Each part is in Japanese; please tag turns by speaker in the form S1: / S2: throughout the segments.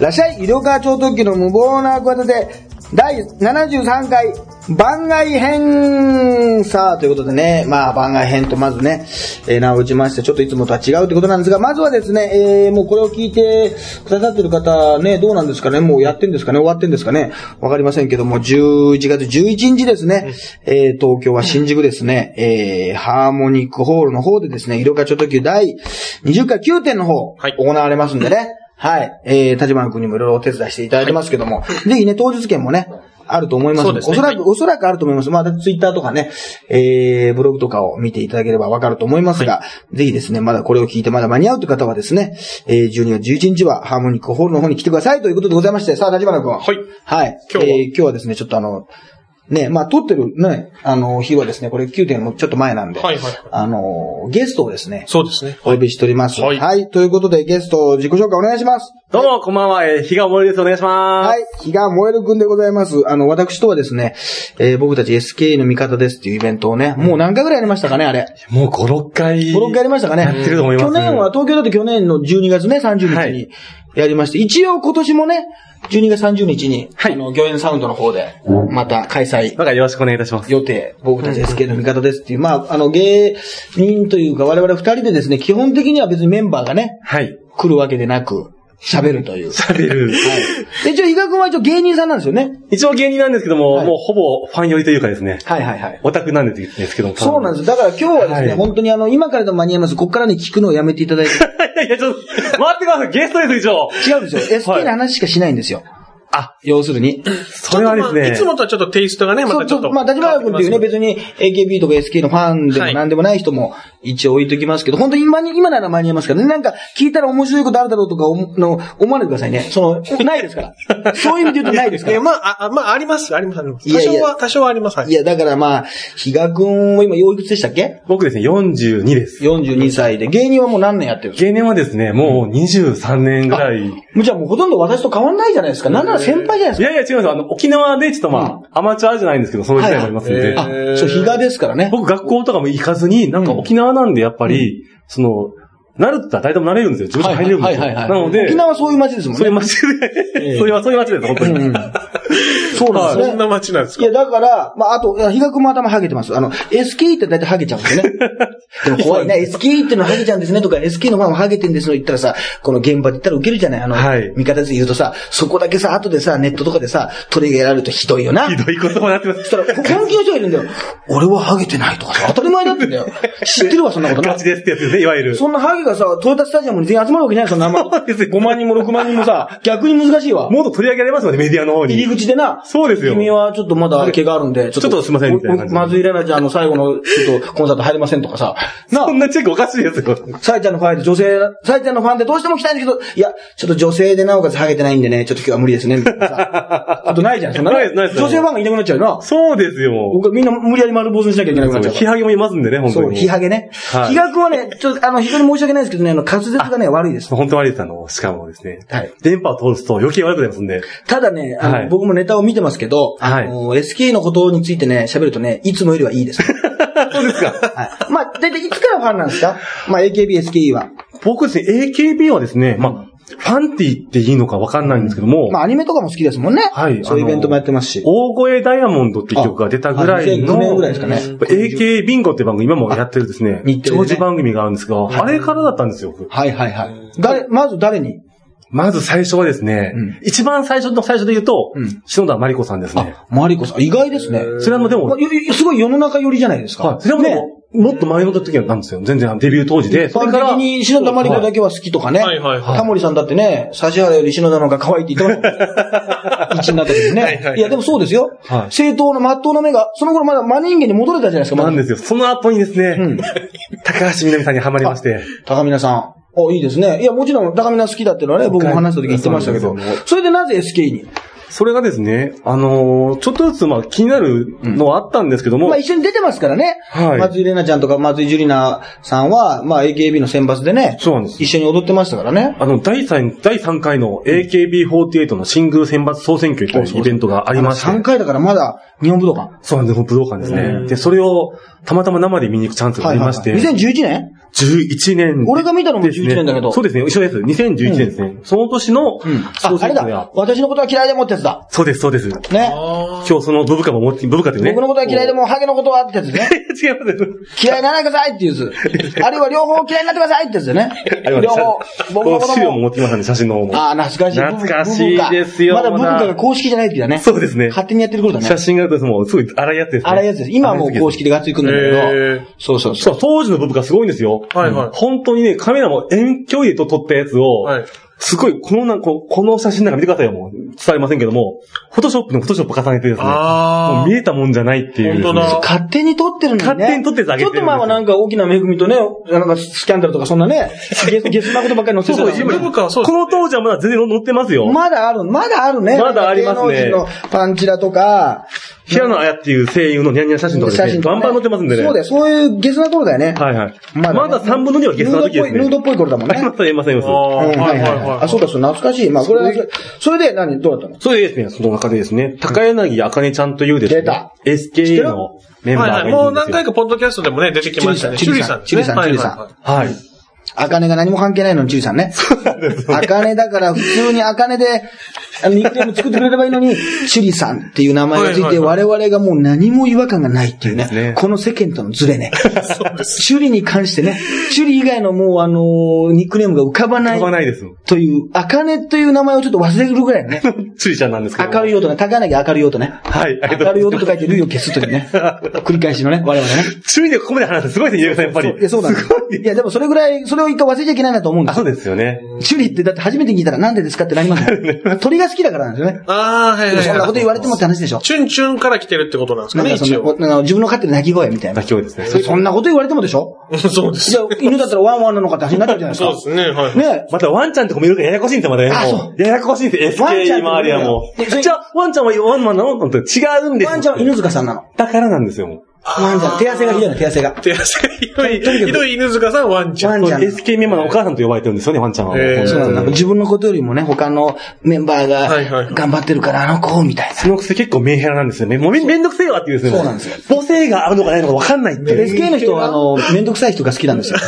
S1: らっしゃい、医療科超特急の無謀な企てで、第73回番外編さあ、ということでね、まあ番外編とまずね、えー名を打ちまして、ちょっといつもとは違うということなんですが、まずはですね、えーもうこれを聞いてくださってる方ね、どうなんですかね、もうやってんですかね、終わってんですかね、わかりませんけども、11月11日ですね、えー東京は新宿ですね、えーハーモニックホールの方でですね、色化ちょっと級第20回9点の方、
S2: はい
S1: 行われますんでね、はい。えー、立花君にもいろいろお手伝いしていただいてますけども、ぜひね、当日券もね、あると思いますので
S2: そうです
S1: おそ
S2: ね
S1: らく、
S2: はい
S1: おそらくあると思います。まあ、ツイッターとかね、えー、ブログとかを見ていただければわかると思いますが、ぜひですね、まだこれを聞いてまだ間に合うという方はですね、えー、12月11日はハーモニックホールの方に来てくださいということでございまして、さあ、立花君。はいはい。
S2: 今日は
S1: えー今日はですね、ちょっとあの、ね、まあ、撮ってるね、あの、日はですね、これ9点もちょっと前なんで、
S2: はいはい
S1: あの、ゲストをですね、
S2: そうですね。
S1: お呼びしております。
S2: はい
S1: はい。ということで、ゲスト、自己紹介お願いします。
S3: どうも、こんばんは。えー、日が森です。お願いします。
S1: はい。比嘉燃えるくんでございます。あの、私とはですね、えー僕たち SKE の味方ですっていうイベントをね、もう何回ぐらいやりましたかね、あれ。
S3: もう5、6回。
S1: 5、6回やりましたかね。
S3: やってると思います
S1: 去年は、東京だと去年の12月ね、30
S3: は
S1: 日に
S3: い
S1: やりまして、一応今年もね、12月30日に、
S3: はい
S1: あの、魚園サウンドの方で、また開催
S3: なんかよろしくお願いいたします。
S1: 予定、僕たち SK の味方ですっていう、まあ、あの、芸人というか我々二人でですね、基本的には別にメンバーがね、
S3: はい。
S1: 来るわけでなく、喋ると いう。
S3: 喋る。
S1: はい。で、一応、伊賀君は一応芸人さんなんですよね。
S3: 一応芸人なんですけども、
S1: はい
S3: もうほぼファン寄りというかですね、
S1: はいはいはい。
S3: オタクなんですけども。
S1: そうなん
S3: で
S1: です。だから今日はですね、
S3: はい
S1: 本当にあの、今からでも間に合います。こっからね、聞くのをやめていた だいて。
S3: す。いやいや、ちょっと、待ってください。ゲストです、一応。
S1: 違うんですよ。
S3: はい
S1: SK の話しかしないんですよ。
S3: あ、
S1: 要するに。
S3: それはですね。
S2: いつもとはちょっとテイストがね、ま
S1: そう
S2: たち
S1: そ
S2: ょっと。
S1: う、まあ、立花君っていうね、別に AKB とか SK のファンで
S2: は
S1: も
S2: い
S1: 何でもない人も一応置いときますけど、本当に今に、今なら間に合いますからね、なんか聞いたら面白いことあるだろうとか思の思わないでくださいね。その、ないです から。そういう意味で言うとないですか
S2: いや、
S1: ら。
S2: まあ、あ、まあ、あります、あります、あります。
S1: いや
S2: 多
S1: いや
S2: 少は、多少はあります。はい
S1: いや、だからまあ、比嘉君も今、よういくつでしたっけ
S3: 僕ですね、42です。
S1: ?42 歳で。芸人はもう何年やってるんですか
S3: 芸人はですね、もう23年ぐらい。い
S1: じゃあもうほとんど私と変わんないじゃないですか。なんなら先輩じゃないですか。
S3: やいや、違います。あの、沖縄でちょっとまあ、アマチュアじゃないんですけど、そういう時代もいますん
S2: はい
S3: で。
S2: はいえー
S1: あ、そう、比嘉ですからね。
S3: 僕学校とかも行かずに、なんか沖縄なんでやっぱり、その、なるって言ったら誰でもなれるんですよ。事務所入れるんですよ。なので、
S1: 沖縄はそういう街ですもん
S3: そうい
S1: ね。
S3: う街で、そういう、そういう街です、本当
S1: う
S3: に
S1: ん。そうなんで
S2: そ
S1: す
S2: ん
S1: ね。
S2: な街なんです
S1: い
S2: か
S1: や、だから、まあ、あと、比嘉君も頭ハゲてます。あの、SK って大体ハゲちゃうんです よね。でも怖いな、SK ってのはハゲちゃうんですねとか、SK のファンはハゲてんですの言ったらさ、この現場で言ったらウケるじゃないあの、
S3: はい
S1: 味方で言うとさ、そこだけさ、後でさ、ネットとかでさ、取り上げられるとひどいよな。
S3: ひどいことになってま
S1: そし
S3: す。
S1: たら、本気の人がいるんだよ。俺はハゲてないとかさ、当たり前だってんだよ。知ってるわ、そんなことな
S3: ガチ。ですってやつですね、いわゆる。
S1: そんなハゲがさ、トヨタスタジアムに全員集まるわけじゃないそんなあんま
S3: そうですよ
S1: 5万人も6万人もさ、逆に難しいわ。
S3: もっと取り上げられますので、メディアの方
S1: 入り
S3: に。
S1: 口でな、
S3: そうですよ
S1: 君はちょっとまだ毛があるんで、ち
S3: ちょっとすいませんみたいな感じで
S1: おおまずいれなちゃんの最後の、ちょっとコンサート入れませんとかさ、な
S3: そ、んなチェックおかしいですよ。
S1: サイちゃんのファンで女性、サイちゃんのファンでどうしても来たいんだけど、いや、ちょっと女性でなおかつハゲてないんでね、ちょっと今日は無理ですね、みたいなさ。あとないじゃん、そんなの。
S3: ないですないです
S1: 女性ファンがいなくなっちゃうよな。
S3: そうですよ。
S1: 僕みんな無理やり丸坊主にしなきゃいけなくなっちゃうから。
S3: ヒハゲもいますんでね、本
S1: そ
S3: 当
S1: う、
S3: に。
S1: ヒハゲね。
S3: はい
S1: ヒガ君はね、ちょっと、あの、非常に申し訳ないですけどね、あの、滑舌がね、悪いです。
S3: 本当悪いです、あの、しかもですね。
S1: はい
S3: 電波を通すと余計悪くなりますんで。
S1: ただね、あの、
S3: はい
S1: 僕もネタを見てますけど、
S3: はい
S1: あの、SK のことについてね、喋るとね、いつもよりはいいです。
S3: そうですか。
S1: はい。まあ、だいたいいつからファンなんですかまあ、AKB、SKE は。
S3: 僕ですね、AKB はですね、まあ、ファンティっていいのかわかんないんですけども、
S1: まあ、アニメとかも好きですもんね。
S3: はい
S1: そういうイベントもやってますし。
S3: 大声ダイヤモンドっていう曲が出たぐらい
S1: あ2009
S3: の、
S1: 年ぐらいですかね
S3: AK ビンゴって番組、今もやってるですね、
S1: 日テレでね
S3: 長寿番組があるんですが、あれからだったんですよ。僕
S1: はいはいはい。誰、まず誰に
S3: まず最初はですね、
S1: うん
S3: 一番最初の最初で言うと、
S1: うん
S3: 篠田真理子さんですね。
S1: あ、マリコさん。意外ですね。
S3: それはもうでも、
S1: まあよよすごい世の中寄りじゃないですか。
S3: はい、それはもう、
S1: ね。
S3: もっと前の時なんですよ。全然デビュー当時で。
S1: 一
S3: そ
S1: 般
S3: れか
S1: 的
S3: ら、
S1: に篠田マリコだけは好きとかね。
S2: はいはいはい
S1: タモリさんだってね、指原より篠田の方が可愛いって 言ってましたもん。一になった時ね。
S2: はいはいはい
S1: や、でもそうですよ。
S3: はい
S1: 正当の真っ当の目が、その頃まだ真人間に戻れたじゃないですか、まだ
S3: なんですよ。その後にですね、
S1: うん
S3: 高橋みなみさんにハマりまして、
S1: 高見菜さん。お、いいですね。いや、もちろん高見菜好きだっていうのはね、僕も話した時言ってましたけ
S3: そ
S1: ど
S3: うなんです。
S1: それでなぜ SK に
S3: それがですね、あのーちょっとずつまあ気になるのはあったんですけども、
S1: まあ一緒に出てますからね。
S3: はい
S1: 松井玲奈ちゃんとか松井樹里奈さんは、まあ AKB の選抜でね、
S3: そうなんです。
S1: 一緒に踊ってましたからね。
S3: あの、第3、第3回の AKB48 の新宮選抜総選挙というイベントがありまして。
S1: 3回だからまだ日本武道館。
S3: そうなんです、武道館ですね。で、それをたまたま生で見に行くチャンスがありまして。
S1: 2011年
S3: 11年。
S1: 俺が見たのも
S3: ですね
S1: 11年だけど
S3: そうですね、一緒です。2011年ですね。その年の、
S1: あ、あれ
S3: や
S1: だ。私のことは嫌いでもってやつだ。
S3: そうです、そうです。
S1: ね。
S2: あ
S3: 今日そのブブカも持って、ブブカっていうね。
S1: 僕のことは嫌いでも、ハゲのことはってやつね。
S3: 違います。
S1: 嫌いにならないでくださいっていう やつ。あるいは両方嫌いになってくださいってやつだよね。
S3: ありま
S1: 両
S3: した
S1: 方。僕の
S3: こ
S1: こ
S3: う資
S1: と
S3: 料も
S1: も。
S3: 持ってきましたね、写真の方も。
S1: ああ、懐かしい。
S3: 懐かしいですよ
S1: まだ文
S3: まだ
S1: 化が公式じゃない時だね。
S3: そうですね
S1: 勝手にやってることだ
S3: 写
S1: ね。
S3: 真があると、もう、すごい荒いやつですね。
S1: あれやつです。今はもう公式でガッツリくんだ
S2: へ
S1: け
S2: ー
S1: ど。そうそうそ。
S3: そうう、当時のブブカすごいんですよ。
S2: はいはい
S3: 本当にね、カメラも遠距離と撮ったやつを、
S2: はい
S3: すごい、このな、ここの写真なんか見てくださいよ、もう。伝わりませんけども、フォトショップのフォトショップ重ねてですね。
S2: あー
S3: もう見えたもんじゃないっていう、
S2: 本当だ
S1: 勝手に撮ってるんだね。
S3: 勝手に撮ってたあげて
S1: ちょ
S3: る
S1: っと前はなんか大きな恵みとね、なんかスキャンダルとかそんなね、ゲスゲ スなことばっかり載せてたの
S3: そう
S1: に
S3: そ
S2: あ。
S3: う
S2: ブブカはそう
S3: こ
S2: です。
S3: の当時はまだ全然載ってますよ。
S1: まだある、まだあるね。
S3: まだありますね
S1: 芸能人のパンチラとか、
S3: 平野綾っていう声優のニャンニャン写真とかです
S1: 写
S3: ね、
S1: 真とか
S3: バ
S1: ね
S3: ンバン載ってますんでね。
S1: そうだよ、そういうゲスな頃だよね。
S3: はいはい。
S1: まだ
S3: ま
S1: ね
S3: だ3分の2はゲスの時ですね。
S1: ヌードっぽいヌードっぽい頃だもんね
S3: ありますあります あります。
S2: あーはいはいはい。
S1: あ、そうだ、そう、懐かしい。まあ、これは、それで何、どうだったの
S3: そうですね、その中でですね、高柳あかねちゃんというですね、
S1: 出た
S3: SKE のメンバー
S2: は
S3: が
S2: いは
S3: る
S2: いい。
S3: んですよ。
S2: もう何回かポッドキャストでもね、出てきましたね。
S1: チ
S2: チ
S1: ュ
S2: ュ
S1: リ
S2: リ
S1: さ
S2: さ
S1: ん
S2: んですね。
S1: チュリさん
S2: はいはいはい
S3: はい。
S1: あかねが何も関係ないのに、ちいさんね。あかねだから、普通にあかねで、あのニックネーム作ってくれればいいの に、チュリさんっていう名前がつい
S2: はい
S1: て、
S2: は
S1: 我々がもう何も違和感がないっていう
S3: すね
S1: ね。この世間とのズレね。 チュリに関してね、チュリ以外のもうあの、ニックネームが浮かばな
S3: 飛
S1: い
S3: ばないです。
S1: という、あかねという名前をちょっと忘れるぐらいのね。
S3: チュリちゃん なんですけど。
S1: 明るい音ね。高柳明るい音ね。
S3: はい、あり
S1: 明
S3: がと
S1: るいう
S3: ござい
S1: 音
S3: ま
S1: と書いて、類を消すというね。繰り返しのね、我々ね。
S3: す。チュリでここまで話すすごいですね、ゆうさん、やっぱり。
S1: いや、そうなんです
S3: すごい。
S1: いや、でもそれぐらい、それを一回忘れちゃいけないなと思うんで
S3: あ、
S1: す
S3: そう
S1: よ。
S3: ですよね。
S1: チュリってだって初めて聞いたらなんでですかってなりますよね。鳥が好きだからなんですよね。
S2: ああ、はいはいはい。
S1: そんなこと言われてもって話でしょ。
S2: チュンチュンから来てるってことなんです
S1: な
S2: か
S1: ん
S2: ね、
S1: かそ
S2: 一
S1: の
S2: 応。
S1: あの自分の飼ってる鳴き声みたいな
S3: 妥。協ですね。
S1: そんなこと言われてもでしょ
S2: そうです。
S1: じゃあ、犬だったらワンワンなのかって話になっちゃうじゃないです
S2: そう
S1: か。
S2: ですね、はい。
S1: ね
S3: またワンちゃんとかもいるからややこしいんですよ、まだ
S1: あ
S3: ね。
S1: そう
S3: もうややこしいんですよ、
S1: ワンちゃ
S3: SKE
S1: んって
S3: 周りはも。
S1: いやそうれ
S3: じゃあ、ワンちゃんはワンマンなのなんて違うんです
S1: ワンちゃんは犬塚さんなの。
S3: だからなんですよ、もう。
S1: ワンちゃん。手汗がひどいの、手汗が。
S2: 手足がひどい、ひどい犬塚さん、ワンちゃん。
S1: ワンちゃん。
S3: SKE メンバーのお母さんと呼ばれてるんですよね、ワンちゃんは。
S2: へー
S1: そうなんだ。
S3: の。
S1: 自分のことよりもね、他のメンバー
S2: はいはいは
S1: が
S2: い
S1: 頑張ってるから、あの子、みたいな。
S3: そのくせ結構メンヘラなんですよね。もうめめんどくせえわっていうですね。
S1: そうなんですよ
S3: 母性があるのかないのかわかんないっていう。
S1: SK の人は、あの、めんどくさい人が好きなんですよ。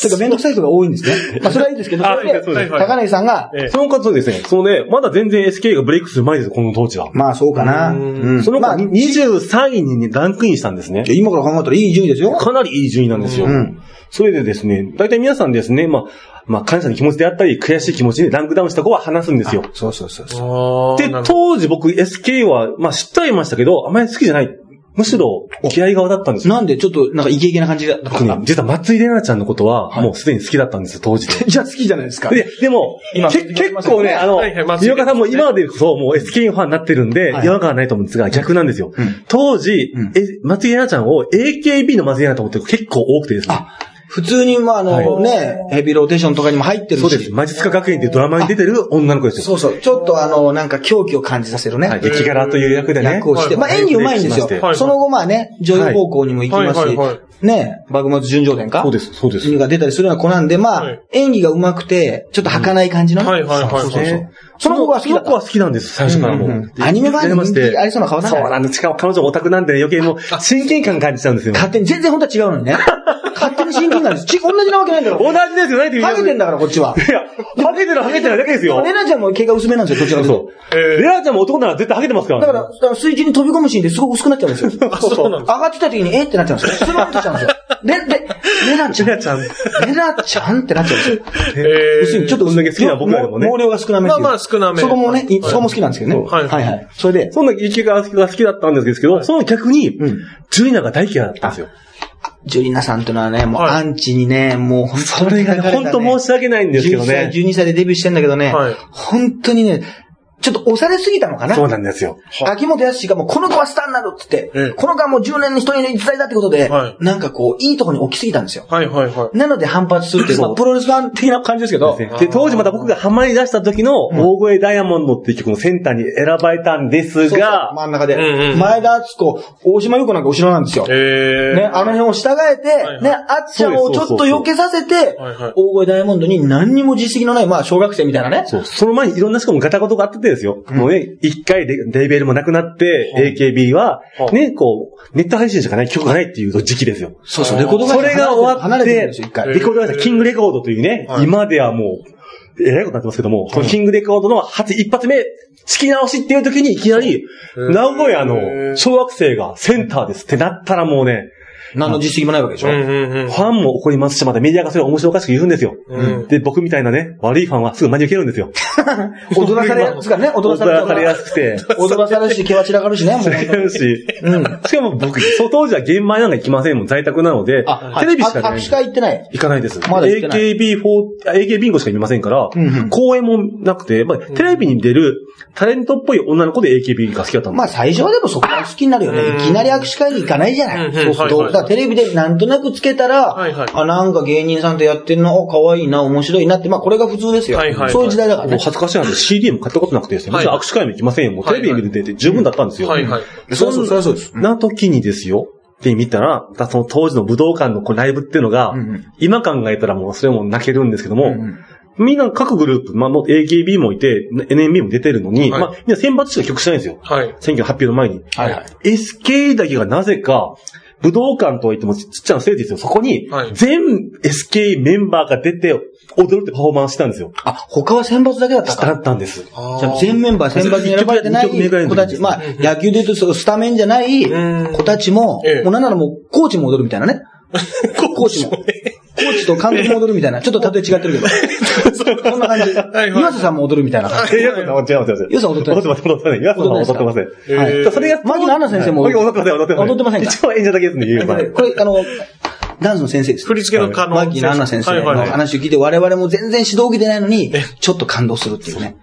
S1: てか、めんどくさい人が多いんですね。まあ、それはいいですけど、
S3: あ
S1: それで、
S3: そうです
S2: はいはい
S1: 高梨さんが、
S2: ええ
S3: その方ですね、そのね、まだ全然 SK がブレイクする前ですよ、この当時は。
S1: まあ、そうかな。うん
S3: その
S1: まあ、
S3: 子、
S1: いや
S3: 23位にねランクインしたんですね。
S1: 今から考えたらいい順位ですよ。
S3: かなりいい順位なんですよ。
S1: ん
S3: それでですね、大体皆さんですね、まあ、まあ、感謝の気持ちであったり、悔しい気持ちでランクダウンした子は話すんですよ。
S1: そうそうそうそう。
S2: あ
S3: で、当時僕 SK は、まあ知ってはいましたけど、あまり好きじゃない。むしろ、嫌い側だったんですよ。
S1: なんで、ちょっと、なんか、イケイケな感じだった
S3: 僕ね、実は松井玲奈ちゃんのことは、もうすでに好きだったんですよ、当時で。
S1: じゃあ、好きじゃないですか。
S3: で、でも、
S1: 今
S3: け結構ね、あの、
S2: はいはいまあ
S3: 三岡さんも今でこそもう SK ファンになってるんで、
S1: はい
S3: 違和感はないと思うんですが、逆なんですよ
S1: うん。
S3: 当時
S1: うん、
S3: え松井玲奈ちゃんを AKB の松井玲奈と思ってる子結構多くてですね。
S1: あ、普通に、まあ、あの、
S3: はい
S1: ね、ヘビーローテーションとかにも入ってるし。
S3: そうです。魔術家学園っていうドラマに出てる女の子ですよ。
S1: そうそう。ちょっと、あの、なんか、狂気を感じさせるね。
S3: はい。駅柄という役でね。
S1: 役をして、まあ
S3: はい
S1: 演技上手いんですよ
S3: はい
S2: は。い
S1: その後まあね、女優方向にも行きます
S2: は
S1: し
S2: いはいはいは、
S1: ね、幕末純情伝か
S3: そうです、そうです。
S1: が出たりするような子なんで、ま
S2: は
S1: あ
S2: い、
S1: 演技が上手くて、ちょっと儚い感じのね。
S2: はいはいはい。
S1: そうそうそう
S3: ね
S1: その子が好きだ
S3: その子は好きなんです、最初からも
S1: うんうん
S3: う。
S1: アニメファンに人気ありそうな顔だね
S3: そうなんです。しかも彼女オタクなんでね余計もう親近感感じちゃうんですよ。
S1: 勝手に、全然本当は違うのにね。勝手に親近感です。ち、同じなわけないんだ
S3: 同
S1: よ。
S3: じですよ、ないと言
S1: ハゲてんだから、こっちは。
S3: いや、ハゲてるハゲてるだけですよ。
S1: レナちゃんも毛が薄めなんですよ、どちらかというと。
S3: そう。レラちゃんも男なら絶対ハゲてますからね。
S1: だから、だから水中に飛び込むシーンですごい薄くなっちゃうんですよ。
S2: そうそうなん
S1: 上
S2: です
S1: がってきた時に、えってなっちゃうんですよ。それがなっちゃうんですよ。で、で、レナちゃん。
S3: レナちゃん
S1: レナちゃんってなっちゃうんですよ。
S2: え
S1: 要するにちょっと
S3: そんだけ好きな僕らでもね
S1: 毛毛量が少なめっていう
S2: まあまあ少なめ
S1: そこもね、い
S2: はい
S1: そこも好きなんですけどね。
S2: はい
S1: はいはい。それで、
S3: そんな池川が好きだったんですけど、その逆に、
S1: うん
S3: ジュリナが大嫌いだったんですよ。
S1: ジュリナさんってのはね、もう
S2: はい
S1: アンチにね、もう本当に叩かれたね。
S3: 本当申し訳ないんですけどね。
S1: 11歳、12歳でデビューしてんだけどね
S2: はい、
S1: 本当にね、ちょっと押されすぎたのかな
S3: そうなんですよ。
S1: 秋元康がもうこの子はスターになるって言っ
S2: え
S1: て
S2: え、
S1: この子はもう10年に1人の逸材だってことで
S2: は、い
S1: なんかこう、いいとこに置きすぎたんですよ。
S2: はいはいはい。
S1: なので反発するっていう、まあプロレスファン的な感じですけど、
S3: で、当時また僕がハマり出した時の、大声ダイヤモンドっていう曲のセンターに選ばれたんです
S1: そうそう
S3: が、
S1: 真ん中
S2: うん
S1: で、
S2: うん
S1: 前田敦子、大島優子なんか後ろなんですよ。
S2: え
S1: ね、あの辺を従え
S2: はいは
S1: て、
S2: い
S1: ね、あっちゃんをちょっと避けさせて
S2: そうそうそうはいはい、
S1: 大声ダイヤモンドに何にも実績のない、まあ、小学生みたいなね。
S3: そうその前にいろんなしかもガタゴトがあってて、てですよ。もうね、一回レレベルもなくなって、AKB は、ね、こう、ネット配信しかない曲がないっていう時期ですよ。
S4: そうそう、レコード
S3: それが終わ
S1: 離
S3: っ
S1: れてるん
S3: て
S1: ですよ、一、回。
S3: レコード会社、キングレコードというね、
S2: はい
S3: 今ではもう、えらいことになってますけども、このキングレコードの初一発目、突き直しっていう時にいきなり、
S2: うん
S3: 名古屋
S2: う
S3: の
S2: ん
S3: 小学生がセンターですってなったらもうね、
S4: 何の実績もないわけでし
S2: う
S4: ょ。
S2: んうんうん
S3: ファンも怒りますし、またメディアがそれを面白おかしく言うんですよ。
S2: うん
S3: で、僕みたいなね、悪いファンはすぐ真に受けるんですよ。
S1: 踊らされやす からね、踊らされ
S3: 踊らされやすくて。
S1: 踊らされるし、毛は散らかるしね、もう。
S3: 違うし。しかも僕、そう当時は現場なんか行きませんもん、在宅なので、
S1: あ、
S3: テレビしか
S1: あ
S3: な
S1: 握
S3: い
S1: 手。会行ってない。
S3: 行かないです。
S1: まだ行ってない
S3: AKB4、AKB ビンゴしか見ませんから、
S1: うんうん
S3: 公演もなくて、やっぱりテレビに出るタレントっぽい女の子で AKB が好きだったんで
S1: まあ最初はでもそこが好きになるよね。
S2: うん
S1: いきなり握手会に行かないじゃな
S2: う
S1: い。
S2: ん
S1: そうする
S2: はい
S1: と。
S2: はい
S1: だからテレビでなんとなくつけたら、
S2: はいはい
S1: あ、なんか芸人さんとやってるの、お、可愛いな、面白いなって、まあこれが普通ですよ。
S2: はいはいはい
S1: そういう時代だから
S3: もう
S1: ね。
S3: 恥ずかしい話で CD も買ったことなくてですね、
S2: はい
S3: もちろん握手会も行きませんよ。もうテレビに出て十分だったんですよ。
S2: はいはい。
S3: そ
S1: そりゃそうです
S3: んな時にですよ。って見たら、その当時の武道館のこうライブっていうのが、
S1: うんうん
S3: 今考えたらもうそれも泣けるんですけども、
S1: うん
S3: みんな各グループ、まあもう AKB もいて、NMB も出てるのに、
S2: はい
S3: まあみんな選抜しか曲しないんですよ。
S2: はい。
S3: 選挙の発表の前に。
S1: はいはい
S3: SK だけがなぜか、武道館とは言ってもちっちゃなステージですよ。そこに
S2: はい、
S3: 全 SK メンバーが出て踊るってパフォーマンスしたんですよ。
S1: あ、他は選抜だけだった
S3: だ
S1: か。
S3: ったんです。
S1: じゃあ全メンバー選抜に選ばれてない
S3: 一曲目
S1: 子たち、まあ野球で言うとそうスタメンじゃない
S2: うん
S1: 子たちも
S2: ええ、
S1: もうなんならもうコーチも踊るみたいなね。コーチも。コーチと監督も踊るみたいな。ちょっと例え違ってるけど。そんな感じ。
S2: はい
S1: 岩瀬さんも踊るみたいな感じ。
S3: え、いや、違います、違います。
S1: よさん踊ってない
S3: 踊ってます、踊ってない。よさんは踊ってません。
S2: え
S1: はい
S2: ー
S3: それが、
S1: 牧野アナ先生も
S3: はい踊ってません、踊ってません。
S1: 踊ってませんか
S3: 一応演者だけですね、ゆうさん。
S1: これ、あの、ダンスの先生です。
S2: 振り付けの可能
S1: マギーのアンナ先生の
S2: はいはい。
S1: 話を聞いて、我々も全然指導を受けてないのに、ちょっと感動するっていうね。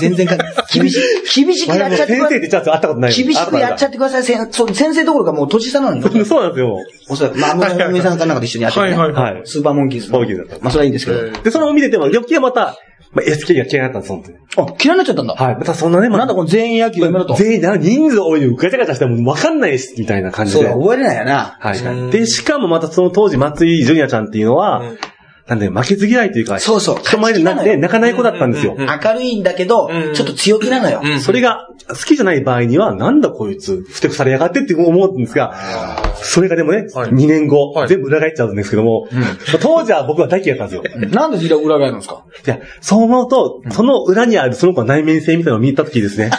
S1: 全然か、厳しい、厳しく
S3: 我
S1: やっ
S3: 々も
S1: ちゃってく
S3: 先生
S1: だ
S3: ってチャンスあったことない。
S1: 厳しくやっちゃってください。せんそう先生どころかもう年下なのに。
S3: た。そうなんですよ。
S1: おそらく、まあ、安室奈美さんかなんかと一緒にやってる、ね。
S2: はいは
S3: はい。
S1: スーパーモンキーズの。
S3: モンキーズだった
S1: まあ、それはいいんですけ
S2: え
S1: ど。
S3: で、それを見てても、余計また、まあ SK が嫌いだったんです、本当に。
S1: あ、嫌いになっちゃったんだ。
S3: はい。またそんなね、ま
S1: なんだこの全員野球やめろと。
S3: 全員、人数多いのガチャガチャしてもわかんないし、みたいな感じ
S1: そう
S3: で。
S1: だ、覚えれないよな。
S3: はい、
S2: かに
S3: で、しかもまたその当時、松井ジュニアちゃんっていうのは、
S2: うん
S3: なんで負けず嫌いというか、
S1: そうそう
S3: 人前でな
S1: 勝ち気なのよ
S3: ね泣かない子だったんですよ。
S2: うんうん
S1: 明るいんだけど、
S2: うん
S1: ちょっと強気なのよ。
S2: うん
S3: それが好きじゃない場合には、なんだこいつ、ふてくされやがってって思うんですが、それがでもね、
S2: はい
S3: 2年後、
S2: はい
S3: 全部裏返っちゃうんですけども、まあ当時は僕は大嫌いだったんですよ。
S1: なんで裏裏返るんですか
S3: いや、そう思うと、その裏にあるその子の内面性みたいなのを見た時ですね。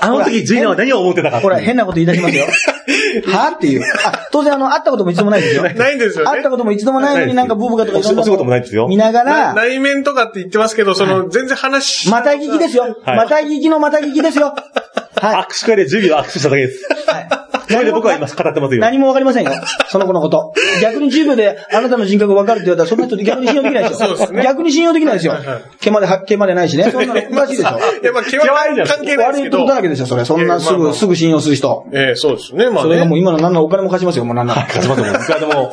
S3: あの時、ジュニアは何を思ってたかって
S1: ほ
S3: いう
S1: ら、変なこと言い出しますよ。はっていう。あ、当然あの、会ったことも一度もないですよ。
S2: ないんですよね
S1: 会ったことも一度もないのになんかブーブカとか
S3: お仕お仕事もないですよ
S1: 見ながら、
S2: 内面とかって言ってますけど、その、全然話。
S1: また聞きですよ。
S3: はい
S1: また聞きのまた聞きですよ。はい。
S3: 握手会で10秒握手しただけです。 それで僕は今語ってますよ。
S1: 何もわかりませんよ。その子のこと。逆に10秒であなたの人格わかるって言われたら、そんな人逆に信用できないですよ。
S2: そうですね
S1: 逆に信用できないですよ
S2: はいはい。
S1: 毛までは、毛までないしね。そんなのおかしいでしょ。
S2: いや、まあ、毛は関係ないです
S1: 悪
S2: け
S1: いと
S2: ど
S1: こ。だらけですよ、それ。そん
S2: いや
S1: なす
S2: まあま
S1: ぐ、
S2: あ
S1: すぐ信用する人。
S2: ええ、そうですね、まあ
S1: それがも
S2: ね。
S1: う今の何のお金も貸しますよ、もう何なら。
S3: 勝ちますもん。僕はでも、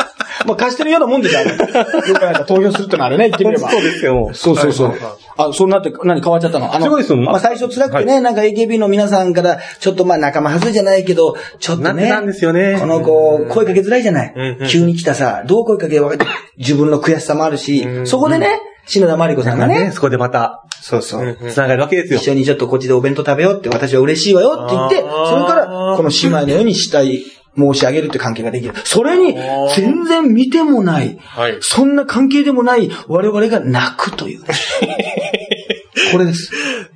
S1: まあ貸してるようなもんでしょ、あれよく考えたら投票するってのはあれね、言ってみれば。
S3: そうですよ。
S1: そうそうそう。あ、そうなって、何変わっちゃったのあの、
S3: すごいですよ
S1: まあ最初辛くてね、なんか AKB の皆さんから、ちょっとまあ仲間外れじゃないけど、ちょっと
S3: なっ
S1: ね、
S3: てたんですよね
S1: この子、声かけづらいじゃな
S2: うん
S1: い
S2: うん。
S1: 急に来たさ、どう声かけようか自分の悔しさもあるし、そこでね、篠田麻里子さんが
S3: ね、
S1: ね、
S3: そこでまた、
S1: そうそう。
S3: 繋がるわけですよ
S1: 一。緒にちょっとこっちでお弁当食べようって私は嬉しいわよって言って、
S2: あー
S1: それからこの姉妹のようにしたい、申し上げるって関係ができる。それに、全然見てもない、
S2: はい
S1: そんな関係でもない我々が泣くという。これです。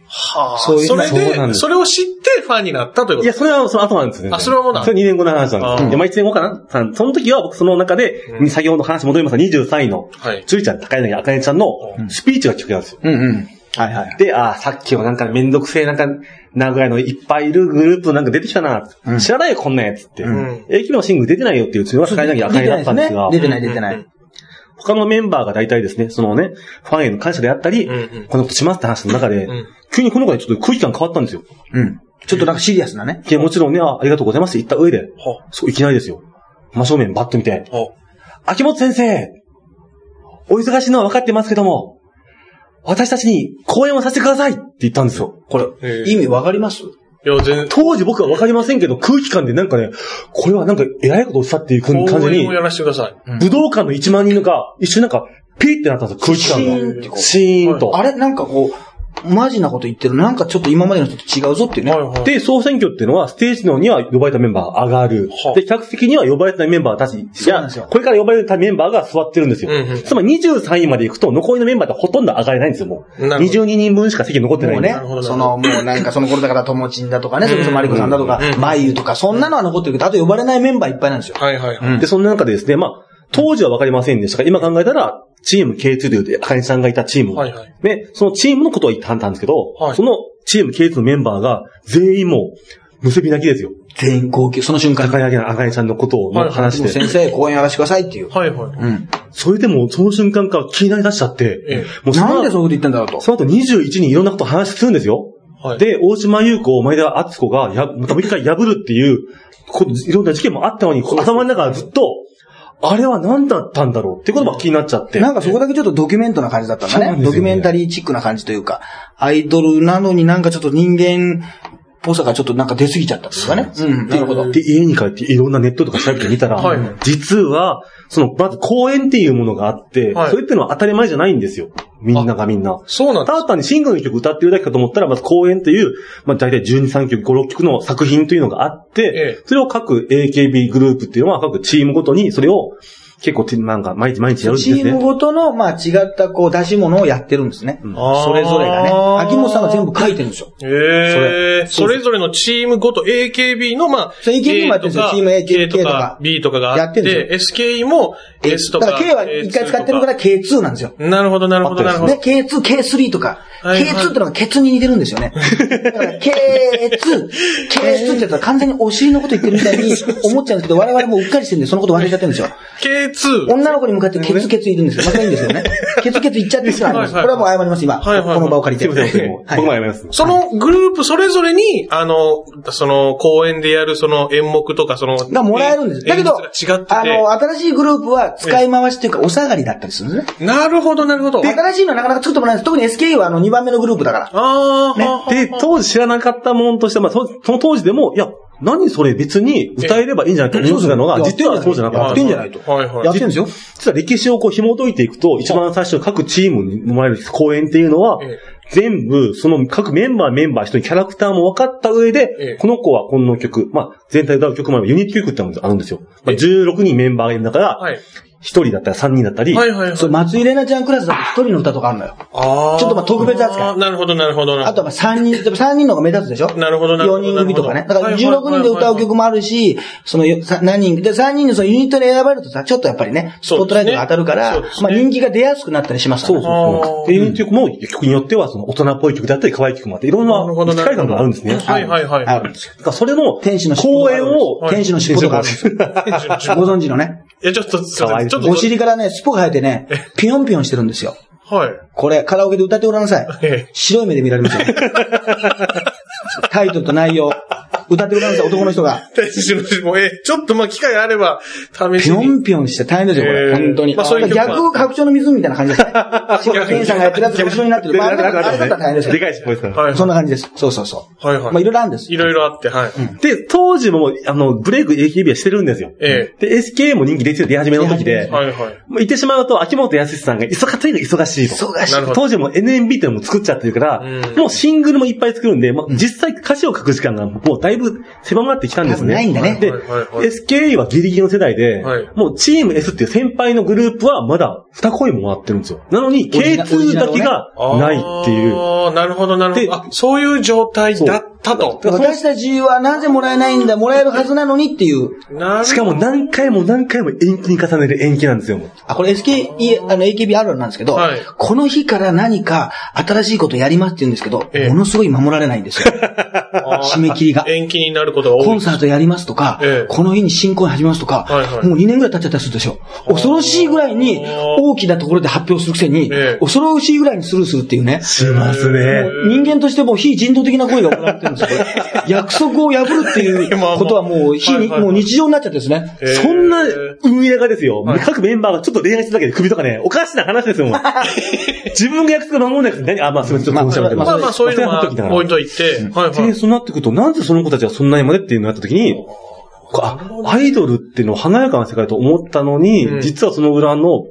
S2: はあ、
S1: そ
S2: そう
S1: いう
S2: れ
S1: そう
S3: なんで
S2: で、
S3: す
S2: それを知ってファンになったという
S3: い
S2: こと
S3: や、それはその後なんですね。
S2: あそれはもうなん
S3: それ2年後の話なんで
S2: あ
S3: す。
S2: ー
S3: でまあ1年後かなさんその時は僕その中で、先ほどの話戻りますが、23位の
S2: はい、
S3: ついちゃん、高柳あかねちゃんのスピーチが聞くなんですよ。
S1: うんうん。はいはい。
S3: で、あーさっきはなんかめんどくせえなんか、名古屋のいっぱいいるグループなんか出てきたな。知らないよ、こんなやつって。
S2: ん
S3: AKB のシングル出てないよっていうのは高柳あかねだったんですが。
S1: 出てないですね出てない出てない。
S3: 他のメンバーが大体ですね、そのね、ファンへの感謝であったり、
S2: うんうん
S3: この子しますって話の中で、
S2: ん
S3: 急にこの子にちょっと空気感変わったんですよ。
S1: うん。ちょっとなんかシリアスなね。
S3: で、もちろんね、あありがとうございますって言った上で、
S2: は
S3: そう、いきなりですよ。真正面バッと見て、
S2: は
S3: 秋元先生お忙しいのは分かってますけども、私たちに講演をさせてくださいって言ったんですよ。これ。
S2: ええ
S1: 意味わかります
S2: いや、全然。
S3: 当時僕は分かりませんけど、空気感でなんかね、これはなんか偉いことをしたっていう感じ
S2: 応援
S3: に
S2: を、やらせてください。
S3: 武道館の1万人が一瞬なんか、ピーってなったんですよ、空気感が。シーンと。
S1: あれなんかこう、マジなこと言ってる。なんかちょっと今までの人と違うぞっていうね。
S2: はいはい。
S3: で、総選挙っていうのは、ステージのには呼ばれたメンバー上がる
S2: は。あ
S3: で、客席には呼ばれてないメンバーたち、い
S1: そうなん
S3: や
S1: ですよ、
S3: これから呼ばれたメンバーが座ってるんですよ
S2: うんうん。
S3: つまり23位まで行くと、残りのメンバーってほとんど上がれないんですよ、もう。
S2: なるほど
S3: 22人分しか席残ってない
S1: もうん
S3: で
S1: ね
S2: なるほど、
S1: その、もうなんかその頃だから、ともちんだとかね、それこそマリコさんだとか
S2: うんうんう、ん
S1: まゆとか、そんなのは残ってるけど、あと呼ばれないメンバーいっぱいなんですよ。
S2: はいはいはい。
S1: うん
S3: で、そんな中でですね、まあ、当時はわかりませんでしたが、今考えたら、チーム K2 という赤井さんがいたチーム。
S2: はいはい。
S3: ね、そのチームのことは言ったんですけど、
S2: はい
S3: そのチーム K2 のメンバーが、全員もう、結び泣きですよ。
S1: 全員号泣、その瞬間。
S3: 高柳の赤井さんのことを、
S2: はい
S3: 話して。
S1: 先生、講演やらしてくださいっていう。
S2: はいはい。
S1: うん。
S3: それでも、その瞬間から気になり出しちゃって、
S2: ええ
S3: もうそ
S1: なん
S3: の
S1: でそ
S3: 後
S1: ういうこと言ったんだろうと。
S3: その後21人いろんなこと話するんですよ。
S2: はい。、
S3: で、大島優子、前田敦子が、や、またもう一回破るっていう、こいろんな事件もあったのに、頭の中がずっと、あれは何だったんだろうってことが気になっちゃって。
S1: なんかそこだけちょっとドキュメントな感じだったんだ
S3: そうな
S1: ね。
S3: んですよね
S1: ドキュメンタリーチックな感じというか、アイドルなのになんかちょっと人間っぽさがちょっとなんか出過ぎちゃったというかね。うん、なるほど。
S3: で、家に帰っていろんなネットとか調べてみたら、
S2: はい
S3: 実は、その、まず公演っていうものがあって、
S2: はい
S3: それってのは当たり前じゃないんですよ。みんながみんな。
S2: そうなん
S3: ただ単にシングルの曲歌ってるだけかと思ったら、まず公演という、まあ大体12、3曲、5、6曲の作品というのがあって
S2: ええ、
S3: それを各 AKB グループっていうのは各チームごとにそれを結構て、なんか毎日毎日やるんです
S1: チーム
S3: ね。
S1: ごとの、まあ違ったこう出し物をやってるんですね。
S2: あー
S1: それぞれがね。秋元さんが全部書いてるんですよ。
S2: ええ
S1: そ
S2: そ
S1: れ
S2: れぞれのチームごと AKB の、まあ、
S1: そう AKB もやってるんですよ
S2: A とか
S1: チーム AKB
S2: と
S1: とか
S2: か B とかがあ
S1: やっ
S2: ってて、
S1: るん
S2: SKE も S とか。
S1: だから K は一回使ってるから K2 なんですよ。
S2: ら。なるほど、なるほど、なるほど。
S1: で、K2、K3 とか、
S2: はいはい
S1: K2 ってのがケツに似てるんですよね。だから K2、K2 ってやつは完全にお尻のこと言ってるみたいに思っちゃうんですけど、我々もうっかりしてるんで、そのこと忘れちゃってるんです よ。
S2: K2。
S1: 女の子に向かってケツケツ言ってるんですよ。またいいんですよね。ケツケツ言っちゃってる人なんです。こ
S2: はい
S1: れ
S2: は
S1: はいもう謝ります、今。こ
S2: はいはいはい
S1: の場を借り
S3: すい
S1: て。
S3: ません、僕も
S1: はい
S3: 僕もやめます。
S2: そのグループそれぞれに、あの、その、公演でやるその演目とか、その、
S1: がもらえるんです。だけど、
S2: 演出が違ってて
S1: あの、新しいグループは使い回しというか、お下がりだったりするんですね。
S2: なるほど、なるほど。
S1: 新しいのはなかなか作ってもらえないです。特に SKE はあの2番目のグループだから。
S2: ああ、
S1: ね
S2: はあ
S3: で、当時知らなかったもんとして、まあ、そその当時でも、いや、何それ別に歌えればいいんじゃないかと思ってたのが、実はそうじゃなか
S1: や
S3: っ
S1: ったて。んじゃないと。
S2: はいはい
S1: やってんですよ。
S3: 実は歴史をこう紐解いていくと、一番最初の各チームに生まれる公演っていうのは
S2: ええ、
S3: 全部、その各メンバーメンバー一人キャラクターも分かった上
S2: え
S3: で
S2: え、
S3: この子はこの曲、まあ、全体で歌う曲もあるユニット曲ってのがあるんですよ。まあ、
S2: ええ
S3: 16人メンバーがいるんだから、
S2: はい。
S3: 1人だったり3人だったり、
S2: はいはいはい。
S1: そう、松井玲奈ちゃんクラスだと一人の歌とかあるのよ。
S2: あー
S1: ちょっとまあ特別扱い
S2: あーなるほど、なるほど。
S1: あとはまあ3人、でも3人の方が目立つでしょ
S2: なるほどなるほど
S1: 4人組とかね。だから
S2: はいはいはい
S1: 16人で歌う曲もあるし、そのよさ何人、で3人のそのユニットで選ばれるとさ、ちょっとやっぱりね、スポットライトが当たるから、
S2: そうですね
S1: まあ人気が出やすくなったりしますか
S3: そ
S1: ら
S3: う
S1: ね
S3: そうそ
S2: あ
S3: う。
S2: ー
S3: で、ユニット曲も曲によっては、その大人っぽい曲だったり、可愛い曲もあって、いろん
S2: なるほ
S3: な
S2: どな
S3: 機
S2: る
S3: 会感
S2: ほど
S3: があるんですね。
S2: はいはいはい。
S1: あるんですよ。
S3: だからそれの、
S1: 天使の尻尾
S3: 公演を、
S1: 天使の尻尾とかあるんですよ。 ご存知の ね。
S2: え、ちょっと、すい
S3: か
S2: ま
S3: わ
S2: せ
S3: い
S2: ん
S3: い
S2: ちょっと、
S1: お尻からね、スポが生えてね、ピヨンピヨンしてるんですよ。
S2: はい。
S1: これ、カラオケで歌ってごらんなさい。
S2: ええ
S1: 白い目で見られますよ。 タイトルと内容。歌ってごらんなさい、男の人が。
S2: 天使の尻尾、え、ちょっとまあ機会あれば、試
S1: ピ
S2: し
S1: ョ
S2: に。
S1: ンピョンして大変ですよ、こ
S2: え
S1: れ。
S2: え
S1: 本当に。
S2: まあそういう曲も
S1: 逆を白鳥の湖みたいな感じです ね。そうケンさんがやってるやつが後ろになってる。まあ、あれだったら大変ですけ
S3: で
S1: ど。
S3: かいし、こいつから。
S2: はい。
S1: そんな感じです。そうそうそう。
S2: はいはい
S1: まあ、いろいろあるんです
S2: い。ろいろあって、はい。
S3: で、当時も、あの、ブレイク AKB はしてるんですよ。
S2: え
S3: で、SKA も人気出てる出始めの時
S1: 出始
S3: で、
S2: はいはい。
S3: もう言ってしまうと、秋元康さんが忙とにかく忙しいと。
S1: 忙しい
S2: なるほど
S3: 当時も NMB ってのも作っちゃってるから、
S2: うん
S3: もうシングルもいっぱい作るんで、まあ、実際歌詞を書く時間がもうだいぶ狭まってきたんです
S1: 多分
S3: ね。
S1: ないんだね
S3: で、
S2: はいはいはい
S3: SKE はギリギリの世代で、
S2: はい
S3: もうチーム S っていう先輩のグループはまだ二声も回ってるんですよ。なのに
S1: オリジナル
S3: K2 だけがないっていう。
S2: ああ、なるほどなるほ
S3: で
S2: ど。あ、そういう状態だったと。
S1: 私たちはなぜもらえないんだ、もらえるはずなのにっていう。
S2: なる
S3: しかも何回も何回も延期に重ねる延期なんですよ。もう
S1: あ、これ SKE、あの AKB あるあるなんですけど、
S2: はい
S1: この日から何か新しいことやりますって言うんですけど、
S2: ええ
S1: ものすごい守られないんですよ。
S2: あー
S1: 締め切りが
S2: 延期になることが
S1: コ
S2: 多
S1: ン
S2: い。
S1: サートやりますとか、
S2: ええ
S1: この日に新婚始めますとか、
S2: はいはい
S1: もう2年ぐらい経っちゃったりするでしょ。恐ろしいぐらいに大きなところで発表するくせに、
S2: ええ
S1: 恐ろしいぐらいにスルーするっていうね。
S3: しますね。
S1: 人間としてもう非人道的な行為が行われてるんですよ。 これ約束を破るっていうことはもう非
S2: まあま
S1: に、
S2: あはいはい
S1: もう日常になっちゃってですね。
S2: えー
S3: そんな運営がですよ、各メンバーがちょっと恋愛してただけで首とかね、おかしな話です よ、もう自分が約束守んないから何あ、まあ、すみません、ちょっと申し訳な
S1: ま
S3: い
S2: まあまあそういう
S3: そ
S2: の
S3: れはその時だか
S2: は
S3: ら
S2: 置いといて、はいは
S3: で、
S2: い。
S3: そうなってくると、なぜその子たちはそんなにまでっていうのをやったときに、あ、アイドルっていうのを華やかな世界と思ったのに、
S2: うん
S3: 実はその裏の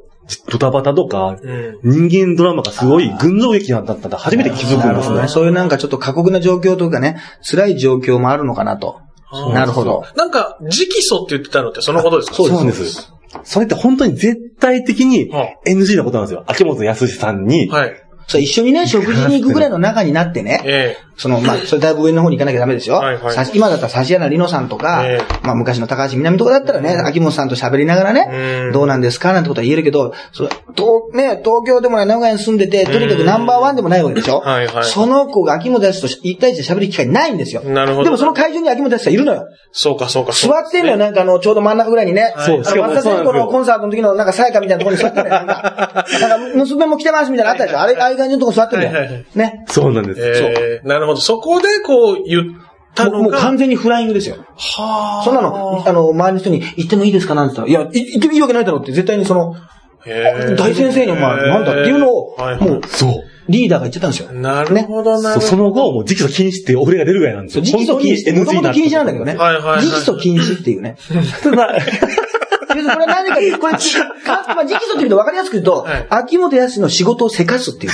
S3: ドタバタとか、
S2: うん。
S3: 人間ドラマがすごい群像劇だったんだって初めて気づく
S1: なんる
S3: で
S1: ほ
S3: す
S1: どね。
S3: ね。
S1: そういうなんかちょっと過酷な状況というかね、辛い状況もあるのかなと。
S2: あー
S1: なるほど。
S2: なんか、直訴って言ってたのってそのことですか
S3: そうなんです。それって本当に絶対的に
S2: は
S3: NG なことなんですよ。秋元康さんに、
S2: はい。
S1: そう、一緒にね、食事に行くぐらいの中になってね、
S2: え
S1: その、ま あ、それだいぶ上の方に行かなきゃダメですよ。
S2: はいはい
S1: さし今だったら指原莉乃さんとか、
S2: え
S1: まあ昔の高橋みなみとかだったらね、秋元さんと喋りながら
S2: う
S1: ね、
S2: ん
S1: どうなんですかなんてことは言えるけど、そう東ね、東京でもない名古屋に住んでて、とにかくナンバーワンでもないわけでしょ。
S2: はいはい
S1: その子が秋元康と一対一で喋る機会ないんですよ。
S2: なるほど
S1: でもその会場に秋元康さんいるのよ。
S2: そうかそうか。
S1: 座ってんのよ、
S2: ね。
S1: なんかあの、ちょうど真ん中ぐらいにね。
S2: そう
S1: あの
S3: しかも
S1: 松田聖子
S3: そうなんです
S1: の
S3: よ
S1: コンサートの時のなんかさやかみたいなところに座ってんだよ、なんか。なんか、娘も来てますみたいなのあったでしょ。あれ、ああいう感じのとこ座ってんだ
S2: はいはいは
S1: よ
S2: い。
S1: ね。
S3: そうなんです。
S2: えー、なるほど。そこでこう言った
S1: もうも
S2: の
S1: う
S2: が、
S1: 完全にフライングですよ。
S2: は
S1: そんなの、あの、周りの人に行ってもいいですかなんて言ったら、いや、い行ってもいいわけないだろうって、絶対にその、
S2: へー
S1: 大先生にお前、なんだっていうのを、
S2: はいはい
S1: もう、
S3: そう。
S1: リーダーが言ってたんですよ。
S2: なるほど、な
S3: そう
S2: る
S3: そ
S2: ほど。
S3: の後、もう直訴禁止って俺が出るぐらいなんです
S1: そう
S3: よ。
S1: 直訴禁止、もともと禁止なんだけど ね。
S2: はいはいはい
S1: 直訴禁止っていうね。
S3: ただ、
S1: 別にこれ何か、これ、かまあ、直訴って言うと分かりやすく言うと、
S2: はい
S1: 秋元康の仕事をせかすっていう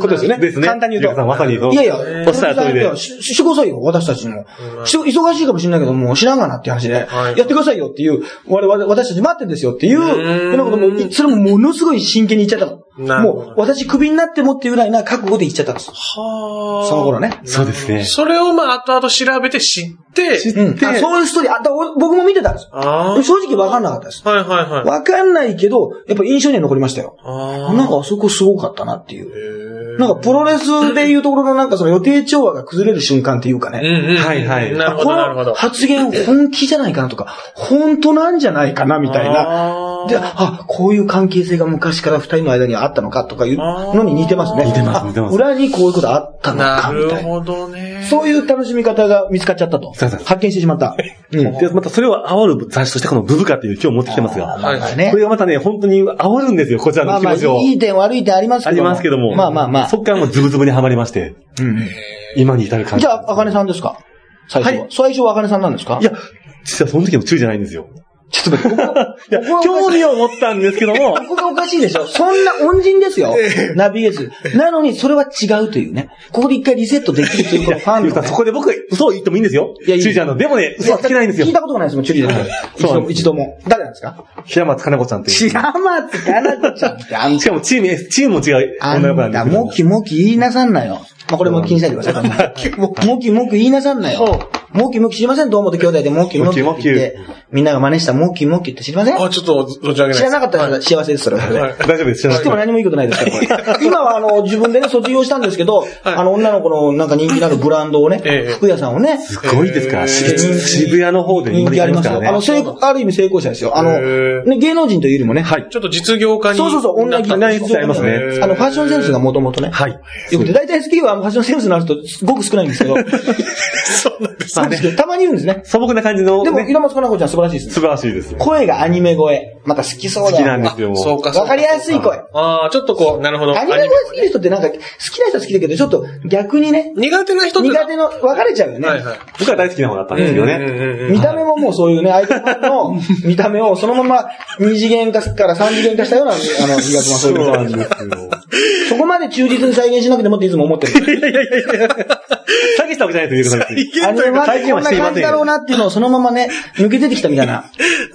S1: ことですよね。
S3: ですね
S1: 簡単に言う
S3: ゆうかさ
S1: と。
S3: んまさにそう
S1: いやいや、
S3: おっしゃる通りで
S1: いやししてくださいよ、私たちも。
S2: うん
S1: し忙しいかもしれないけど、もう知らんがなっていう話で、
S2: はい
S1: やってくださいよっていう、我々、私たち待ってんですよっていう、
S2: ーん
S1: ようなことも、それもものすごい真剣に言っちゃった
S2: な
S1: の。
S2: るほど
S1: もう、私クビになってもっていうぐらいな覚悟で言っちゃったんです。
S2: はー
S1: その頃ね。
S3: そうですね。
S2: それをまあ、後々調べて知って、
S3: 知っ
S1: うん。
S3: て
S1: あそういうストーリー、あだ俺僕も見てたんです。
S2: ああ。
S1: 正直分かんなかったです。
S2: はいはい はい。
S1: 分かんないけど、やっぱ印象には残りましたよ。
S2: あ
S1: なんかあそこすごかったなってい
S2: へ
S1: う。
S2: ー
S1: なんかプロレスでいうところのなんかその予定調和が崩れる瞬間っていうか
S2: う
S1: ね。
S2: んうんうん。
S3: はいはい
S2: なるほ
S1: こ
S2: ど、なるほ
S1: の
S2: ど。
S1: 発言本気じゃないかなとか、本当なんじゃないかなみたいな。
S2: あー
S1: で、あ、こういう関係性が昔から二人の間にはあったのかとかいうのに似てますね。
S3: 似てます
S1: あ
S3: 似てます
S1: 裏にこういうことあったの
S2: な
S1: かみ
S2: る
S1: たいな。
S2: ほどね。
S1: そういう楽しみ方が見つかっちゃったと。
S3: そうそうそう
S1: 発見してしま った。うん。
S3: で、またそれを煽る雑誌としてこのブブカっていう今日持ってきてますが。
S1: まあまあね
S3: これがまたね、本当に煽るんですよ、こちら
S1: ま
S3: の
S1: あ
S3: 気
S1: まあ、
S3: 持ちを。
S1: いい点悪い点ありますけ
S3: あ
S1: ど
S3: り
S1: も。
S3: ますけども。
S1: まあまあまあ。
S3: そっからもうズブズブにはまりまして、
S1: うん
S3: 今に至る感じ。
S1: じゃあ、あかねさんですか最初は。
S3: はい
S1: 最初はあかねさんなんですか
S3: いや、実はその時の注意じゃないんですよ。
S1: ちょっと待っ て、
S3: いや、
S1: ここ
S3: 興味を持ったんですけど も、
S1: ここがおかしいでしょそんな恩人ですよ。ナビゲーズ。なのに、それは違うというね。ここで一回リセットできるというこのファン
S3: ゆう
S1: の
S3: か
S1: ね
S3: そこで僕、嘘を言ってもいいんですよ。
S1: いやいい
S3: 注意じゃんの。でもね、嘘はつけないんですよ
S1: 聞い。たことがないですもん、チュリーさん一度
S3: そうなん
S1: も、
S3: です
S1: 一度も。誰なんですか
S3: 平松かな子ちゃんという。
S1: 白松かな子ちゃんってあん
S3: しかもチーム、チームも違う
S1: あ
S3: 女の子なん
S1: ん
S3: です
S1: た、
S3: けども
S1: もきもき言いなさんなよ。まあ、これも気にしないでくだ さい。もきもき言いなさんなよ。もきもき知りませんどうもと兄弟でもきもきって言って
S3: もき、
S1: みんなが真似したもきもきって知りません
S2: あ、ちょっと存じ上げないです。
S1: 知らなかった
S2: はい
S1: ら幸せです、それはそれで。
S2: はい
S3: 大丈夫です、知
S1: 知
S3: らな
S1: っ
S3: く
S1: て
S3: て
S1: も
S3: も。
S1: 何もいいことないですから、これ。今は、あの、自分でね、卒業したんですけど、あの、女の子のなんか人気のあるブランドをね、
S2: ええ
S1: 服屋さんをね、
S3: すごいですから、
S2: えー
S3: 渋渋谷の方で
S1: 人気ありますよ。あの、
S3: ね。
S1: 成功、ある意味成功者ですよ。あの、
S2: へえ
S1: ね、芸能人というよりもね、
S3: はい。
S2: ちょっと実業家に。
S1: そうそうそう、女気
S3: なりつつありますね
S1: ええあの、ファッションセンスがもともとね、
S3: はい。
S1: よくて、大体好きはあのファッションセンスのある人、すごく少ないんですけど、
S2: そうなんです。
S1: そうですけどたまに言うんですね。
S3: 素朴な感じの、
S1: でも、
S3: ね、
S1: 平松かな子ちゃん素晴らしいですね。
S3: 素晴らしいです。好
S1: 声がアニメ声。また好きそうだ
S3: きなんで
S1: わ
S3: すよ。
S2: そうか、そう
S1: わかりやすい声。
S2: ああ、ちょっとこう、なるほど。
S1: アニメ声好きな人ってなんか、好きな人は好きだけど、ちょっと逆にね、
S2: 苦手な人って。
S1: 苦手の、分かれちゃうよね。
S2: はいはい。
S3: 僕は大好きな方だったんですよ
S2: うん
S3: ね。
S2: うんうん
S1: 見た目ももうそう いうね、アイコンの見た目をそのまま二次元化から三次元化したような、あの、医学もそういう
S3: そ
S1: みた
S3: うないん
S1: な
S3: ですよ。
S1: そこまで忠実に再現しなくてもっていつも 思ってる。
S3: いやいやいやいや。詐欺したわけじゃないですよ、ゆうかさん
S1: アニメは
S3: 再現
S1: こん
S3: は
S1: な
S3: していま
S1: 感
S3: せ
S1: じだ
S3: ん
S1: ろう
S3: よ。
S1: なっていうのをそのままね、抜け出てきたみたいな。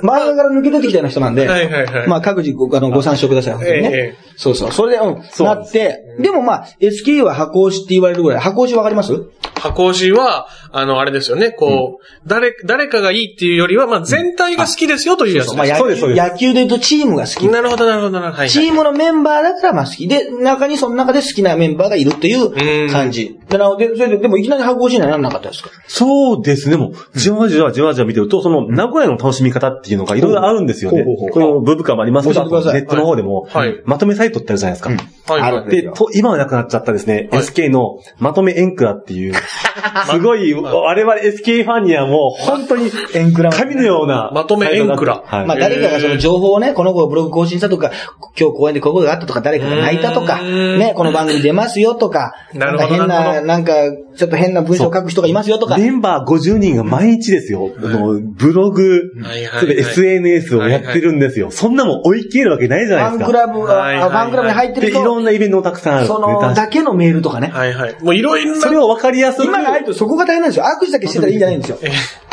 S1: 漫画から抜け出てきたような人なんで、
S2: はいはいはい
S1: まあ各自ごあのご参照ください、本当に
S2: え
S1: ね
S2: え。
S1: そうそう。それで、うん、
S3: そう
S1: な
S3: なんで
S1: っ
S3: す
S1: て、でもまあ、SKE は箱押しって言われるぐらい、箱押しわかります
S2: 箱推しは、あの、あれですよね、こう、誰、誰かがいいっていうよりは、まあ、全体が好きですよというやつ
S1: まあ
S2: で
S1: 野
S3: そうですそう
S1: 球
S3: です
S1: 野球で言うとチームが好
S2: す。
S1: き。
S2: なるほど、なるほど、なるほど。はいはい。
S1: チームのメンバーだからまあ好き。で、中にその中で好きなメンバーがいるっていう
S2: うん
S1: 感じ。で、なので、それで、でもいきなり箱押しにはならなかったですか
S3: そうですね。もう、じわじわじわじわ見てると、その、名古屋の楽しみ方っていうのがいろいろあるんですよね。
S1: ほうほうほう
S3: このブブカもありますけ
S1: 教えてくださ
S3: ど、
S1: い
S3: ネットの方でも
S2: はい、
S3: まとめサイトってあるじゃないですか。
S2: はいは
S1: あ
S2: い
S1: るんです
S3: で、
S1: よ。
S3: と、今はなくなっちゃったですね、
S2: はい
S3: SK のまとめエンクラって いう、すごい、我々 SK ファンにはもう本当に、
S1: エンクラもね
S3: 神のような。
S2: まとめエンクラ
S3: はい。
S1: まあ誰かがその情報をね、この子がブログ更新したとか、今日公演でこういうことがあったとか、誰かが泣いたとか、
S2: うん
S1: ね、この番組出ますよとか、
S2: なる
S1: んか
S2: ほど
S1: 変
S2: なるほ
S1: な、
S2: ど
S1: なんか、ちょっと変な文章を書く人がいますよとか。
S3: メンバー50人が毎日ですよ、あの、ブログ、
S2: はいはいはい
S3: それで SNS をやってるんですよ。そんなもん追い切れるわけないじ
S1: フ
S3: ゃない
S1: ァ
S3: で
S1: ン
S3: すか。
S1: クラブ
S2: はいはいは
S1: が、あファ
S2: い
S1: ンクラブに入って
S3: で、
S1: る
S3: いろ
S1: と、
S3: んなイベントもたくさんある。
S1: そ
S3: ネタ
S1: の、だけのメールとかね。
S2: はいはい。もういろいろ
S3: それ
S2: な、
S3: を分かりやすく。
S1: 今があるとそこが大変なんですよ。悪事だけしてたらいいんじゃないんですよ。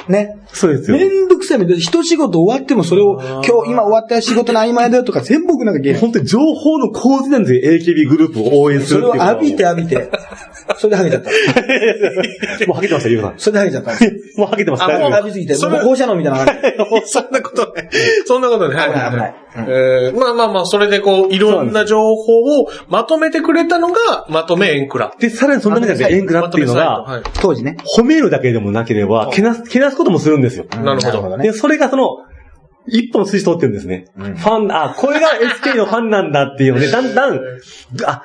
S1: ね。
S3: そうですよ。
S1: めんどくさいめんどくさい一仕事終わってもそれを、今日今終わった仕事の合間だよとか全部僕なんかゲーム。
S3: 本当に情報の構図なんですよ。AKB グループを応援す
S1: そ
S3: る
S1: れ
S3: っ
S1: を
S3: ていうことは
S1: 浴びて。浴びて。それでハゲちゃった。
S3: もうはげてました、 ゆうさん。
S1: それでハゲちゃった。
S3: もうはげてまし
S2: あ
S3: た。
S2: も
S3: 大
S2: う
S3: 丈
S1: 浴びすぎて、
S2: そ
S1: もう
S2: れ
S1: 放射能みたいな感じ。
S2: もう そんなことない。そんなことない。
S1: 危ない危ない
S2: えーまあまあまあ、それでこう、いろんな情報をまとめてくれたのが、まとめエンクラ。
S3: 夫で、さらにその中で円グラっていうの
S2: ま
S3: が、
S2: とめサイ
S1: 当時ね。
S3: 褒めるだけでもなければ、けなす、けなすこともするんですよ。
S2: なるほど
S3: で、それがその、一本筋通ってるんですね。ファン、あ、これが SK のファンなんだっていうので、だんだん、あ、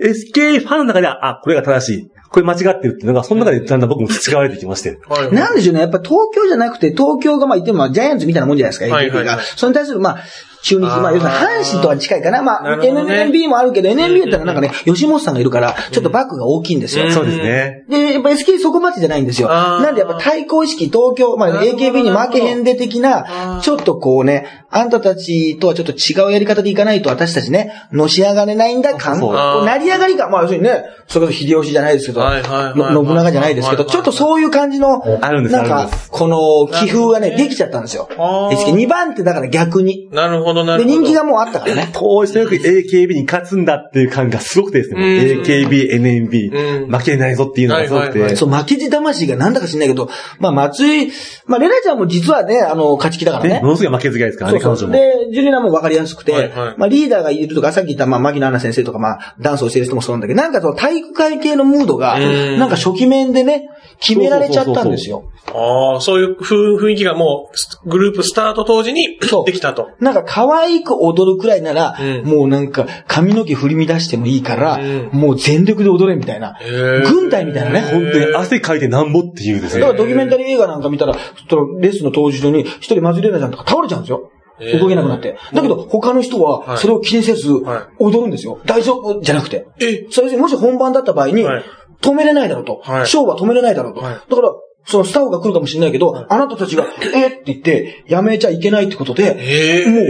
S3: SK ファンの中では、あ、これが正しい。これ間違ってるっていうのが、その中でだんだん僕も培われてきまして。
S2: トはいはい。
S1: なんでしょうね。やっぱ東京じゃなくて、東京がまあ言ってもまあジャイアンツみたいなもんじゃないですか、
S2: はい
S1: AKB
S2: はいはい
S1: が。それに対するまあ、中日、
S2: あー
S1: まあ要するに阪神とは近いかな。ま
S2: な
S1: あ、
S2: るほどね
S1: NNB もあるけど、NNB だったらなんかね、吉本さんがいるから、ちょっとバックが大きいんですよ。
S2: うん
S3: そうですね。
S1: で、やっぱ SK そこまでじゃないんですよ。
S2: あー
S1: なんでやっぱ対抗意識、東京、まあ
S2: なるほど
S1: AKB に負けへんで的
S2: あー
S1: な、ちょっとこうね、あんたたちとはちょっと違うやり方でいかないと私たちね、のし上がれないんだ感、
S3: そう
S1: こ
S2: あー
S1: う成り上がり感、まあ要するにね、それこそ秀吉じゃないですけど、
S2: はいはいはいはい
S1: の信長じゃないですけど、
S2: はいはいはい
S1: ちょっとそういう感じの、
S3: あるんです
S1: なん
S3: ある
S1: か
S3: んで、
S1: この気風がね、できちゃったんですよ。
S2: あー
S1: SK2 番ってだから逆に。
S2: なるほど、なる
S1: で、
S2: ほど。
S1: 人気がもうあったからね。
S3: こうしてよく AKB に勝つんだっていう感がすごくてですね、もう
S2: うん
S3: AKB、
S2: う
S3: NMB、
S2: ん
S3: 負けないぞっていうのがすごく
S2: はいはいはい
S3: て、
S1: そう、負けじ魂がなんだか知んないけど、まあ、松井、まあ、レナちゃんも実はね、あの、勝ち気だから
S3: ね
S1: ね
S3: も。のすごい負けず嫌いですから
S1: そ
S3: ね、
S1: うそう
S3: 彼女も。
S1: で、ジュリナも分かりやすくて、
S2: はいはい
S1: まあリーダーがいるとか、さっき言った、まあ、牧野アナ先生とか、まあ、ダンスをしてる人もそうなんだけど、なんかその体育会系のムードが、
S2: うん
S1: なんか初期面でね、決められちゃったんですよ。
S2: ああ、そういうふ雰囲気がもうス、グループスタート当時に
S1: そう
S2: できたと。
S1: なんか可愛く踊るくらいなら、
S2: うん
S1: もうなんか髪の毛振り乱してもいいから、
S2: うん
S1: もう全力で踊れみたいな。
S2: へー
S1: 軍隊みたいなね、
S3: 本当に汗かいてなんぼっていうです
S1: だか
S3: ね。
S1: らドキュメンタリー映画なんか見たら、そのレッスンの当時中に、一人マズレーナちゃんとか倒れちゃうんですよ。
S2: えー
S1: 動けなくなって。だけど、他の人
S2: は
S1: は、
S2: い
S1: それを気にせず、
S2: は
S1: 踊るんですよ。大丈夫じゃなくて。
S2: え
S1: それでもし本番だった場合に
S2: はい、
S1: 止めれないだろうと。
S2: はい
S1: ショーは止めれないだろうと。
S2: はい
S1: だから、そのスタッフが来るかもしれないけど、あなたたちが、えーって言って、やめちゃいけないってことで、
S2: ええ
S1: も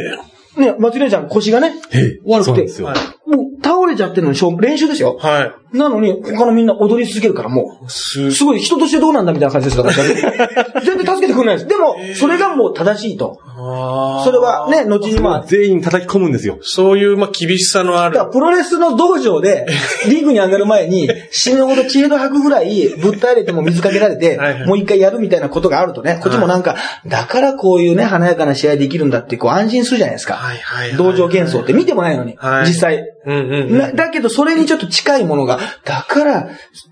S1: う、ね、松レーナちゃん腰がね、悪
S3: そう
S1: く
S3: なん
S1: て
S3: で、すよ。
S2: はい
S1: もう倒れちゃってるのにショー、練習ですよ。
S2: は
S1: なのに、他のみんな踊り続けるから、もう。
S2: い。す
S1: すごい人としてどうなんだみたいな感じです。だ から全然助けてくれないです。でも、それがもう正しいと。
S2: あー
S1: それはね、後にまあ、
S3: 全員叩き込むんですよ。
S2: そういう、まあ、厳しさのあ
S1: だ
S2: る
S1: から。プロレスの道場で、リングに上がる前に、死ぬほど知恵度吐くぐらい、ぶった入れても水かけられて
S2: はいはい、
S1: もう一回やるみたいなことがあるとね、こっちもなんか、だからこういうね、華やかな試合できるんだって、こう安心するじゃないですか
S2: はいはいはい。
S1: 道場幻想って見てもないのに
S2: は、い
S1: 実際。
S2: うんうんうん。
S1: なだけど、それにちょっと近いものが、だから、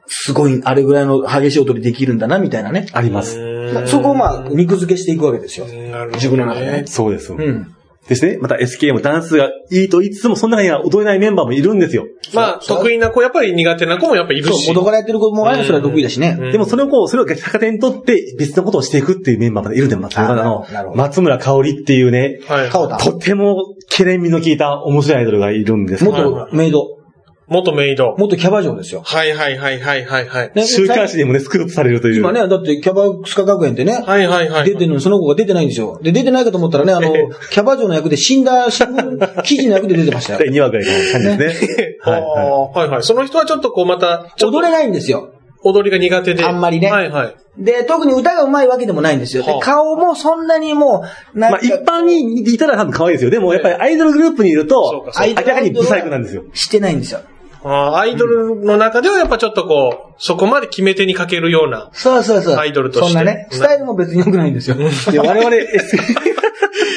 S1: すごい、あれぐらいの激しい踊りできるんだな、みたいなね。
S3: あります。
S1: まあそこをまあ、肉付けしていくわけですよ。
S2: なるほどね
S1: 自分の中でね。
S3: そうです。
S1: うん。
S3: ですね。また SK もダンスがいいと言いつつも、その中には踊れないメンバーもいるんですよ。
S2: まあ、
S1: そう
S2: 得意な子、やっぱり苦手な子もやっぱいる
S1: そう、
S2: し。
S1: 元からやってる子もあればそれは得意だし
S2: うん
S1: ね。
S3: でもそれをこう、それを逆手にとって別のことをしていくっていうメンバーまでいるんで、また、
S1: あー
S3: あの
S1: なるほ、ど
S3: 松村香織っていうね、
S2: はい。
S1: カオタン。
S3: とても、ケレン味の効いた面白いアイドルがいるんですけど
S1: 元メイド。
S2: 元メイド。
S1: 元キャバ嬢ですよ。
S2: はいはいはいはいはいはい。
S1: ね
S3: 週刊誌でもね、スクープされるという。
S1: 今ね、だってキャバスカ学園ってね、
S2: はいはいはい。
S1: 出てるのにその子が出てないんですよ。で、出てないかと思ったら ね、あの、キャバ嬢の役で死んだ新聞記事の役で出てま した
S3: 第
S1: よ。
S3: 2話ぐらいの感じですね。
S2: あ
S3: は
S2: ー
S3: いはい。
S2: はいはい。その人はちょっとこうまた、ちょっ
S1: 踊
S2: と
S1: れないんですよ。
S2: 踊りが苦手で。
S1: あんまりね
S2: はいはい。
S1: で、特に歌が上手いわけでもないんですよ。
S2: は
S1: で
S2: あ、
S1: 顔もそんなにもう、な
S3: ま
S1: ん
S3: あ一
S1: か、
S3: 般にいたら多分可愛いですよ。でもやっぱりアイドルグループにいる
S2: そう
S3: と
S2: か、
S1: そう
S3: 明らかに不細工なんですよ。
S1: してないんですよ。
S2: あーアイドルの中ではやっぱちょっとこう、そこまで決め手にかけるような。
S1: そうそうそう。
S2: アイドルとして
S1: そんなね、スタイルも別に良くないんですよ。
S3: で我々、S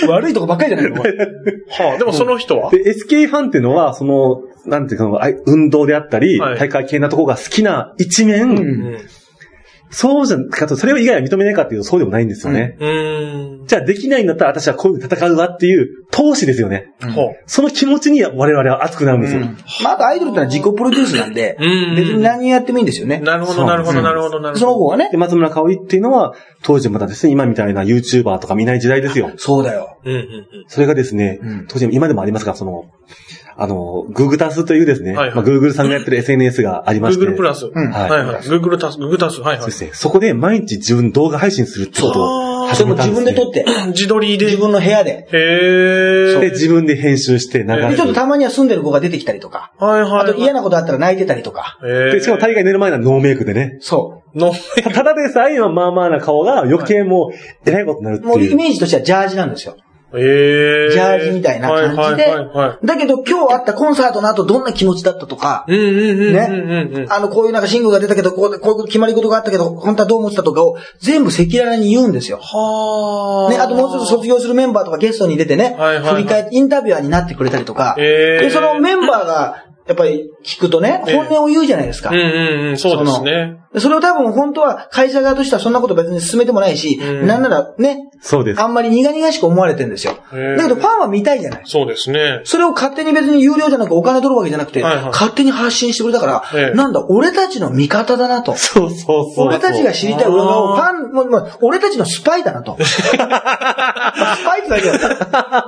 S1: 悪いとこばっかりじゃないのこれ
S2: はあ、でもその人は
S3: で SK ファンっていうのは、その、なんていうか、あい運動であったり、
S2: はい
S3: 大会系なとこが好きな一面、
S1: うん
S2: うん。う
S3: そうじゃかと、それを以外は認めないかっていうとそうでもないんですよね。
S2: ーん。
S3: じゃあできないんだったら私はこういうふうに戦うわっていう闘志ですよね。
S2: ほう。
S3: その気持ちに我々は熱くなるんですよ。
S1: まあ、あとアイドルってのは自己プロデュースなんで、
S2: うん
S1: 別に何やってもいいんですよね。
S2: なるほ
S3: そ
S2: ど、
S3: う
S2: な
S3: なん
S2: る
S3: です
S2: ほど、なるほど、なる
S1: そ
S2: ほ
S1: の
S2: ど。
S1: 子はね
S3: で、。松村香織っていうのは、当時またですね、今みたいな YouTuber とか見ない時代ですよ。
S1: そうだよ。
S2: うんうんうん。
S3: それがですね、
S1: うん
S3: 当時、今でもありますが、その、あの、Google タスというですね、
S2: はいはい
S3: まあ、Google さんがやってる SNS がありまして、
S2: Google プラス。
S1: ん
S3: はい
S2: はいはい。Google 足す、Google 足す。はいは
S3: そう
S2: い
S3: ですね、そこで毎日自分動画配信するってことを
S1: そ
S3: 始
S1: れも
S3: めた
S1: 自
S3: んです、
S1: 分
S3: ね。
S1: で撮って、
S2: 自撮りで。
S1: 自分の部屋で。
S2: へ
S3: で、
S2: え。
S3: 自分で編集して流
S2: は
S1: で
S2: い
S1: ちょ
S3: れ
S1: っと
S3: る。
S1: たまには住んでる子が出てきたりとか、
S2: はいはいは
S1: あ
S2: い。
S1: と嫌なことあったら泣いてたりとか、
S2: へー
S3: で、しかも大概寝る前にはノーメイクでね。
S1: そ
S2: の、
S3: たただでさえ今まあまあな顔が余計もう偉いことになるって
S1: う。もう
S3: い
S1: イ
S3: う。
S1: メージとしてはジャージなんですよ。
S2: ええ。
S1: ジャージみたいな感じ
S2: はいはいはいはい。
S1: で。だけど今日あったコンサートの後どんな気持ちだったとか、
S2: うんうんうんうん
S1: ね
S2: うんうん。
S1: あの、こういうなんかシングルが出たけど、こうこういう決まり事があったけど、本当はどう思ってたとかを全部赤裸々に言うんですよ。
S2: は
S1: ね、あともうちょっと卒業するメンバーとかゲストに出てね、
S2: はいはいはい
S1: 振り返ってインタビュアーになってくれたりとか、
S2: えー
S1: で、そのメンバーが、やっぱり聞くとね、
S2: えー
S1: 本音を言うじゃないですか。
S2: うんうんうん、そうですね。
S1: でそれを多分本当は会社側としてはそんなこと別に進めてもないし、
S2: うん
S1: なんならね、
S3: そうです
S1: あ。んまり苦々しく思われてるんですよ。
S2: へー
S1: だけどファンは見たいじゃない。
S2: そうですね。
S1: それを勝手に別に有料じゃなくお金取るわけじゃなくて、
S2: はいはい
S1: 勝手に発信してくれたから、
S2: ええ
S1: なんだ、俺たちの味方だなと。
S3: そうそうそう。
S1: 俺たちが知りたい裏側を、フ
S2: あ
S1: ァン、もうもう俺たちのスパイだな と。スパイってだけだ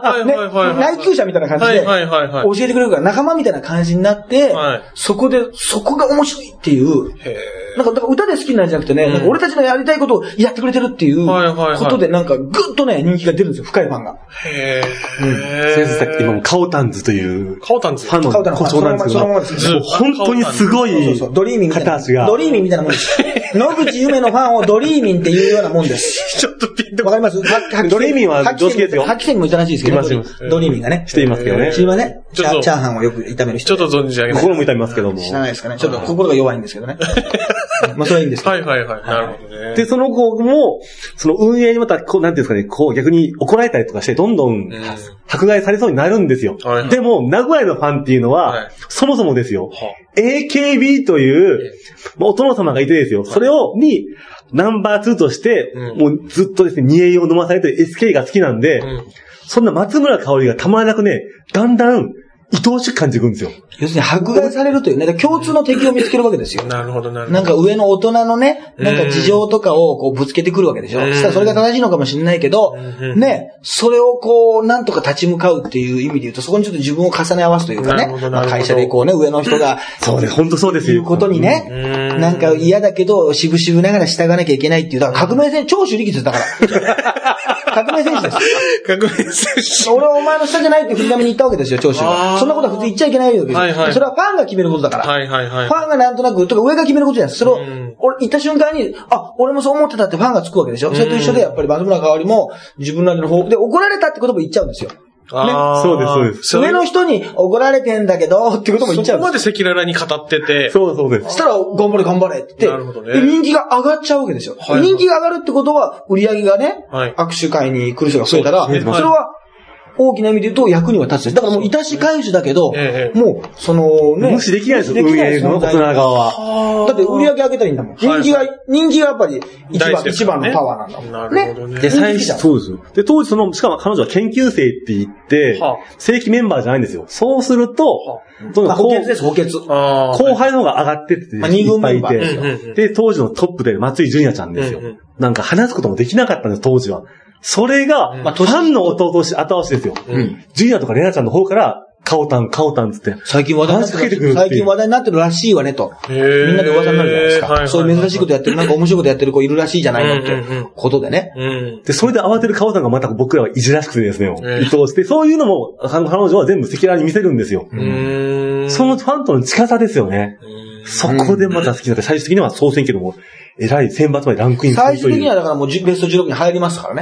S2: はい
S1: ね、
S2: はいはいはい。
S1: 内級者みたいな感じ
S2: はい
S1: で、
S2: はいはいはい。
S1: 教えてくれるから仲間みたいな感じになって、
S2: はい
S1: そこで、そこが面白いっていう、
S2: へ
S1: なんか、だから歌で好きになるんじゃなくてね、
S2: うん
S1: なんか俺たちのやりたいことをやってくれてるっていう
S2: はいはいはい
S1: ことで、なんかぐっとね、人気が出るんですよ、深いファンが。
S2: ーへ
S3: とりあえずさっき
S2: ー。
S3: 今もカオタンズという
S2: カオタンズ。
S3: ファンの
S1: カオタンズ
S3: 誇張なんですけ
S1: そのままその
S3: ども、
S1: ままです
S3: もう本当に すご
S1: そう
S3: い
S1: そう、ドリーミンみたい
S3: 片
S1: な。
S3: 足が。
S1: ドリーミンみたいなもん です。野口夢のファンをドリーミンっていうようなもんです。
S2: ちょっとピンと
S1: わ
S2: こ
S1: かります
S3: ドリーミンは常識ですよ
S1: 白線もいたらしいですけど、
S3: いますいます
S1: ドリーミンがね。
S3: していますけどね。
S1: 知りません
S2: ち
S1: チ
S2: ょっ
S1: ャ
S2: と
S1: チャーハンをよく炒める
S2: ちょ
S1: 人。
S2: っと存じ上げない。
S3: 心も痛みますけども。
S1: 知らないですかね。ちょっと心が弱いんですけどね。 まあそれはいいんですけど。
S2: はいはいはい。なるほどね。
S3: で、その子も、その運営にまた、こう、なんていうんですかね、こう逆に怒られたりとかして、どんどん
S2: うん
S3: 迫害されそうになるんですよ。
S2: はいはい
S3: でも、名古屋のファンっていうのは、
S2: はい
S3: そもそもですよ、
S2: は
S3: AKB という、まあお殿様がいてですよ、それを、に、ナンバー2として、
S2: うん
S3: もうずっとですね、煮えを飲まされてる SK が好きなんで、
S2: うん
S3: そんな松村香織がたまらなくね、だんだん、愛おしく感じてくるんですよ。
S1: 要するに迫害されるというね、だから共通の敵を見つけるわけですよ。
S2: なるほどなるほど。
S1: なんか上の大人のね、なん
S2: う
S1: か
S2: ん
S1: 事情とかをこうぶつけてくるわけでしょ。
S2: うん
S1: そしたらそれが正しいのかもしれないけど
S2: う、ん
S1: ね、それをこう、なんとか立ち向かうっていう意味で言うと、そこにちょっと自分を重ね合わすというか
S2: な
S1: ね
S2: るほど、な
S1: ま
S2: るほど
S1: あ会社でこうね、上の人が、
S3: そうです、本当そうです
S1: いうことにね、
S2: うん
S1: なんか嫌だけど、しぶしぶながら従わなきゃいけないっていう、だから革命戦、超主力です、だ から。革命戦士です。
S2: 革命戦士。
S1: 俺はお前の下じゃないって振り紙に言ったわけですよ、長州
S2: あー
S1: は。そんなことは普通言っちゃいけないわけですよ。
S2: はいはい
S1: それはファンが決めることだから。
S2: はいはいはい
S1: フ。ァンがなんとなく、とか上が決めることじゃないです。それを
S2: うん、
S1: 俺、言った瞬間に、あ、俺もそう思ってたってファンがつくわけでしょ。それと一緒で、やっぱり松村香織も、自分なりの方で、怒られたってことも言っちゃうんですよ。
S2: あー
S3: そうですそうです
S1: 上の人に怒られてんだけど、ってことも言っちゃ
S2: そうこ
S1: んで
S2: ますで赤裸々に語ってて。
S3: そうそうです
S1: そ。したら、頑張れ頑張れって言
S2: なる
S1: っ
S2: ほど
S1: て、
S2: ね
S1: で人気が上がっちゃうわけですよ。
S2: はい
S1: 人気が上がるってことは、売り上げがね、
S2: はい
S1: 握手会に来る人が増えたら、
S2: そ
S1: そう
S2: で
S1: れ
S2: すねはい
S1: は、大きな意味で言うと役には立つです。だからもう、いたし返しだけど
S2: え、え
S1: もう、そのね、
S3: 無視できないですよ、
S1: 無視
S3: 運
S1: できない
S3: 営
S1: です
S3: の大人側は。
S1: だって売り上げ上げたらいいんだもん。人気が、人気がやっぱり一
S2: 大
S1: 番、
S2: 事です
S1: 一
S2: から
S1: 番
S2: ね
S1: のパワーなんだもん。
S2: なるほどね
S1: で、
S2: で
S1: 最初。
S3: そうですよ。で、当時その、しかも彼女は研究生って言って、
S2: はあ
S3: 正規メンバーじゃないんですよ。そうすると
S2: は、
S3: どんど
S1: ま
S3: ん
S1: あ
S3: 後
S1: 補欠です、補欠。
S2: あー
S3: 後輩の方が上がってって、
S1: まあ二軍メンバー
S3: いっぱいいて
S2: うんうんうん
S3: で、当時のトップで松井純也ちゃんですよ
S2: うんうん。
S3: なんか話すこともできなかったんです、当時は。それが、
S2: ん
S3: ファンの弟として後押しですよ。
S2: うん
S3: 純也とかレナちゃんの方から、カオタン、カオタンつって。
S1: 最近話題になって
S3: 話しかけてくる
S1: る。
S3: っていう
S1: 最近話題になってるらしいわね、と。み
S2: へー
S1: んなで噂になるじゃないです
S2: はいはいは
S1: か。
S2: い
S1: そういう珍しいことやってる、なんか面白いことやってる子いるらしいじゃないのっ
S2: うんうんうん
S1: てことでね。
S2: うん。
S3: で、それで慌てるカオタンがまた僕らはいじらしくてですね、
S2: ええ
S3: 伊藤して、そういうのも、彼女は全部赤裸々に見せるんですよ。
S2: うーん。
S3: そのファンとの近さですよね。そこでまた好きになって、最終的には総選挙でも、偉い選抜までランクインす
S1: 最
S3: ると
S1: 終的に
S3: い
S1: は
S3: う。
S1: だからもうじベスト16に入りましたからね。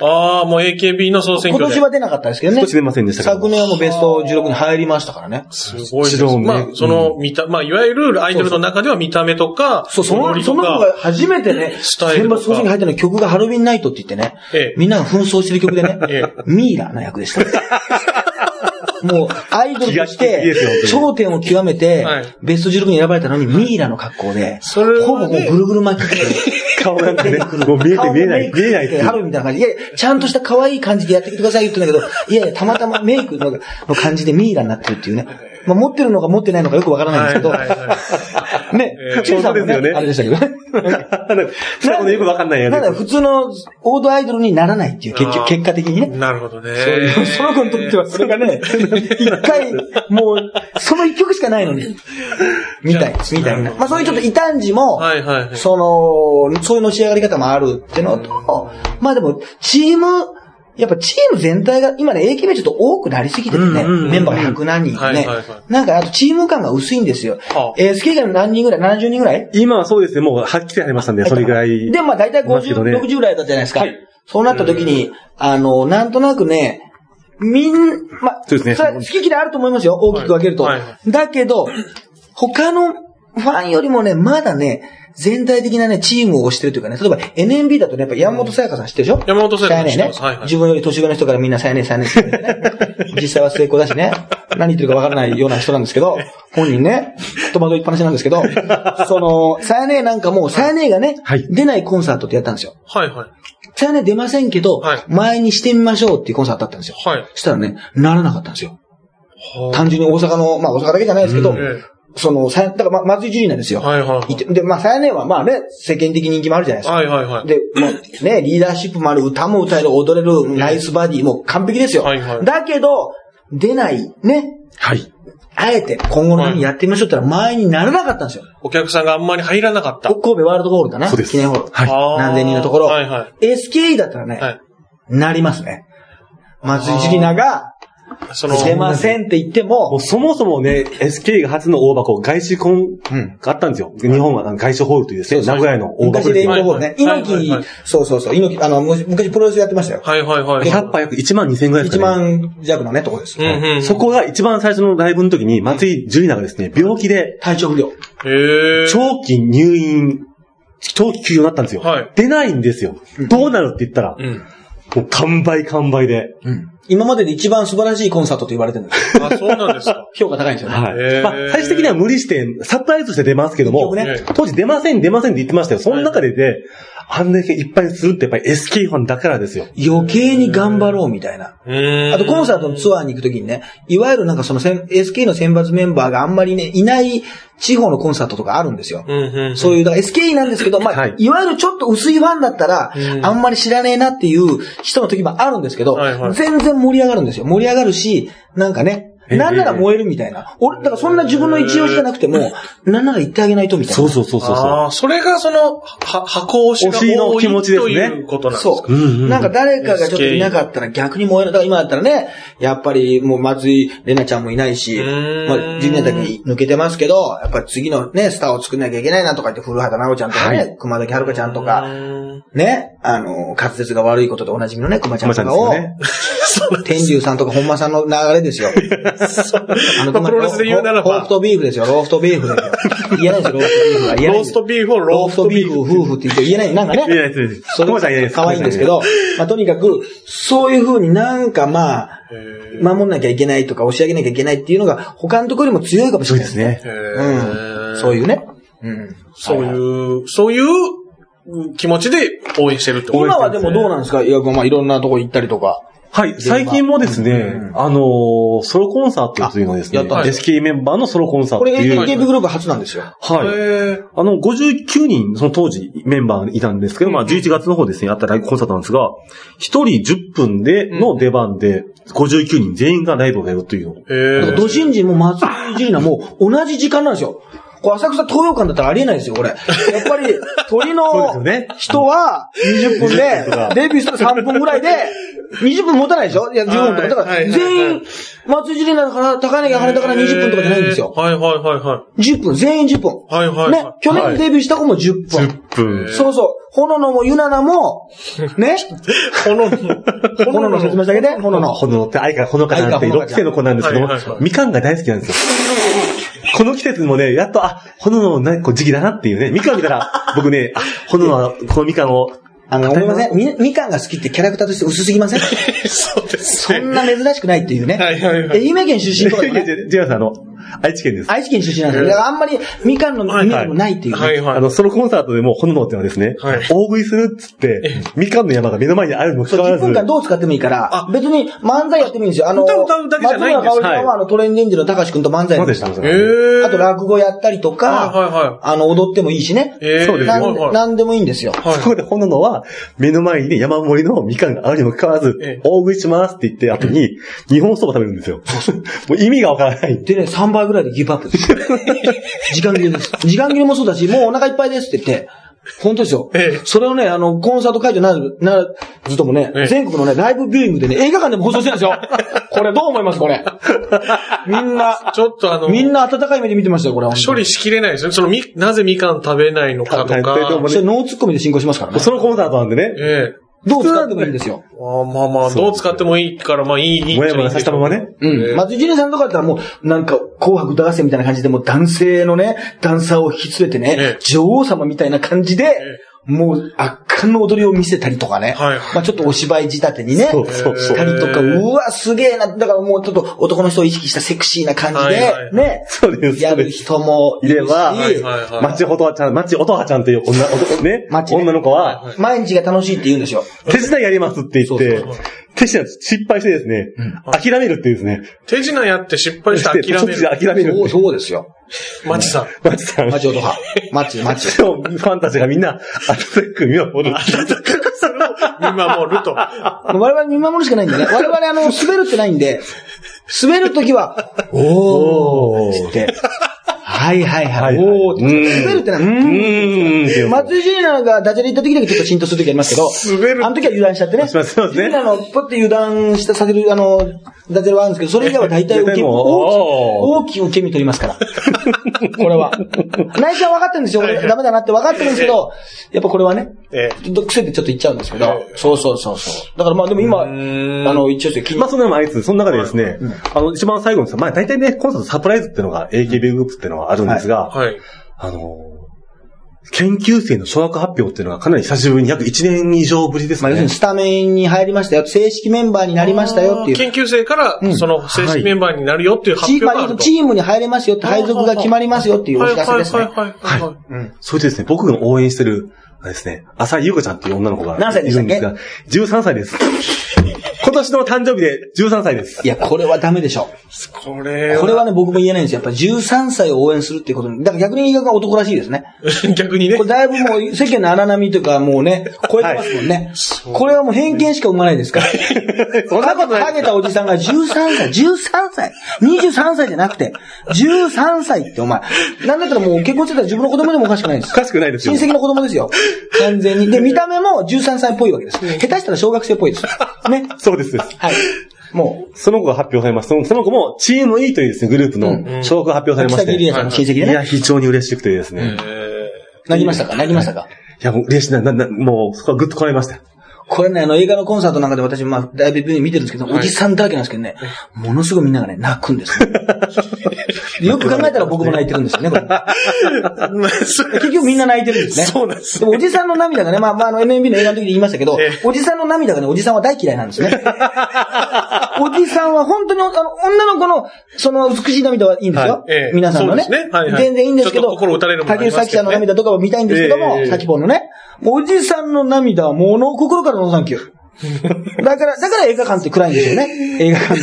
S2: ああ、もう AKB の総選
S1: 今
S2: 挙で。
S1: 年は出なかったですけどね
S3: 少。し出ませんでしたけど
S1: 昨。年はもうベスト16に入りましたからね。
S2: すごいです。
S3: 一度ね
S2: まあ、その、見た、まあ、いわゆるアイドルの中では見た目とか、
S1: そう、そ
S2: 踊
S1: の、
S2: り
S1: そ
S2: と
S1: の
S2: か
S1: 子が初めてね、
S2: スタイ
S1: 選
S2: ルと
S1: 抜
S2: か
S1: 総選に入ったの曲がハロウィンナイトって言ってね、
S2: ええ
S1: みんなが紛争してる曲でね、
S2: え
S1: ミイラの役で した。もう、アイドルとし
S3: 気が利
S1: て
S3: く気です、よ
S1: 頂点を極めて
S2: はい、
S1: ベスト16に選ばれたのに、ミイラの格好で、
S2: それはね
S1: ほぼもうぐるぐる巻きで、
S3: 顔なんかね、もう見えて
S1: 顔も
S3: 見えな
S1: メイ
S3: い、
S1: ク
S3: 見えないってい
S1: ハロウ
S3: う。
S1: ィンみたいな感じで、いやいや、ちゃんとした可愛い感じでやってきてくださいって言ってんだけど、いやいや、たまたまメイクのの感じでミイラになってるっていうね。まあ、持ってるのか持ってないのかよくわからないんですけど、
S2: はいはいはい
S1: ね
S2: えー、
S1: Q さんもね
S3: そうですよね
S1: あれでしたけどね。
S3: 最後のよくわかんないや
S1: ただ
S3: つ。
S1: 普通のオードアイドルにならないっていう、結
S2: あ
S1: 局、
S2: ー
S1: 結果的にね。
S2: なるほどね。
S1: そういうその子にとってはそれが ね、一回、もう、その一曲しかないのに、みたい、みたいな。まあそういうちょっと異端児も、
S2: はいはいはい。
S1: その、そういうの仕上がり方もあるってのと、まあでも、チーム、やっぱチーム全体が、今ね、AKB ちょっと多くなりすぎててね、
S2: うんうんうん
S1: メンバーが100何人
S2: はい
S1: ね
S2: はいはい。
S1: なんか、あとチーム感が薄いんですよ
S2: はあ。
S1: えー、スケが何人ぐらい ?70 人ぐらい
S3: 今はそうですね、もう8期生ありましたんで、それぐらい。
S1: で、まあ大体
S3: ますけ
S1: 50、
S3: どね
S1: 60ぐらいだったじゃないですか。
S3: はい
S1: そうなった時に、あの、なんとなくね、みん、まあ、
S3: そうですね
S1: れは好き嫌いあると思いますよ。大きく分けると。
S2: はいは
S1: だけど、他のファンよりもね、まだね、全体的なね、チームを推してるというかね、例えば NMB だとね、やっぱ山本さやかさん知ってるでしょ
S2: 山本さやか
S1: 知っ
S2: 知ってて
S1: ま。
S2: ますす
S1: は
S2: はいい
S1: は。
S2: はいい
S1: 自分より年上の人からみんなさやねさやねさやね 実際は成功だしね。何言ってるかわからないような人なんですけど、本人ね、戸惑いっぱなしなんです けど、その、さやねなんかもう、さやねがね、
S3: はい
S1: 出ないコンサートってやったんですよ。
S2: はいはい。
S1: さやね出ませんけど、
S2: はい
S1: 前にしてみましょうっていうコンサートだったんですよ。
S2: はい。
S1: そしたらね、ならなかったんですよ。
S2: は
S1: 単純に大阪の、まあ大阪だけじゃないですけど、
S2: うんええ
S1: その、さやだからま、まずいジュリーなんですよ。
S2: はいはいはい
S1: いてで、まあ、さやねはまあね、世間的人気もあるじゃないですか。
S2: はいはいはい。
S1: で、もうね、リーダーシップもある、歌も歌える、踊れる、ナイスバディ、もう完璧ですよ。
S2: はいはい
S1: だけど、出ない、ね、
S3: はい。
S1: あえて今後のためにやってみましょうって言ったら前にならなかったんですよ。
S2: お客さんがあんまり入らなかった。
S1: 神戸ワールドホールかな
S3: そうです
S1: 記念ホール。
S3: はい
S2: あー
S1: 何千人のところ。
S2: はいはい
S1: SKE だったらね、
S2: はい。
S1: なりますね。松井ジ里奈が
S2: その、
S1: 出ませんって言って
S3: もう
S1: も、
S3: そもそもね、SK が初の大箱、外資コン
S1: うん
S3: があったんですよ。日本はあの外資ホールというですね、名古屋の大
S1: 昔
S3: 箱
S1: レ
S3: で
S1: イン
S3: す
S1: ボ
S3: よ。
S1: ーホールね。
S2: はい
S1: 猪
S2: はいはいはい
S1: 木、そうそうそう、猪木、あの、む昔プロレスやってましたよ。
S2: はいはいはい。
S3: 100杯約1万2千ぐらいです
S1: 1
S3: かね。
S1: 万弱のね、とこです。
S2: うんうん。
S3: そこが一番最初のライブの時に、松井樹里奈がですね、病気で、
S1: 体調不良。
S2: へえ。
S3: 長期入院、長期休養になったんですよ。
S2: はい
S3: 出ないんですよ。どうなるって言ったら、
S2: うん。
S3: もう完売完売で。
S1: 今までで一番素晴らしいコンサートと言われてるんです。
S2: あ、そうなんです か。
S1: 評価高いんですよね。
S3: は
S2: へ
S3: い。
S2: ー
S3: まあ、最終的には無理して、サプライズとして出ますけども、
S1: 結
S2: 局ね
S3: 当時出ません、出ませんって言ってましたよ。その中でで、あんだけいっぱいにするってやっぱり SK ファンだからですよ。
S1: 余計に頑張ろうみたいな。
S2: うーん。
S1: あとコン
S2: サ
S1: サートのツアーに行くときにね、いわゆるなんかそのせん SK の選抜メンバーがあんまりね、いない地方のコンサートとかあるんですよ。
S2: うんうん。
S1: そういう、だから SK なんですけど、まあ、
S3: はいい、
S1: わゆるちょっと薄いファンだったら、
S2: うん
S1: あんまり知らねえなっていう人の時もあるんですけど、
S2: はいはい
S1: 全然盛り上がるんですよ。盛り上がるし、なんかね、
S3: ええ
S1: なんなら燃えるみたいな。俺、だからそんな自分の一応じゃなくても、なんなら言ってあげないとみたいな。
S3: そうそうそうそうそう。
S2: ああ、それがその、は、箱押
S3: 推
S2: し
S3: し
S2: が
S3: の
S2: 多い
S3: 気持ちですね
S2: ということなんですか。
S1: そう。
S3: うんうんうん
S1: なんか誰かがちょっといなかったら逆に燃える。だから今だったらね、やっぱりもう松井玲奈ちゃんもいないし、
S2: うーん
S1: まあ、ジュニアだけ抜けてますけど、やっぱり次のね、スターを作んなきゃいけないなとか言って、古畑奈央ちゃんとかね、熊崎遥ちゃんと
S2: う
S1: か、
S2: ーん
S1: ね、あの、滑舌が悪いことでおなじみのね、熊ちゃん
S3: 熊ち
S1: と
S3: ゃんで
S1: か
S3: す
S1: を、
S3: よね。
S1: 天竜さんとか本間さんの流れですよ。あ
S2: まあプロレスで言うならば
S1: ローフトビーフですよ、ローフトビーフですよ。言えないですよ、ローフトビーフは。言えない
S2: ロ
S1: で
S2: ー
S1: す
S2: ス
S1: よ
S2: トビーフを
S1: ロ
S2: ロ
S1: ー
S2: ー
S1: フ
S2: ス
S1: ト
S2: ト
S1: ビ
S2: ビ
S1: ーフ
S2: ーフ。
S1: 夫婦って言って言えない、なんかね。
S3: いやいやいやいや
S1: それ
S3: 熊ちゃんいないです
S1: 可愛いんですけ ど、まあ、とにかく、そういう風になんかまあ、
S2: へ
S1: 守んなきゃいけないとか押し上げなきゃいけないっていうのが、他のところにも強いかもし
S3: そう
S1: れ
S3: で
S1: ない。
S3: す。ね。
S2: え。
S1: うん。そういうね。うん。
S2: そう
S1: は
S2: いう
S1: いはい。
S2: そういう気持ちで応援してるってこと
S1: 今はでもどうなんですかいや、まあ、いろんなとこ行ったりとか。
S3: はい、最近もですね、あのーソロコンサートというのをですね、
S1: あやった
S2: んです
S3: SK メンバーのソロコンサート
S1: こ
S3: と
S1: れ、
S3: いう。
S1: AKB グループ初なんですよ。
S3: はい。
S2: へえ。
S3: あの、59人、その当時メンバーいたんですけど、まあ11月の方ですね、やったライブコンサートなんですが、1人10分での出番で、59人全員がライブをやるというのを。
S1: だ
S2: へ
S1: から
S2: え。
S1: ド新人も松井ジュリナも同じ時間なんですよ。これ浅草東洋館だったらありえないですよ、これ。やっぱり、鳥
S3: そ
S1: の
S3: うですよね
S1: 人は20分で
S3: とか、
S1: デビューしたら3分ぐらいで、20分持たないでしょいや、15分とか。だか
S2: は
S1: ら、
S2: いはいはい
S1: 全員、松井ジュリナだから、高柳原だから20分とかじゃないんですよ
S2: へ。ーはいはいはいは
S1: 10分、全員10分。
S2: はいはいはい
S1: ね、去年デビューした子も10分。
S3: 10分。
S1: そうそう。ほののもゆななも、ね。
S2: い。 炎
S1: ほのの説明してあげて、ほのの。
S3: ほののって、愛からほのかちゃんっていう
S1: 愛からほのか
S3: 6
S1: ち
S3: 期
S1: ゃん
S3: 生の子なんですけども、
S2: はいはいはい
S3: みかんが大好き なんですよ。この季節もね、やっと、あ、ほののなこう時期だなっていうね、みかん見たら、僕ね、あ、ほののはこのみかんを、
S1: あの、思いません。み、みかんが好きってキャラクターとして薄すぎません
S2: そうです
S1: そ
S2: ね。
S1: んな珍しくないっていうね。
S2: はいはいはい
S1: え、愛媛県出身とか、ね、
S3: ジェアさん、あの、愛知県です。
S1: 愛知県出身なんですよ。だからあんまりみかんの
S2: はい
S1: 耳
S2: はい
S1: でもないっていうね。
S2: はい
S3: あ
S2: はい。
S3: の、ソロコンサートでも、炎っていうのはですね、
S2: はい
S3: 大食いするっつって、みかんの山が目の前にあるにもか
S1: そう
S3: かわら
S1: 10
S3: ず、
S1: 分間どう使ってもいいから
S2: あ、
S1: 別に漫才やってもいいんですよ。あの、
S2: 歌う歌うだけじゃないんで
S1: 松村
S2: す
S1: 香織さんは
S3: は
S1: あのトレンディエンジェルの高橋くんと漫才
S3: そう
S1: やっ
S3: で
S1: て
S3: した、そう
S2: え
S3: でし
S1: あと落語やったりとか、
S2: はいはいはい
S1: あの、踊ってもいいしね。
S2: えー
S3: そうです
S1: な
S3: よ
S1: ん
S2: はいはい
S1: なんでもいいんですよ。
S3: たそこで炎のは、目の前にね、山盛りのみかんがあるにもかかわらず、
S2: ええ
S3: 大食いしますって言って、後に、日本そば食べるんですよ。もう意味がわからない。
S1: でね、3倍ぐらいでギブアップ です。時間切れです。時間切れもそうだし、もうお腹いっぱいですって言って、本当ですよ。
S2: ええ
S1: それをね、あの、コンサート会場なる、なるずともね、
S2: ええ
S1: 全国のね、ライブビューイングでね、映画館でも放送してるんですよ。これどう思いますこれ。みんな、
S2: ちょっとあの、
S1: みんな温かい目で見てましたよ、これ。
S2: 処理しきれないですね。そのみ、なぜみかん食べないのか
S3: 食
S2: と
S3: べないと
S2: か
S3: 思。
S1: それノーツッコミで進行しますからね。
S3: ソロコンサートなんでね、
S2: ええ。
S1: どう使ってもいいんですよ。
S2: あーまあまあ、どう使ってもいいから、まあいい、いいっちゃいいん
S3: も
S2: で
S3: や
S2: すけど。
S3: もやさせたままね。
S1: うん。松井ジュニアさんとかだったらもう、なんか、紅白歌合戦みたいな感じで、もう男性のね、ダンサーを引き連れてね、
S2: ええ
S1: 女王様みたいな感じで、もう圧巻の踊りを見せたりとかね、
S2: はい
S1: まあちょっとお芝居仕立てにね、
S3: そうそうそ
S1: し
S3: う
S1: たりとか、
S2: へー
S1: うわ、すげえな、だからもうちょっと男の人を意識したセクシーな感じで、
S2: はいはいはい
S1: ね、
S3: そうです
S1: やる人もいるし
S3: いれば
S2: はいはいはい。
S3: マッチホトワちゃん、マッチオトハちゃんという女、男ね
S1: マッチね
S3: 女の子は、
S1: 毎日が楽しいって言うんですよ。
S3: 手品やりますって言って、手品失敗してですね、諦めるっていうですね、
S2: 手品やって失敗して諦め
S3: そ
S2: る。
S3: っちで諦めるっ
S1: そ
S3: ていう
S1: う、そうですよ。
S2: マチさん。
S3: マッチさん。
S1: マチオとハ。マチ、マチ。
S3: でもファンたちがみんな、温かく見守る。
S2: 見守ると。
S1: 我々見守るしかないんでね。我々あ の、滑るってないんで、滑るときは、お
S3: お
S1: ー
S3: ー
S1: って。はいはいは
S3: はい
S1: い。
S3: はい
S1: おーって。
S3: うん
S1: 滑るってない。う
S3: う
S1: ーん
S3: ーんっていう。
S1: 松井ジュニアがダジャレ言った時だけちょっと浸透する時ありますけど、
S2: 滑る
S1: あの時は油断しちゃってね。
S3: しますよね
S1: ジュニアのポッて油断したさせる、あの、ダジャレはあるんですけど、それ以外は大体受け、
S3: でも
S1: 大きい、大きい受け身取ります から。これは。内緒は分かってるんですよ。これダメだなって分かってるんですけど、やっぱこれはね、
S2: え
S1: ちょっと癖でちょっと言っちゃうんですけど
S2: え、
S1: そうそうそうそう。だからまあでも今、あ
S2: ーん
S1: の、一応ですよ、
S3: まあ、そんなのもあいつ、その中でですね、あの、一番最後にさ、まあ、大体ね、コンサートサプライズっていうのが AKB グループっていうのはあるんですが、
S2: はい。
S3: あのー、研究生の小学発表っていうのがかなり久しぶりに約1年以上ぶりです
S1: まあ、
S3: ね。
S1: 要するにスタメンに入りましたよ、正式メンバーになりましたよっていう。
S2: 研究生から、その正式メンバーになるよっていう発
S1: チー
S2: 表
S1: ム
S2: があると。
S1: チームに入れますよって、配属が決まりますよっていうお
S2: はい
S1: 知
S2: は
S1: ら
S2: いは
S1: せで
S2: い
S1: すね。
S2: はいはい。
S3: それでですね、僕が応援してる、あれですね、浅井優子ちゃんっていう女の子が
S1: 何歳で
S3: い
S1: した
S3: る
S1: っ
S3: ん
S1: け
S3: ですが、13歳 です。今年の誕生日で13歳です。
S1: いや、これはダメでしょ。
S2: これ
S1: これ
S2: は、
S1: はね、僕も言えないんですよ。やっぱ13歳を応援するっていうことに。だから逆に言い方が男らしいですね。
S2: 逆にね
S1: これ。だいぶもう世間の荒波というか、もうね、超えてますもんね。これはもう偏見しか生まないですから。
S3: そんなことない
S1: ハゲたおじさんが13歳、13歳、23歳じゃなくて、13歳ってお前。なんだったらもう結婚してたら自分の子供でもおかしくないんです
S3: お。かしくないです
S1: 親
S3: よ。
S1: 戚の子供ですよ。完全に。で、見た目も13歳っぽいわけ です。下手したら小学生っぽいです。ね。
S3: そうです。
S1: はい。もう、
S3: その子が発表されます。そのその子も、チーム E というですね、グループの小学が発表されま
S1: 北
S3: し
S1: 木里
S3: て。い
S1: 奈さんの親戚でね
S3: や、。非常に嬉しくてですね。い
S1: 泣きましたか泣きましたか、
S3: や、もう嬉しいな、な、な、もう、そこはぐっとこられましたよ。
S1: これね、あの映画のコンサートなんかで私、まあ、だいぶ見てるんですけど、おじさんだらけなんですけどね、ものすごいみんながね、泣くんですね、よく考えたら僕も泣いてるんですよね、これ
S2: まあそう
S1: 結局みんな泣いてるんですね。
S2: そうなんです
S1: でもおじさんの涙がね、まあ、まあ、あの NMB の映画の時に言いましたけど、おじさんの涙がね、おじさんは大嫌いなん ですね。おじさんは本当に、あの、女の子の、その美しい涙はいいんですよ。
S2: はいええ
S1: 皆さんのね
S2: そうですねはいはい
S1: 全然いいんですけど、
S2: ちょっと心打たれるものあ
S1: 竹
S2: り
S1: 内
S2: ます
S1: 咲
S2: けど
S1: さん
S2: ね
S1: の涙とかは見たいんですけど
S2: え
S1: も、
S2: え
S1: 咲ぽんのね。おじさんの涙はもの心からのサンキュ ー。だから、だから映画館って暗いんですよね。映画館